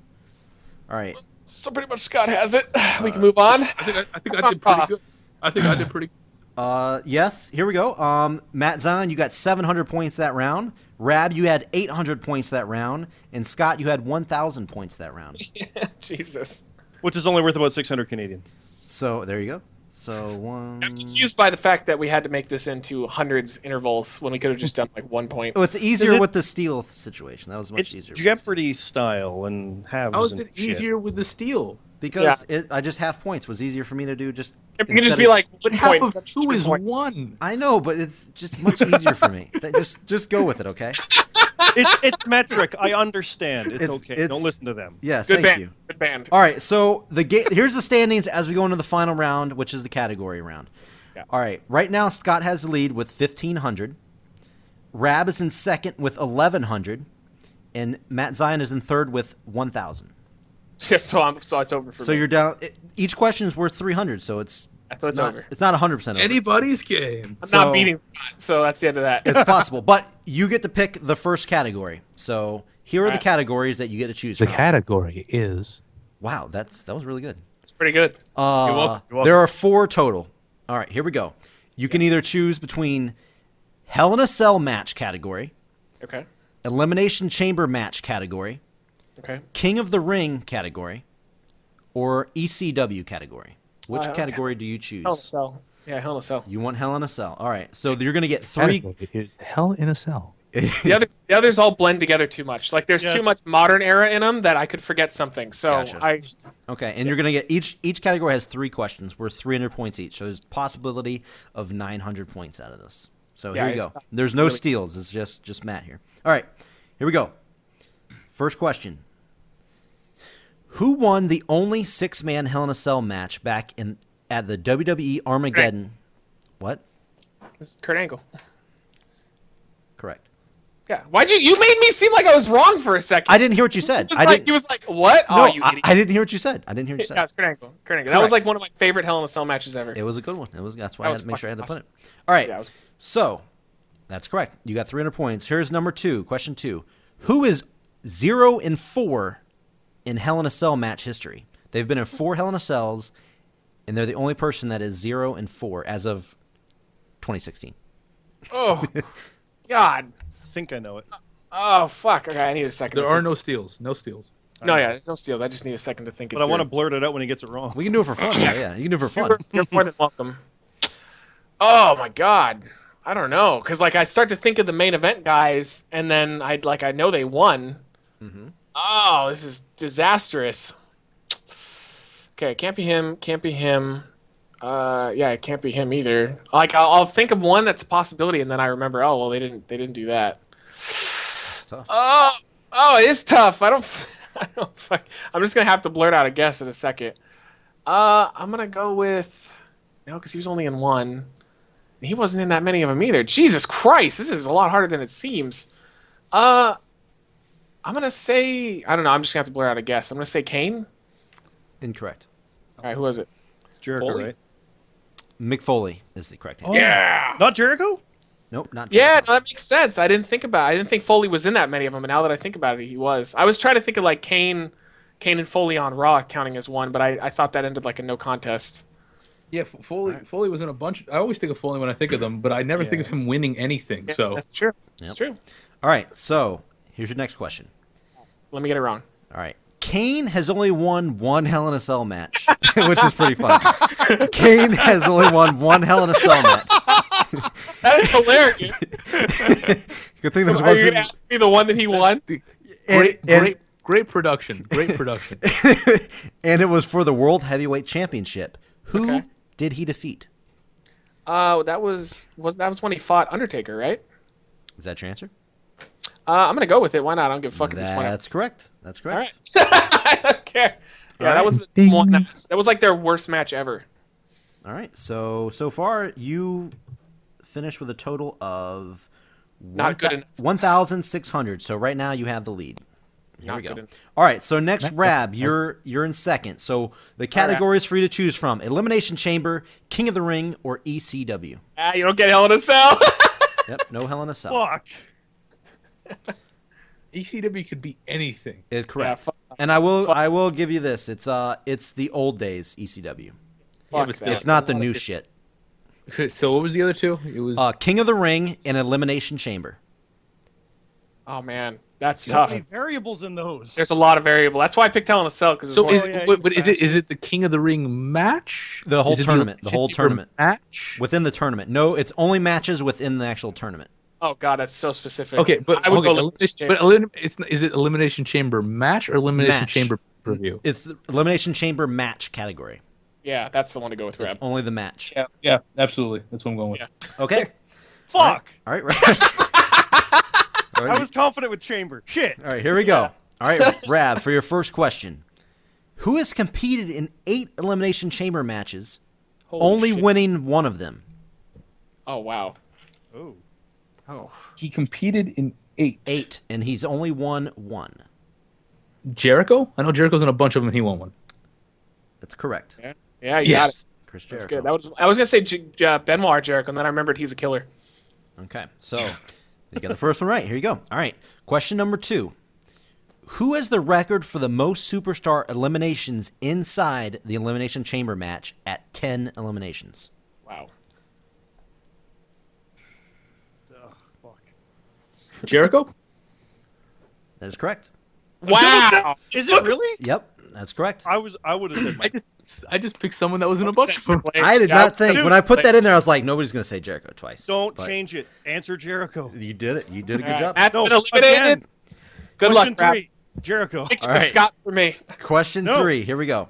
[SPEAKER 3] All right.
[SPEAKER 2] So pretty much Scott has it. [SIGHS] we can move on.
[SPEAKER 4] I think I, I think I did pretty good. I think I did pretty.
[SPEAKER 3] Uh, yes, here we go. Um, Matt Zahn, you got 700 points that round. Rab, you had 800 points that round. And Scott, you had 1,000 points that round.
[SPEAKER 2] [LAUGHS] Jesus.
[SPEAKER 3] Mm.
[SPEAKER 5] Which is only worth about 600 Canadian.
[SPEAKER 3] So there you go. So one.
[SPEAKER 2] I'm confused by the fact that we had to make this into hundreds intervals when we could have just done like one point.
[SPEAKER 3] Oh, it's easier
[SPEAKER 5] Is it-
[SPEAKER 3] with the steal situation. That was much
[SPEAKER 5] It's
[SPEAKER 3] easier. with the steal.
[SPEAKER 5] Jeopardy style and have.
[SPEAKER 4] How is it easier with the steel?
[SPEAKER 3] Because it, I just half points was easier for me to do. Just
[SPEAKER 2] It can just
[SPEAKER 3] instead
[SPEAKER 2] be
[SPEAKER 3] of-
[SPEAKER 2] like one
[SPEAKER 4] But half
[SPEAKER 2] point,
[SPEAKER 4] of
[SPEAKER 2] that's
[SPEAKER 4] two
[SPEAKER 2] three
[SPEAKER 4] is
[SPEAKER 2] points.
[SPEAKER 4] one.
[SPEAKER 3] I know, but it's just much easier
[SPEAKER 2] [LAUGHS]
[SPEAKER 3] for me. Th- just just go with it, okay?
[SPEAKER 4] [LAUGHS]
[SPEAKER 5] It's, it's metric. I understand. It's,
[SPEAKER 3] It's-
[SPEAKER 5] okay.
[SPEAKER 3] it's-
[SPEAKER 5] Don't listen to them.
[SPEAKER 3] Yeah,
[SPEAKER 2] Good
[SPEAKER 3] thank
[SPEAKER 2] band.
[SPEAKER 3] you.
[SPEAKER 2] Good band.
[SPEAKER 3] All right, so the ga- here's the standings as we go into the final round, which is the category round. All right, right now Scott has the lead with 1500. Rab is in second with 1100, and Matt Zion is in third with 1000.
[SPEAKER 2] Yeah, so I'm so it's over for
[SPEAKER 3] So
[SPEAKER 2] me.
[SPEAKER 3] you're down. It, each question is worth 300, so it's
[SPEAKER 2] I
[SPEAKER 3] it's
[SPEAKER 2] thought it's
[SPEAKER 3] not
[SPEAKER 2] over.
[SPEAKER 3] it's not 100 percent.
[SPEAKER 4] Anybody's game.
[SPEAKER 2] I'm
[SPEAKER 3] so-
[SPEAKER 2] not beating Scott, so that's the end of that.
[SPEAKER 3] It's possible, but you get to pick the first category. So here are the
[SPEAKER 2] Alright.
[SPEAKER 3] categories that you get to choose.
[SPEAKER 4] The
[SPEAKER 3] from.
[SPEAKER 4] category is
[SPEAKER 3] Wow, that's that was really good.
[SPEAKER 2] [LAUGHS] It's pretty good.
[SPEAKER 3] Uh,
[SPEAKER 5] welcome, you're welcome.
[SPEAKER 3] There are four total. All right, here we go. You can either choose between Hell in a Cell match category,
[SPEAKER 2] Okay.
[SPEAKER 3] Elimination Chamber match category,
[SPEAKER 2] Okay.
[SPEAKER 3] King of the Ring category, or ECW category. Which
[SPEAKER 2] Uh,
[SPEAKER 3] category do you choose?
[SPEAKER 2] Hell in a cell. Yeah, hell in a cell.
[SPEAKER 3] You want Hell in a Cell. All right, so you're going to get three.
[SPEAKER 4] is hell in a cell.
[SPEAKER 2] The other the others all blend together too much. Like there's
[SPEAKER 5] Yeah.
[SPEAKER 2] too much modern era in them that I could forget something. So
[SPEAKER 3] Gotcha.
[SPEAKER 2] I
[SPEAKER 3] Okay, and you're going to get each each category has three questions worth 300 points each. So there's possibility of 900 points out of this. So
[SPEAKER 2] Yeah,
[SPEAKER 3] here you
[SPEAKER 2] it's
[SPEAKER 3] go.
[SPEAKER 2] not
[SPEAKER 3] There's no steals. It's just just Matt here. All right. Here we go. First question. Who won the only six-man Hell in a Cell match back in at the WWE Armageddon? What?
[SPEAKER 2] it's Kurt Angle.
[SPEAKER 3] Correct.
[SPEAKER 2] Yeah. Why'd you you made me seem like I was wrong for a second?
[SPEAKER 3] I didn't hear what you said.
[SPEAKER 2] Just
[SPEAKER 3] I
[SPEAKER 2] like,
[SPEAKER 3] didn't
[SPEAKER 2] he was like, "What?
[SPEAKER 3] No,
[SPEAKER 2] oh, you
[SPEAKER 3] I,
[SPEAKER 2] idiot!"
[SPEAKER 3] I didn't hear what you said. I didn't hear what you said.
[SPEAKER 2] yeah, it's Kurt Angle. Kurt Angle. That was
[SPEAKER 3] Correct.
[SPEAKER 2] like one of my favorite Hell in a Cell matches ever.
[SPEAKER 3] It was a good one. It was that's why
[SPEAKER 2] That
[SPEAKER 3] I had
[SPEAKER 2] was
[SPEAKER 3] to make sure I had to
[SPEAKER 2] fucking
[SPEAKER 3] put it. All right.
[SPEAKER 2] Yeah, it was-
[SPEAKER 3] So that's correct. You got 300 points. Here's number two. Question two: Who is zero and four in Hell in a Cell match history? They've been in four Hell in a Cells, and they're the only person that is zero and four as of 2016.
[SPEAKER 2] oh, God.
[SPEAKER 3] [LAUGHS]
[SPEAKER 5] I think I know it.
[SPEAKER 2] Oh fuck! Okay, I need a second.
[SPEAKER 4] There
[SPEAKER 2] to
[SPEAKER 4] are
[SPEAKER 2] think.
[SPEAKER 4] no steals. No steals.
[SPEAKER 2] No, yeah, there's no steals. I just need a second to think.
[SPEAKER 5] But I want to blurt it out when he gets it wrong.
[SPEAKER 3] We can do it for fun. though, yeah, you can do it for fun.
[SPEAKER 2] You're, you're more than welcome. Oh my god, I don't know, cause like I start to think of the main event guys, and then I like I know they won. Oh, this is disastrous. Okay, it can't be him. Can't be him. Uh, yeah, it can't be him either. Like I'll, I'll think of one that's a possibility, and then I remember, oh well, they didn't they didn't do that.
[SPEAKER 3] tough.
[SPEAKER 2] Oh, oh, it is tough. I don't, [LAUGHS] I don't. fuck- I'm just gonna have to blurt out a guess in a second. Uh, I'm gonna go with no, because he was only in one. And He wasn't in that many of them either. Jesus Christ, this is a lot harder than it seems. Uh, I'm gonna say I don't know. I'm just gonna have to blur out a guess. I'm gonna say Kane.
[SPEAKER 3] Incorrect.
[SPEAKER 2] All right, who was it?
[SPEAKER 5] Jericho,
[SPEAKER 2] Foley?
[SPEAKER 5] right?
[SPEAKER 3] Mick Foley is the correct
[SPEAKER 4] Oh.
[SPEAKER 3] answer.
[SPEAKER 2] Yeah.
[SPEAKER 5] Not Jericho?
[SPEAKER 3] Nope, not
[SPEAKER 2] Yeah,
[SPEAKER 3] Jericho.
[SPEAKER 2] no, that makes sense. I didn't think about. I didn't think Foley was in that many of them, and now that I think about it, he was. I was trying to think of like Kane, Kane and Foley on Raw counting as one, but I, I thought that ended like a no contest.
[SPEAKER 4] Yeah, F- Foley. Foley was in a bunch. I always think of Foley when I think of them, but I never think of him winning anything.
[SPEAKER 2] Yeah,
[SPEAKER 4] so
[SPEAKER 2] that's true. That's true.
[SPEAKER 3] All right, so here's your next question.
[SPEAKER 2] Let me get it wrong.
[SPEAKER 3] All right. Kane has only won one Hell in a Cell match, [LAUGHS] which is pretty fun. Kane has only won one Hell in a Cell match.
[SPEAKER 2] [LAUGHS] That is [LAUGHS] hilarious.
[SPEAKER 3] Good thing this
[SPEAKER 2] Are you
[SPEAKER 3] wasn't.
[SPEAKER 2] gonna ask me the one [LAUGHS] that he won?
[SPEAKER 3] and-
[SPEAKER 4] great,
[SPEAKER 3] and-
[SPEAKER 4] great, great production. [LAUGHS] Great production.
[SPEAKER 3] [LAUGHS] and it was for the World Heavyweight Championship. Who
[SPEAKER 2] Okay.
[SPEAKER 3] did he defeat?
[SPEAKER 2] Uh, that was was that was when he fought Undertaker, right?
[SPEAKER 3] Is that your answer?
[SPEAKER 2] Uh, I'm gonna go with it. Why not? I don't give a fuck at this point.
[SPEAKER 3] That's correct. That's
[SPEAKER 2] All
[SPEAKER 3] correct.
[SPEAKER 2] right. [LAUGHS] I don't care. Yeah, that was the one. That was, that was like their worst match ever.
[SPEAKER 3] All right. So so far you finished with a total of
[SPEAKER 2] Not good enough.
[SPEAKER 3] One thousand six hundred. So right now you have the lead. Here
[SPEAKER 2] Not
[SPEAKER 3] we go.
[SPEAKER 2] good enough.
[SPEAKER 3] All right. So next, Rab, you're you're in second. So the categories for you to choose from: Elimination Chamber, King of the Ring, or ECW.
[SPEAKER 2] Ah, you don't get Hell in a Cell. [LAUGHS]
[SPEAKER 3] Yep. No Hell in a Cell.
[SPEAKER 5] Fuck.
[SPEAKER 4] ECW E could be anything.
[SPEAKER 3] It's
[SPEAKER 2] yeah,
[SPEAKER 3] correct.
[SPEAKER 2] fuck,
[SPEAKER 3] and I will I will give you this. It's uh it's the old days ECW.
[SPEAKER 2] fuck
[SPEAKER 4] but
[SPEAKER 2] that.
[SPEAKER 3] It's not the new shit.
[SPEAKER 4] So, so what was the other two? It was
[SPEAKER 3] Uh, King of the Ring and Elimination Chamber.
[SPEAKER 2] Oh man, that's
[SPEAKER 5] How
[SPEAKER 2] tough.
[SPEAKER 5] many variables in those?
[SPEAKER 2] There's a lot of variable. That's why I picked Hell in a Cell because
[SPEAKER 4] so. Is,
[SPEAKER 5] Oh, yeah,
[SPEAKER 4] wait, but is it
[SPEAKER 5] you-
[SPEAKER 4] is it the King of the Ring match?
[SPEAKER 3] The whole
[SPEAKER 4] Is it
[SPEAKER 3] tournament, the whole
[SPEAKER 4] Chamber
[SPEAKER 3] tournament.
[SPEAKER 4] match.
[SPEAKER 3] Within the tournament. No, it's only matches within the actual tournament.
[SPEAKER 2] oh god, that's so specific.
[SPEAKER 4] Okay, but
[SPEAKER 2] I would
[SPEAKER 4] okay,
[SPEAKER 2] go
[SPEAKER 4] elim-
[SPEAKER 2] Elimination
[SPEAKER 4] but elim- it's n- is it elimination chamber match or elimination
[SPEAKER 3] Match.
[SPEAKER 4] chamber review?
[SPEAKER 3] It's the Elimination Chamber match category.
[SPEAKER 2] yeah, that's the one to go with. Rab.
[SPEAKER 3] Only the match.
[SPEAKER 2] Yeah.
[SPEAKER 4] Yeah, absolutely. That's what I'm going with.
[SPEAKER 2] Yeah. [LAUGHS]
[SPEAKER 3] Okay.
[SPEAKER 5] Fuck.
[SPEAKER 3] All right. Rab. All
[SPEAKER 5] I
[SPEAKER 3] right.
[SPEAKER 5] was confident with Chamber. Shit.
[SPEAKER 3] All right, here we go. All
[SPEAKER 2] [LAUGHS]
[SPEAKER 3] right, Rab, for your first question. Who has competed in eight Elimination Chamber matches,
[SPEAKER 2] Holy
[SPEAKER 3] only
[SPEAKER 2] shit.
[SPEAKER 3] winning one of them?
[SPEAKER 2] Oh wow.
[SPEAKER 5] Oh.
[SPEAKER 2] Oh.
[SPEAKER 4] He competed in eight.
[SPEAKER 3] Eight, and he's only won one.
[SPEAKER 4] Jericho? I know Jericho's in a bunch of them and he won one.
[SPEAKER 3] That's correct.
[SPEAKER 2] Yeah. Yeah. You got it.
[SPEAKER 4] Yes.
[SPEAKER 3] Chris Jericho.
[SPEAKER 2] That's good. That was. I was gonna say J- J- uh, Benoit Jericho, and then I remembered he's a killer.
[SPEAKER 3] Okay, so you got the first one right. Here you go. All right, question number two: Who has the record for the most superstar eliminations inside the elimination chamber match at ten eliminations?
[SPEAKER 2] Wow.
[SPEAKER 5] Fuck.
[SPEAKER 4] Jericho?
[SPEAKER 3] That is correct.
[SPEAKER 2] Wow.
[SPEAKER 5] Is it really?
[SPEAKER 3] Yep, that's correct.
[SPEAKER 5] I was. I would have said.
[SPEAKER 4] I
[SPEAKER 5] Mike.
[SPEAKER 4] just I just picked someone that was in a bunch of them.
[SPEAKER 3] I did
[SPEAKER 2] Yeah,
[SPEAKER 3] not think
[SPEAKER 2] dude,
[SPEAKER 3] when I put
[SPEAKER 2] like,
[SPEAKER 3] that in there, I was like, nobody's going to say Jericho twice.
[SPEAKER 5] Don't
[SPEAKER 3] but
[SPEAKER 5] change it. Answer Jericho.
[SPEAKER 3] You did it. You did a good
[SPEAKER 2] all right,
[SPEAKER 3] job.
[SPEAKER 2] Matt's
[SPEAKER 5] No,
[SPEAKER 2] been eliminated.
[SPEAKER 5] again.
[SPEAKER 2] Good
[SPEAKER 5] Question
[SPEAKER 2] luck, Rab.
[SPEAKER 5] three. Jericho.
[SPEAKER 2] Stick to
[SPEAKER 3] All right.
[SPEAKER 2] Scott for me. [LAUGHS]
[SPEAKER 3] Question
[SPEAKER 5] No.
[SPEAKER 3] three. Here we go.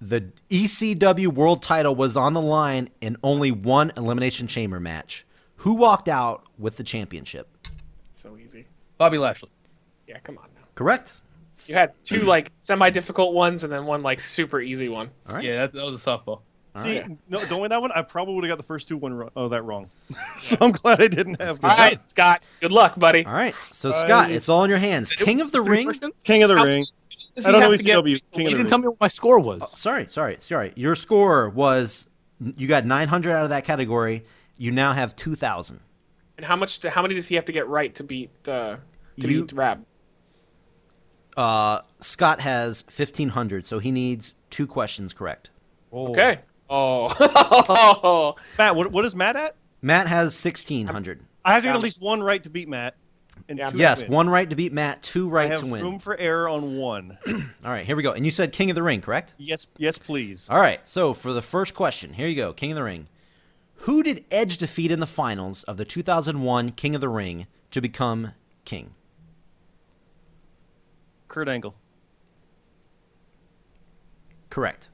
[SPEAKER 3] The ECW World Title was on the line in only one elimination chamber match. Who walked out with the championship?
[SPEAKER 2] So easy.
[SPEAKER 4] Bobby Lashley.
[SPEAKER 2] Yeah, come on now.
[SPEAKER 3] Correct.
[SPEAKER 2] You had two like semi-difficult ones, and then one like super easy one.
[SPEAKER 3] Right.
[SPEAKER 4] Yeah, that's, that was a softball.
[SPEAKER 5] See, no, don't win that one. I probably would have got the first two one wrong. Oh, that wrong. [LAUGHS] so I'm glad I didn't have
[SPEAKER 2] All
[SPEAKER 5] that.
[SPEAKER 2] right, Scott. Good luck, buddy.
[SPEAKER 3] All right. So Scott, it's all in your hands. King of the
[SPEAKER 4] Three
[SPEAKER 3] Ring.
[SPEAKER 4] questions?
[SPEAKER 5] King of the
[SPEAKER 2] How-
[SPEAKER 5] Ring.
[SPEAKER 2] Does
[SPEAKER 5] I
[SPEAKER 2] he
[SPEAKER 5] don't know
[SPEAKER 2] have to get-
[SPEAKER 5] ECW. King
[SPEAKER 4] You
[SPEAKER 5] of the
[SPEAKER 4] didn't
[SPEAKER 5] Ring.
[SPEAKER 4] tell me what my score was.
[SPEAKER 3] Sorry, sorry, sorry. Your score was you got 900 out of that category. You now have 2,000.
[SPEAKER 2] And how much? How many does he have to get right to beat uh, to
[SPEAKER 3] You-
[SPEAKER 2] beat Rab?
[SPEAKER 3] Uh, Scott has 1,500, so he needs two questions correct.
[SPEAKER 2] Okay. Oh. [LAUGHS]
[SPEAKER 5] Matt, what, what is Matt at?
[SPEAKER 3] Matt has 1,600.
[SPEAKER 5] I have to get
[SPEAKER 2] Um,
[SPEAKER 5] at least one right to beat Matt. and
[SPEAKER 2] Yeah.
[SPEAKER 5] two
[SPEAKER 3] Yes,
[SPEAKER 5] to win.
[SPEAKER 3] one right to beat Matt, two
[SPEAKER 5] I
[SPEAKER 3] right
[SPEAKER 5] have
[SPEAKER 3] to win.
[SPEAKER 5] room for error on one.
[SPEAKER 3] All right, here we go. And you said King of the Ring, correct?
[SPEAKER 5] yes, yes, please.
[SPEAKER 3] All right, so for the first question, here you go King of the Ring. Who did Edge defeat in the finals of the 2001 King of the Ring to become king?
[SPEAKER 5] Kurt Angle.
[SPEAKER 3] Correct.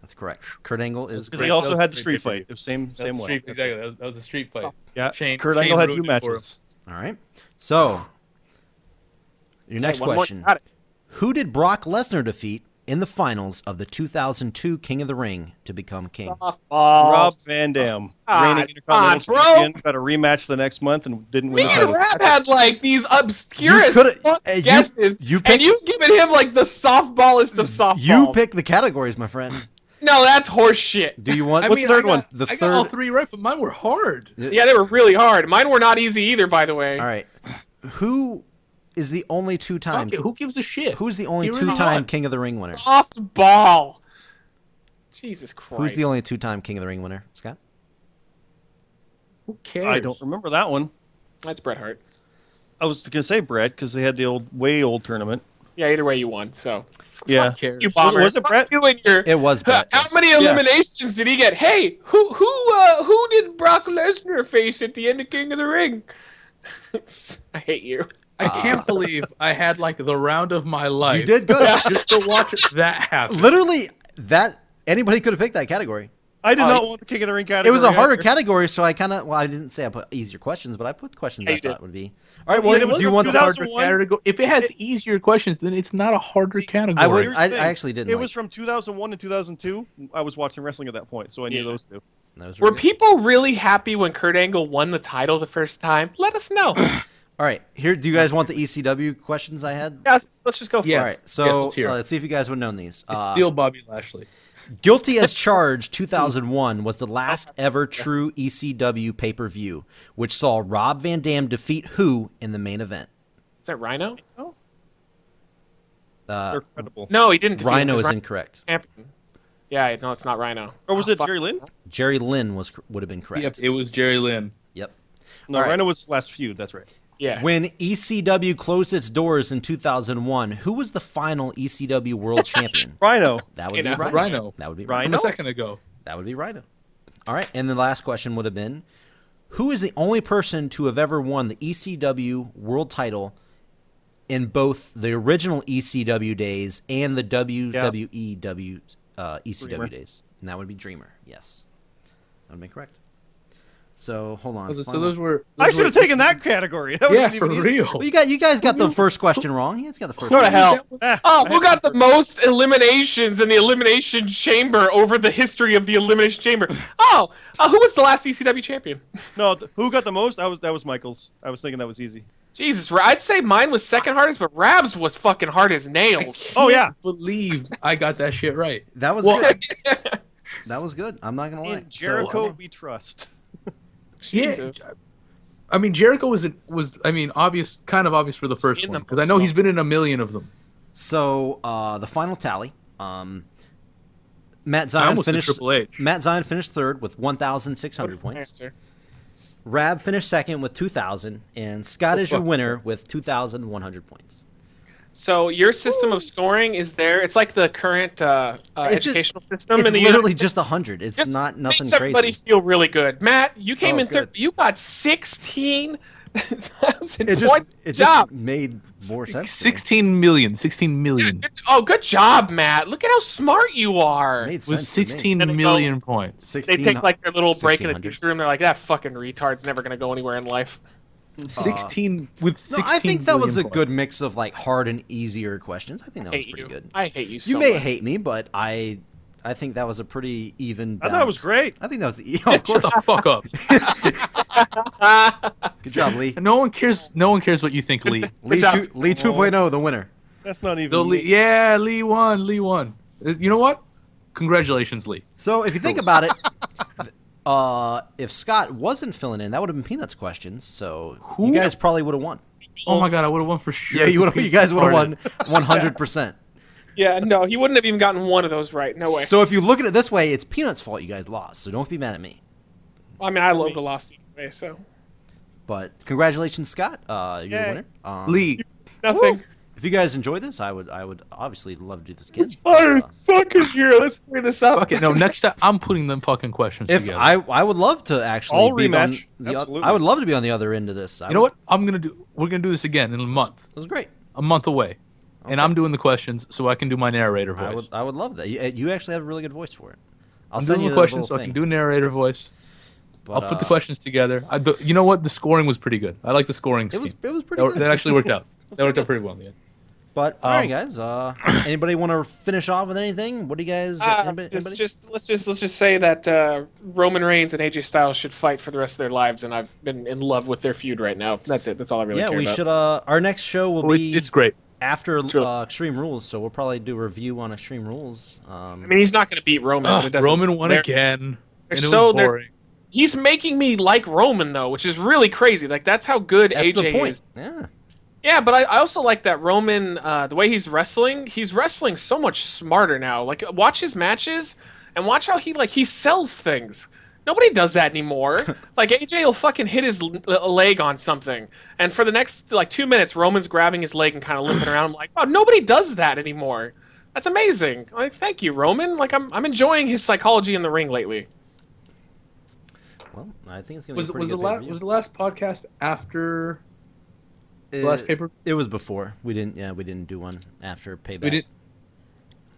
[SPEAKER 3] That's correct. Kurt Angle is
[SPEAKER 5] Because he
[SPEAKER 4] That
[SPEAKER 5] also
[SPEAKER 4] was
[SPEAKER 5] had
[SPEAKER 4] pretty
[SPEAKER 5] the street
[SPEAKER 4] good for you.
[SPEAKER 5] fight. The same,
[SPEAKER 4] That was
[SPEAKER 5] same way.
[SPEAKER 4] street- exactly. That was, that was a street fight.
[SPEAKER 5] Yeah.
[SPEAKER 4] Shane-
[SPEAKER 5] Kurt
[SPEAKER 4] Shane
[SPEAKER 5] Angle had two
[SPEAKER 4] ruined it for
[SPEAKER 5] matches.
[SPEAKER 3] All right. So, your next
[SPEAKER 2] one more.
[SPEAKER 3] question.
[SPEAKER 2] Got it.
[SPEAKER 3] Who did Brock Lesnar defeat in the finals of the 2002 King of the Ring to become king? Oh,
[SPEAKER 2] Softball.
[SPEAKER 5] Rob Van Dam,
[SPEAKER 3] Ah,
[SPEAKER 2] God,
[SPEAKER 5] reigning Intercontinental
[SPEAKER 2] God, bro.
[SPEAKER 5] Champion, got a rematch the next month and didn't
[SPEAKER 2] Me
[SPEAKER 5] win. the
[SPEAKER 2] and
[SPEAKER 5] title.
[SPEAKER 2] Rap had like these obscure
[SPEAKER 3] You
[SPEAKER 2] as
[SPEAKER 3] coulda-
[SPEAKER 2] fuck
[SPEAKER 3] uh, you-
[SPEAKER 2] guesses,
[SPEAKER 3] you
[SPEAKER 2] and
[SPEAKER 3] picked-
[SPEAKER 2] you giving him like the softballest of softball.
[SPEAKER 3] You pick the categories, my friend.
[SPEAKER 2] No, that's horse shit.
[SPEAKER 3] Do you want
[SPEAKER 5] What's the third
[SPEAKER 4] I got,
[SPEAKER 5] one?
[SPEAKER 3] The
[SPEAKER 4] I got all
[SPEAKER 3] third-
[SPEAKER 4] three right, but mine were hard.
[SPEAKER 2] Yeah, they were really hard. Mine were not easy either, by the way.
[SPEAKER 3] All right. Who is the only two-time
[SPEAKER 4] Fuck it, who gives a shit?
[SPEAKER 3] Who's the only
[SPEAKER 4] You really
[SPEAKER 3] two-time
[SPEAKER 4] won.
[SPEAKER 3] King of the Ring winner?
[SPEAKER 2] Softball. Jesus Christ.
[SPEAKER 3] Who's the only two-time King of the Ring winner? Scott?
[SPEAKER 4] Who cares?
[SPEAKER 5] I don't remember that one.
[SPEAKER 2] That's Bret Hart.
[SPEAKER 5] I was gonna say Brett because they had the old way old tournament.
[SPEAKER 2] Yeah, either way you won. So
[SPEAKER 5] Yeah,
[SPEAKER 4] Fuck cares.
[SPEAKER 2] you bomber.
[SPEAKER 5] was it
[SPEAKER 2] Fuck
[SPEAKER 5] Bret?
[SPEAKER 2] You and your,
[SPEAKER 3] It was Brett.
[SPEAKER 2] [LAUGHS] How many eliminations did he get? Hey, who who uh, who did Brock Lesnar face at the end of King of the Ring? [LAUGHS] I hate you.
[SPEAKER 4] I can't believe I had like the round of my life.
[SPEAKER 3] You did good.
[SPEAKER 4] just to watch that happen.
[SPEAKER 3] Literally that anybody could have picked that category.
[SPEAKER 5] I did
[SPEAKER 2] Oh,
[SPEAKER 5] not want the King of the Ring
[SPEAKER 3] It
[SPEAKER 5] category.
[SPEAKER 3] was a harder
[SPEAKER 5] either.
[SPEAKER 3] category, so I kind of well, I didn't say I put easier questions, but I put questions
[SPEAKER 2] Yeah,
[SPEAKER 3] I
[SPEAKER 2] you did.
[SPEAKER 3] thought would be. All right, well,
[SPEAKER 5] it was
[SPEAKER 3] do you
[SPEAKER 5] a
[SPEAKER 3] want the
[SPEAKER 5] 2000
[SPEAKER 4] Harder
[SPEAKER 5] 2001?
[SPEAKER 4] category. If it has easier questions, then it's not a harder category.
[SPEAKER 3] I would-
[SPEAKER 5] Here's
[SPEAKER 3] I-
[SPEAKER 5] the
[SPEAKER 3] I
[SPEAKER 5] thing.
[SPEAKER 3] actually didn't
[SPEAKER 5] It
[SPEAKER 3] like
[SPEAKER 5] was from 2001 to 2002. I was watching wrestling at that point, so I knew
[SPEAKER 2] Yeah.
[SPEAKER 5] those two.
[SPEAKER 3] That was
[SPEAKER 2] Were
[SPEAKER 3] really good.
[SPEAKER 2] people really happy when Kurt Angle won the title the first time? Let us
[SPEAKER 3] [CLEARS THROAT]
[SPEAKER 2] know.
[SPEAKER 3] All right, here. Do you guys want the ECW questions I had?
[SPEAKER 2] yes, let's just go for
[SPEAKER 4] Yes.
[SPEAKER 3] All
[SPEAKER 2] it.
[SPEAKER 3] right, so
[SPEAKER 4] Yes, let's hear
[SPEAKER 3] uh,
[SPEAKER 4] it.
[SPEAKER 3] let's see if you guys would have known these.
[SPEAKER 4] It's
[SPEAKER 3] Uh,
[SPEAKER 4] still Bobby Lashley.
[SPEAKER 3] Guilty as Charged 2001 was the last ever true E ECW pay per view, which saw Rob Van Dam defeat who in the main event?
[SPEAKER 2] Is that Rhino?
[SPEAKER 3] Uh,
[SPEAKER 5] They're credible.
[SPEAKER 2] No, he didn't. defeat him,
[SPEAKER 3] Rhino
[SPEAKER 2] 'cause
[SPEAKER 3] is
[SPEAKER 2] Rhino's
[SPEAKER 3] incorrect.
[SPEAKER 2] champion. Yeah, no, it's not Rhino. Oh,
[SPEAKER 5] Or was it
[SPEAKER 2] fuck.
[SPEAKER 5] Jerry Lynn?
[SPEAKER 3] Jerry Lynn was cor- would have been correct.
[SPEAKER 4] Yep, it was Jerry Lynn.
[SPEAKER 3] Yep.
[SPEAKER 5] No,
[SPEAKER 3] All right.
[SPEAKER 5] Rhino was the last feud. That's right.
[SPEAKER 2] Yeah.
[SPEAKER 3] When ECW closed its doors in 2001, who was the final ECW World Champion?
[SPEAKER 5] Rhino.
[SPEAKER 3] That
[SPEAKER 2] You
[SPEAKER 3] would be
[SPEAKER 2] know,
[SPEAKER 3] Rhino.
[SPEAKER 4] Rhino.
[SPEAKER 3] That would be
[SPEAKER 5] Rhino.
[SPEAKER 4] From a second ago.
[SPEAKER 3] That would be Rhino. All right, and the last question would have been, who is the only person to have ever won the ECW World Title in both the original ECW days and the WWE W, uh, ECW
[SPEAKER 5] Dreamer.
[SPEAKER 3] days? And that would be Dreamer. Yes, that would be correct. So hold on.
[SPEAKER 4] So, so
[SPEAKER 3] final-
[SPEAKER 4] those were.
[SPEAKER 5] I
[SPEAKER 4] those
[SPEAKER 5] should
[SPEAKER 4] were-
[SPEAKER 5] have taken that category. That
[SPEAKER 4] Yeah,
[SPEAKER 5] would've
[SPEAKER 4] for
[SPEAKER 5] been easy.
[SPEAKER 4] real.
[SPEAKER 3] Well, you got you guys got the first question wrong. You guys got the first.
[SPEAKER 2] Go to
[SPEAKER 3] one.
[SPEAKER 2] hell.
[SPEAKER 5] Ah,
[SPEAKER 2] Oh, who got the most eliminations in the elimination chamber over the history of the elimination chamber? Oh, uh, who was the last ECW champion?
[SPEAKER 5] no, th- who got the most? I was that was Michaels. I was thinking that was easy.
[SPEAKER 2] Jesus, Ra- I'd say mine was second hardest, but Rab's was fucking hard as
[SPEAKER 3] [LAUGHS]
[SPEAKER 2] nails.
[SPEAKER 5] Oh yeah,
[SPEAKER 4] Believe I got that shit right.
[SPEAKER 3] That was
[SPEAKER 4] Well-
[SPEAKER 3] good.
[SPEAKER 5] [LAUGHS]
[SPEAKER 3] that was good. I'm not gonna lie.
[SPEAKER 5] in Jericho
[SPEAKER 3] So,
[SPEAKER 5] we trust.
[SPEAKER 2] Jesus.
[SPEAKER 4] Yeah. I mean, Jericho was in, was I mean, obvious, kind of obvious for the first
[SPEAKER 2] in the
[SPEAKER 4] one because I know
[SPEAKER 2] most
[SPEAKER 4] he's been in a million of them.
[SPEAKER 3] so uh, the final tally. Um, Matt
[SPEAKER 4] I
[SPEAKER 3] Zion
[SPEAKER 4] almost said
[SPEAKER 3] finished.
[SPEAKER 4] Triple H.
[SPEAKER 3] Matt Zion finished third with 1,600 points.
[SPEAKER 2] Answer.
[SPEAKER 3] Rab finished second with 2,000, and Scott is your
[SPEAKER 4] fuck.
[SPEAKER 3] winner with 2,100 points.
[SPEAKER 2] So your system of scoring is there. It's like the current uh, uh,
[SPEAKER 3] It's just-
[SPEAKER 2] educational system
[SPEAKER 3] It's
[SPEAKER 2] in the
[SPEAKER 3] literally
[SPEAKER 2] United-
[SPEAKER 3] just 100. It's
[SPEAKER 2] Just
[SPEAKER 3] not nothing
[SPEAKER 2] makes everybody
[SPEAKER 3] crazy.
[SPEAKER 2] feel really good. Matt, you came
[SPEAKER 3] Oh,
[SPEAKER 2] in third.
[SPEAKER 3] good.
[SPEAKER 2] You got sixteen thousand
[SPEAKER 3] It just
[SPEAKER 2] points.
[SPEAKER 3] it
[SPEAKER 2] job.
[SPEAKER 3] just made more sense. to me.
[SPEAKER 4] 16 million, 16 million
[SPEAKER 2] Good- oh, good job, Matt. Look at how smart you are.
[SPEAKER 3] It made
[SPEAKER 4] was
[SPEAKER 3] sense to me.
[SPEAKER 4] 16
[SPEAKER 2] And it
[SPEAKER 4] million points.
[SPEAKER 3] 16
[SPEAKER 2] They take like their little break in the
[SPEAKER 3] 1600.
[SPEAKER 2] teacher room. They're like, that fucking retard's never gonna go anywhere in life.
[SPEAKER 4] 16 with 16
[SPEAKER 3] No, I think that was a
[SPEAKER 4] million
[SPEAKER 3] good mix of like hard and easier questions. I think that
[SPEAKER 2] I
[SPEAKER 3] was
[SPEAKER 2] hate
[SPEAKER 3] pretty
[SPEAKER 2] you.
[SPEAKER 3] good.
[SPEAKER 2] I hate you. So
[SPEAKER 3] You may
[SPEAKER 2] much.
[SPEAKER 3] hate me, but I I think that was a pretty even.
[SPEAKER 5] I thought it was
[SPEAKER 3] balanced-
[SPEAKER 5] great.
[SPEAKER 3] I think that was the E. [LAUGHS] Oh, of
[SPEAKER 4] points.
[SPEAKER 3] course.
[SPEAKER 4] Shut the fuck up.
[SPEAKER 3] Good job, Lee.
[SPEAKER 4] No one cares. No one cares what you think, Lee.
[SPEAKER 3] Lee
[SPEAKER 2] job.
[SPEAKER 3] two, Lee 2.0, the winner.
[SPEAKER 5] That's not even.
[SPEAKER 4] Though Lee, yeah, Lee won. Lee won. Uh, You know what? Congratulations, Lee.
[SPEAKER 3] So if you think about it, uh, if Scott wasn't filling in, that would have been Peanuts questions. So you
[SPEAKER 4] Who-
[SPEAKER 3] guys probably would have won.
[SPEAKER 4] Oh my god, I would have won for sure.
[SPEAKER 3] Yeah, you would.
[SPEAKER 4] Please
[SPEAKER 3] You guys would have
[SPEAKER 4] [LAUGHS] pardon.
[SPEAKER 3] won 100. percent
[SPEAKER 2] Yeah, no, he wouldn't have even gotten one of those right. No way.
[SPEAKER 3] So if you look at it this way, it's Peanuts' fault you guys lost. So don't be mad at me.
[SPEAKER 2] I mean, I logo lost anyway, so
[SPEAKER 3] But congratulations, Scott. Uh, you're
[SPEAKER 2] Yay.
[SPEAKER 3] the winner. Um,
[SPEAKER 6] Lee,
[SPEAKER 2] Nothing.
[SPEAKER 3] If you guys enjoy this, I would I would obviously love to do this again.
[SPEAKER 2] Fire
[SPEAKER 3] Uh,
[SPEAKER 2] is fucking here. Let's clean this up.
[SPEAKER 4] Fuck it. No, next time I'm putting them fucking questions
[SPEAKER 3] if
[SPEAKER 4] together.
[SPEAKER 3] I I would love to actually
[SPEAKER 5] I'll
[SPEAKER 3] be on
[SPEAKER 5] rematch.
[SPEAKER 3] the oth-
[SPEAKER 5] Absolutely.
[SPEAKER 3] I would love to be on the other end of this. I
[SPEAKER 4] you know
[SPEAKER 3] would-
[SPEAKER 4] what? I'm gonna do. We're gonna do this again in a month.
[SPEAKER 3] It was great.
[SPEAKER 4] A month away, and I'm doing the questions so I can do my narrator voice.
[SPEAKER 3] I would I would love that. You, eh, you actually have a really good voice for it. I'll
[SPEAKER 4] I'm
[SPEAKER 3] send
[SPEAKER 4] doing
[SPEAKER 3] you
[SPEAKER 4] the
[SPEAKER 3] the
[SPEAKER 4] questions so
[SPEAKER 3] little
[SPEAKER 4] I can
[SPEAKER 3] thing,
[SPEAKER 4] do a narrator voice.
[SPEAKER 3] but,
[SPEAKER 4] I'll put the
[SPEAKER 3] uh,
[SPEAKER 4] questions together. I, the, you know what? The scoring was pretty good. I like the scoring.
[SPEAKER 3] It was
[SPEAKER 4] scheme.
[SPEAKER 3] it was pretty
[SPEAKER 4] That,
[SPEAKER 3] good.
[SPEAKER 4] that actually worked out. Um, That worked out pretty well. in the end.
[SPEAKER 3] [LAUGHS] But all right, guys. Uh, anybody want to finish off with anything? What do you guys?
[SPEAKER 2] Uh,
[SPEAKER 3] anybody,
[SPEAKER 2] it's
[SPEAKER 3] anybody?
[SPEAKER 2] just let's just let's just say that uh, Roman Reigns and AJ Styles should fight for the rest of their lives, and I've been in love with their feud right now. That's it. That's all I really
[SPEAKER 3] yeah,
[SPEAKER 2] care
[SPEAKER 3] we
[SPEAKER 2] about.
[SPEAKER 3] should. Uh, our next show will
[SPEAKER 4] Well,
[SPEAKER 3] be
[SPEAKER 4] it's, it's great.
[SPEAKER 3] after
[SPEAKER 2] really-
[SPEAKER 3] uh, Extreme Rules, so we'll probably do a review on Extreme Rules. Um,
[SPEAKER 2] I mean, he's not going to beat Roman.
[SPEAKER 4] Ugh,
[SPEAKER 2] but it doesn't-
[SPEAKER 4] Roman won
[SPEAKER 2] they're-
[SPEAKER 4] again.
[SPEAKER 2] they're
[SPEAKER 4] and it was
[SPEAKER 2] so- there's-
[SPEAKER 4] boring.
[SPEAKER 2] He's making me like Roman though, which is really crazy. Like that's how good
[SPEAKER 3] that's
[SPEAKER 2] AJ
[SPEAKER 3] the point.
[SPEAKER 2] is.
[SPEAKER 3] Yeah,
[SPEAKER 2] Yeah, but I, I also like that Roman, uh, the way he's wrestling. He's wrestling so much smarter now. Like, watch his matches and watch how he like he sells things. Nobody does that
[SPEAKER 3] [LAUGHS]
[SPEAKER 2] anymore. like AJ will fucking hit his l- l- leg on something, and for the next like two minutes, Roman's grabbing his leg and kind of limping around. I'm like, wow, nobody does that anymore. That's amazing. Like, thank you, Roman. Like, I'm I'm enjoying his psychology in the ring lately.
[SPEAKER 3] well, I think it's gonna
[SPEAKER 4] was
[SPEAKER 3] be a pretty
[SPEAKER 4] was the
[SPEAKER 3] good
[SPEAKER 4] last
[SPEAKER 3] pay-per-view.
[SPEAKER 4] was the last podcast after the
[SPEAKER 3] Uh,
[SPEAKER 4] last paper?
[SPEAKER 3] It was before we didn't. Yeah, we didn't do one after payback.
[SPEAKER 4] We didn't.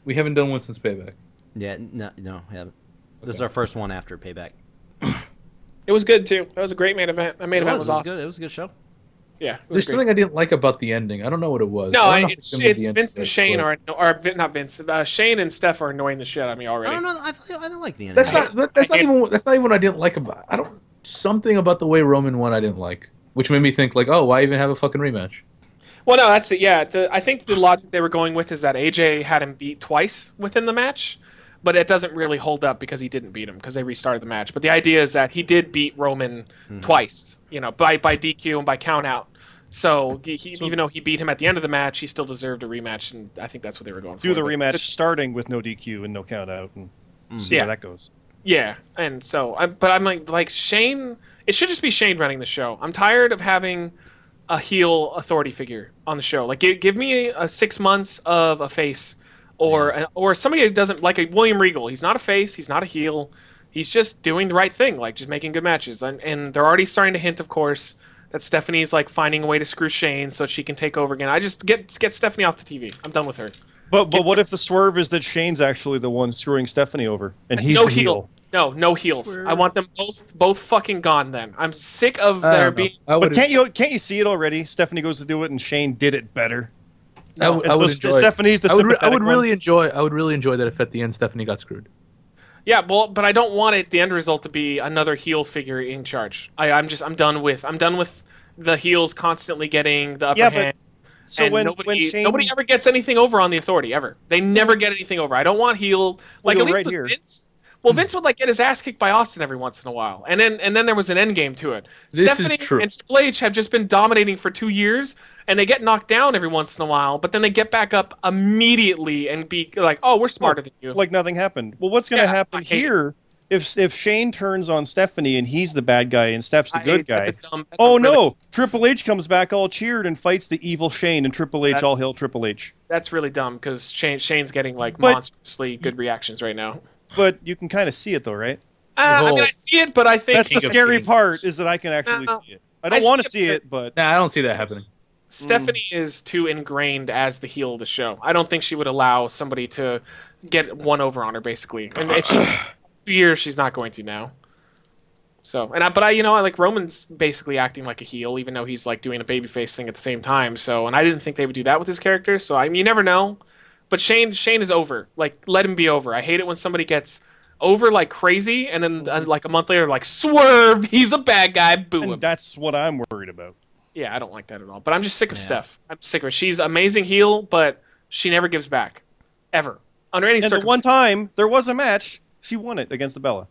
[SPEAKER 4] We haven't done one since payback.
[SPEAKER 3] Yeah, no, no, we haven't. This is
[SPEAKER 4] Okay.
[SPEAKER 3] our first one after payback.
[SPEAKER 2] It was good too. That was a great main event. That main
[SPEAKER 3] it
[SPEAKER 2] event was,
[SPEAKER 3] was, it was
[SPEAKER 2] awesome.
[SPEAKER 3] good. It was a good show.
[SPEAKER 2] Yeah, it was
[SPEAKER 4] There's
[SPEAKER 2] great.
[SPEAKER 4] something I didn't like about the ending. I don't know what it was.
[SPEAKER 2] No,
[SPEAKER 4] I
[SPEAKER 2] I
[SPEAKER 4] don't know if
[SPEAKER 2] it's
[SPEAKER 4] gonna be
[SPEAKER 2] it's
[SPEAKER 4] the end
[SPEAKER 2] Vince and
[SPEAKER 4] of it,
[SPEAKER 2] Shane
[SPEAKER 4] but-
[SPEAKER 2] are or Vin- not Vince. Uh, Shane and Steph are annoying the shit out of me already.
[SPEAKER 3] I don't know. I, feel- I don't like the ending.
[SPEAKER 4] That's not. That, that's
[SPEAKER 2] I
[SPEAKER 4] not even. what- That's not even what I didn't like about. I don't. Something about the way Roman won I didn't like, which made me think like, oh, why even have a fucking rematch?
[SPEAKER 2] Well, no, that's it. Yeah, the, I think the logic they were going with is that AJ had him beat twice within the match, but it doesn't really hold up because he didn't beat him because they restarted the match. But the idea is that he did beat Roman twice, you know, by by DQ and by count out. So, he, he- even though he beat him at the end of the match, he still deserved a rematch, and I think that's what they were going for.
[SPEAKER 5] Do the
[SPEAKER 2] But it's
[SPEAKER 5] rematch
[SPEAKER 2] a-
[SPEAKER 5] starting with no DQ and no count out and see
[SPEAKER 2] Yeah.
[SPEAKER 5] where that goes.
[SPEAKER 2] Yeah, and so I, but I'm like, like Shane. It should just be Shane running the show. I'm tired of having a heel authority figure on the show. Like, give, give me a, six months of a face, or an, or somebody who doesn't like a William Regal. He's not a face. He's not a heel. He's just doing the right thing, like just making good matches. And and they're already starting to hint, of course, that Stephanie's like finding a way to screw Shane so she can take over again. I just get get Stephanie off the TV. I'm done with her.
[SPEAKER 5] But but what if the swerve is that Shane's actually the one screwing Stephanie over and he's
[SPEAKER 2] no
[SPEAKER 5] the heel?
[SPEAKER 2] heels. No, no heels. I want them both both fucking gone. Then I'm sick of
[SPEAKER 4] I
[SPEAKER 2] there
[SPEAKER 4] don't know.
[SPEAKER 2] being.
[SPEAKER 4] I
[SPEAKER 5] But
[SPEAKER 4] would.
[SPEAKER 5] can't you can't you see it already? Stephanie goes to do it and Shane did it better.
[SPEAKER 4] I would,
[SPEAKER 5] And
[SPEAKER 4] I
[SPEAKER 5] so
[SPEAKER 4] would
[SPEAKER 5] Ste-
[SPEAKER 4] enjoy. it.
[SPEAKER 5] Stephanie's the
[SPEAKER 4] I would. re- I
[SPEAKER 5] sympathetic
[SPEAKER 4] would
[SPEAKER 5] one.
[SPEAKER 4] really enjoy. I would really enjoy that if at the end Stephanie got screwed.
[SPEAKER 2] Yeah, well, but I don't want it. The end result to be another heel figure in charge. I, I'm just I'm done with I'm done with the heels constantly getting the upper
[SPEAKER 5] Yeah, but-
[SPEAKER 2] hand.
[SPEAKER 5] So
[SPEAKER 2] and
[SPEAKER 5] when
[SPEAKER 2] nobody e,
[SPEAKER 5] when Shane
[SPEAKER 2] nobody ever gets anything over on the authority ever. They never get anything over. I don't want heel like at
[SPEAKER 5] you're
[SPEAKER 2] least
[SPEAKER 5] right
[SPEAKER 2] with
[SPEAKER 5] here.
[SPEAKER 2] Vince. Well,
[SPEAKER 4] Hmm.
[SPEAKER 2] Vince would like get his ass kicked by Austin every once in a while, and then and then there was an end game to it.
[SPEAKER 4] This is
[SPEAKER 2] Stephanie
[SPEAKER 4] true.
[SPEAKER 2] and Triple H have just been dominating for two years, and they get knocked down every once in a while, but then they get back up immediately and be like, "Oh, we're smarter than you."
[SPEAKER 5] like nothing happened. Well, what's going to
[SPEAKER 2] Yeah,
[SPEAKER 5] happen
[SPEAKER 2] I hate it.
[SPEAKER 5] here if if Shane turns on Stephanie and he's the bad guy and Steph's the
[SPEAKER 2] I-
[SPEAKER 5] good guy?
[SPEAKER 2] that's a dumb- that's a
[SPEAKER 5] oh
[SPEAKER 2] really-
[SPEAKER 5] no! Triple H comes back all cheered and fights the evil Shane, and Triple H all
[SPEAKER 2] That's-
[SPEAKER 5] hail Triple H.
[SPEAKER 2] That's really dumb because Shane, Shane's getting like
[SPEAKER 5] But-
[SPEAKER 2] monstrously good reactions right now.
[SPEAKER 5] But you can kind of see it though, right?
[SPEAKER 2] Uh, I mean, I see it, but I think
[SPEAKER 5] That's the
[SPEAKER 4] King of
[SPEAKER 5] scary
[SPEAKER 4] Kings.
[SPEAKER 5] part is that I can actually
[SPEAKER 2] No,
[SPEAKER 5] see it. I
[SPEAKER 2] I
[SPEAKER 5] don't
[SPEAKER 2] see
[SPEAKER 5] want to
[SPEAKER 2] it,
[SPEAKER 5] see
[SPEAKER 2] but-
[SPEAKER 5] it, but
[SPEAKER 4] Nah, I don't see that happening.
[SPEAKER 2] Stephanie is too ingrained as the heel of the show. I don't think she would allow somebody to get one over on her, basically. And if she two years, she's not going to now. So, and I, but I, you know, I like Roman's basically acting like a heel, even though he's like doing a babyface thing at the same time. So, and I didn't think they would do that with his character. So, I mean, you never know. But Shane, Shane is over. Like, let him be over. I hate it when somebody gets over like crazy, and then uh, like a month later, like swerve, he's a bad guy. Boo him.
[SPEAKER 5] and that's what I'm worried about.
[SPEAKER 2] Yeah, I don't like that at all. But I'm just sick of
[SPEAKER 3] Yeah.
[SPEAKER 2] Steph. I'm sick of her. She's amazing heel, but she never gives back, ever, under any
[SPEAKER 5] And the
[SPEAKER 2] circumstance.
[SPEAKER 5] one time there was a match, she won it against the Bella.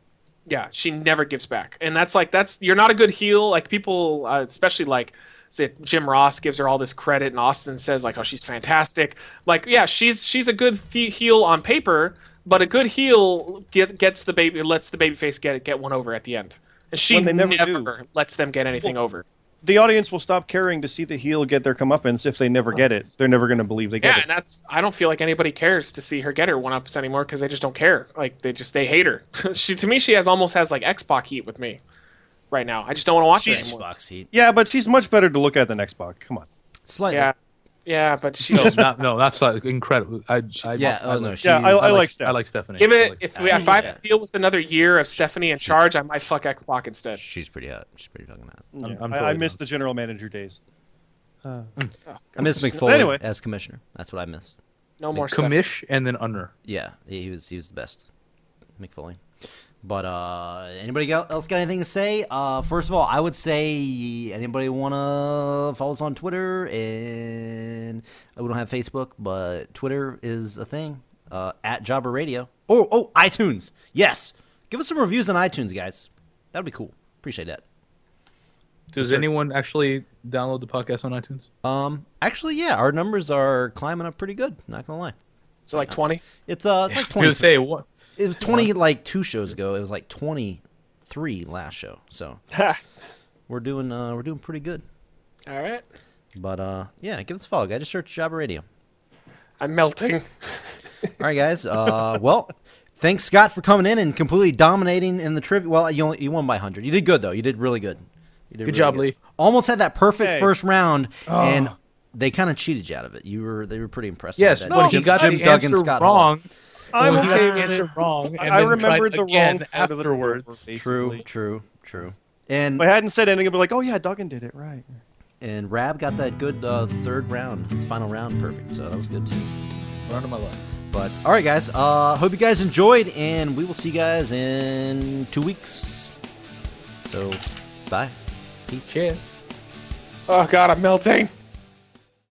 [SPEAKER 2] yeah, she never gives back, and that's like that's you're not a good heel. Like people, uh, especially like. is it Jim Ross gives her all this credit, and Austin says like, "Oh, she's fantastic." Like, yeah, she's she's a good the heel on paper, but a good heel get, gets the baby, lets the babyface get get one over at the end, and she
[SPEAKER 5] When they never
[SPEAKER 2] never,
[SPEAKER 5] do.
[SPEAKER 2] lets them get anything over.
[SPEAKER 5] the audience will stop caring to see the heel get their comeuppance if they never get it. They're never going to believe they get
[SPEAKER 2] Yeah,
[SPEAKER 5] it.
[SPEAKER 2] and that's I don't feel like anybody cares to see her get her one ups anymore because they just don't care. Like they just they hate her. [LAUGHS] she to me she has almost has like X Pac heat with me right now. I just don't want to watch her anymore.
[SPEAKER 3] Xbox heat.
[SPEAKER 5] Yeah, but she's much better to look at than Xbox. Come on.
[SPEAKER 3] Slightly.
[SPEAKER 2] Yeah,
[SPEAKER 3] Yeah.
[SPEAKER 2] yeah, but she
[SPEAKER 4] No,
[SPEAKER 2] just
[SPEAKER 4] [LAUGHS] not, no, that's like incredible. I,
[SPEAKER 3] oh
[SPEAKER 4] I, I
[SPEAKER 3] no.
[SPEAKER 4] like-
[SPEAKER 3] She's,
[SPEAKER 5] Yeah, I, I like
[SPEAKER 4] I
[SPEAKER 5] Steph.
[SPEAKER 4] like Stephanie.
[SPEAKER 2] give
[SPEAKER 4] I
[SPEAKER 2] it.
[SPEAKER 4] like-
[SPEAKER 2] If we if I have to deal with another year of Stephanie in charge, I might fuck X Pac instead.
[SPEAKER 3] She's pretty hot. She's pretty fucking hot.
[SPEAKER 5] Yeah,
[SPEAKER 4] I'm- I'm
[SPEAKER 5] I- I
[SPEAKER 4] totally
[SPEAKER 5] miss
[SPEAKER 4] down.
[SPEAKER 5] the general manager days.
[SPEAKER 3] I miss McFoley
[SPEAKER 5] anyway.
[SPEAKER 3] as commissioner. That's what I miss.
[SPEAKER 2] No more Stephanie.
[SPEAKER 4] commish and then under.
[SPEAKER 3] Yeah, he he was he was the best, McFoley. But uh, anybody got- else got anything to say? Uh, first of all, I would say anybody wanna follow us on Twitter and uh, we don't have Facebook, but Twitter is a thing. Uh, at Jobber Radio. Oh, oh, iTunes. Yes, give us some reviews on iTunes, guys. That'd be cool. Appreciate that.
[SPEAKER 4] Does anyone actually download the podcast on iTunes?
[SPEAKER 3] Um, actually, yeah, our numbers are climbing up pretty good. Not gonna lie.
[SPEAKER 2] Is it like twenty?
[SPEAKER 3] It's uh, it's like
[SPEAKER 4] I was gonna
[SPEAKER 3] twenty.
[SPEAKER 4] say what?
[SPEAKER 3] It was twenty like two shows ago. It was like twenty three last show. So
[SPEAKER 2] All
[SPEAKER 3] we're doing uh we're doing pretty good.
[SPEAKER 2] right.
[SPEAKER 3] But uh yeah, give us a follow. I just searched Jabba Radio.
[SPEAKER 2] I'm melting.
[SPEAKER 3] All right, guys. Uh [LAUGHS] well, thanks Scott for coming in and completely dominating in the trivia. Well, you only, you won by hundred. You did good though. You did really good. You did
[SPEAKER 4] Good job, Lee. Ah.
[SPEAKER 3] Almost had that perfect
[SPEAKER 5] Hey.
[SPEAKER 3] first round, and they kind of cheated you out of it. You were they were pretty impressed. with
[SPEAKER 4] Yes,
[SPEAKER 3] that.
[SPEAKER 4] when he got the answer
[SPEAKER 3] Hall.
[SPEAKER 4] wrong,
[SPEAKER 5] I'm
[SPEAKER 4] when he got the
[SPEAKER 5] okay with it.
[SPEAKER 4] answer wrong, and
[SPEAKER 5] I
[SPEAKER 4] then
[SPEAKER 5] remembered
[SPEAKER 4] tried
[SPEAKER 5] the
[SPEAKER 4] again
[SPEAKER 5] wrong part of the
[SPEAKER 4] afterwards.
[SPEAKER 5] paper,
[SPEAKER 3] True,
[SPEAKER 5] basically.
[SPEAKER 3] true, true. And
[SPEAKER 5] If I hadn't said anything, I'd be like, oh yeah, Duggan did it right.
[SPEAKER 3] and Rab got that good uh, third round, final round, perfect. So that was good too.
[SPEAKER 4] Round of my life.
[SPEAKER 3] But all right, guys. Uh, hope you guys enjoyed, and we will see you guys in two weeks. So, bye. Peace.
[SPEAKER 4] Cheers.
[SPEAKER 2] Oh god, I'm melting.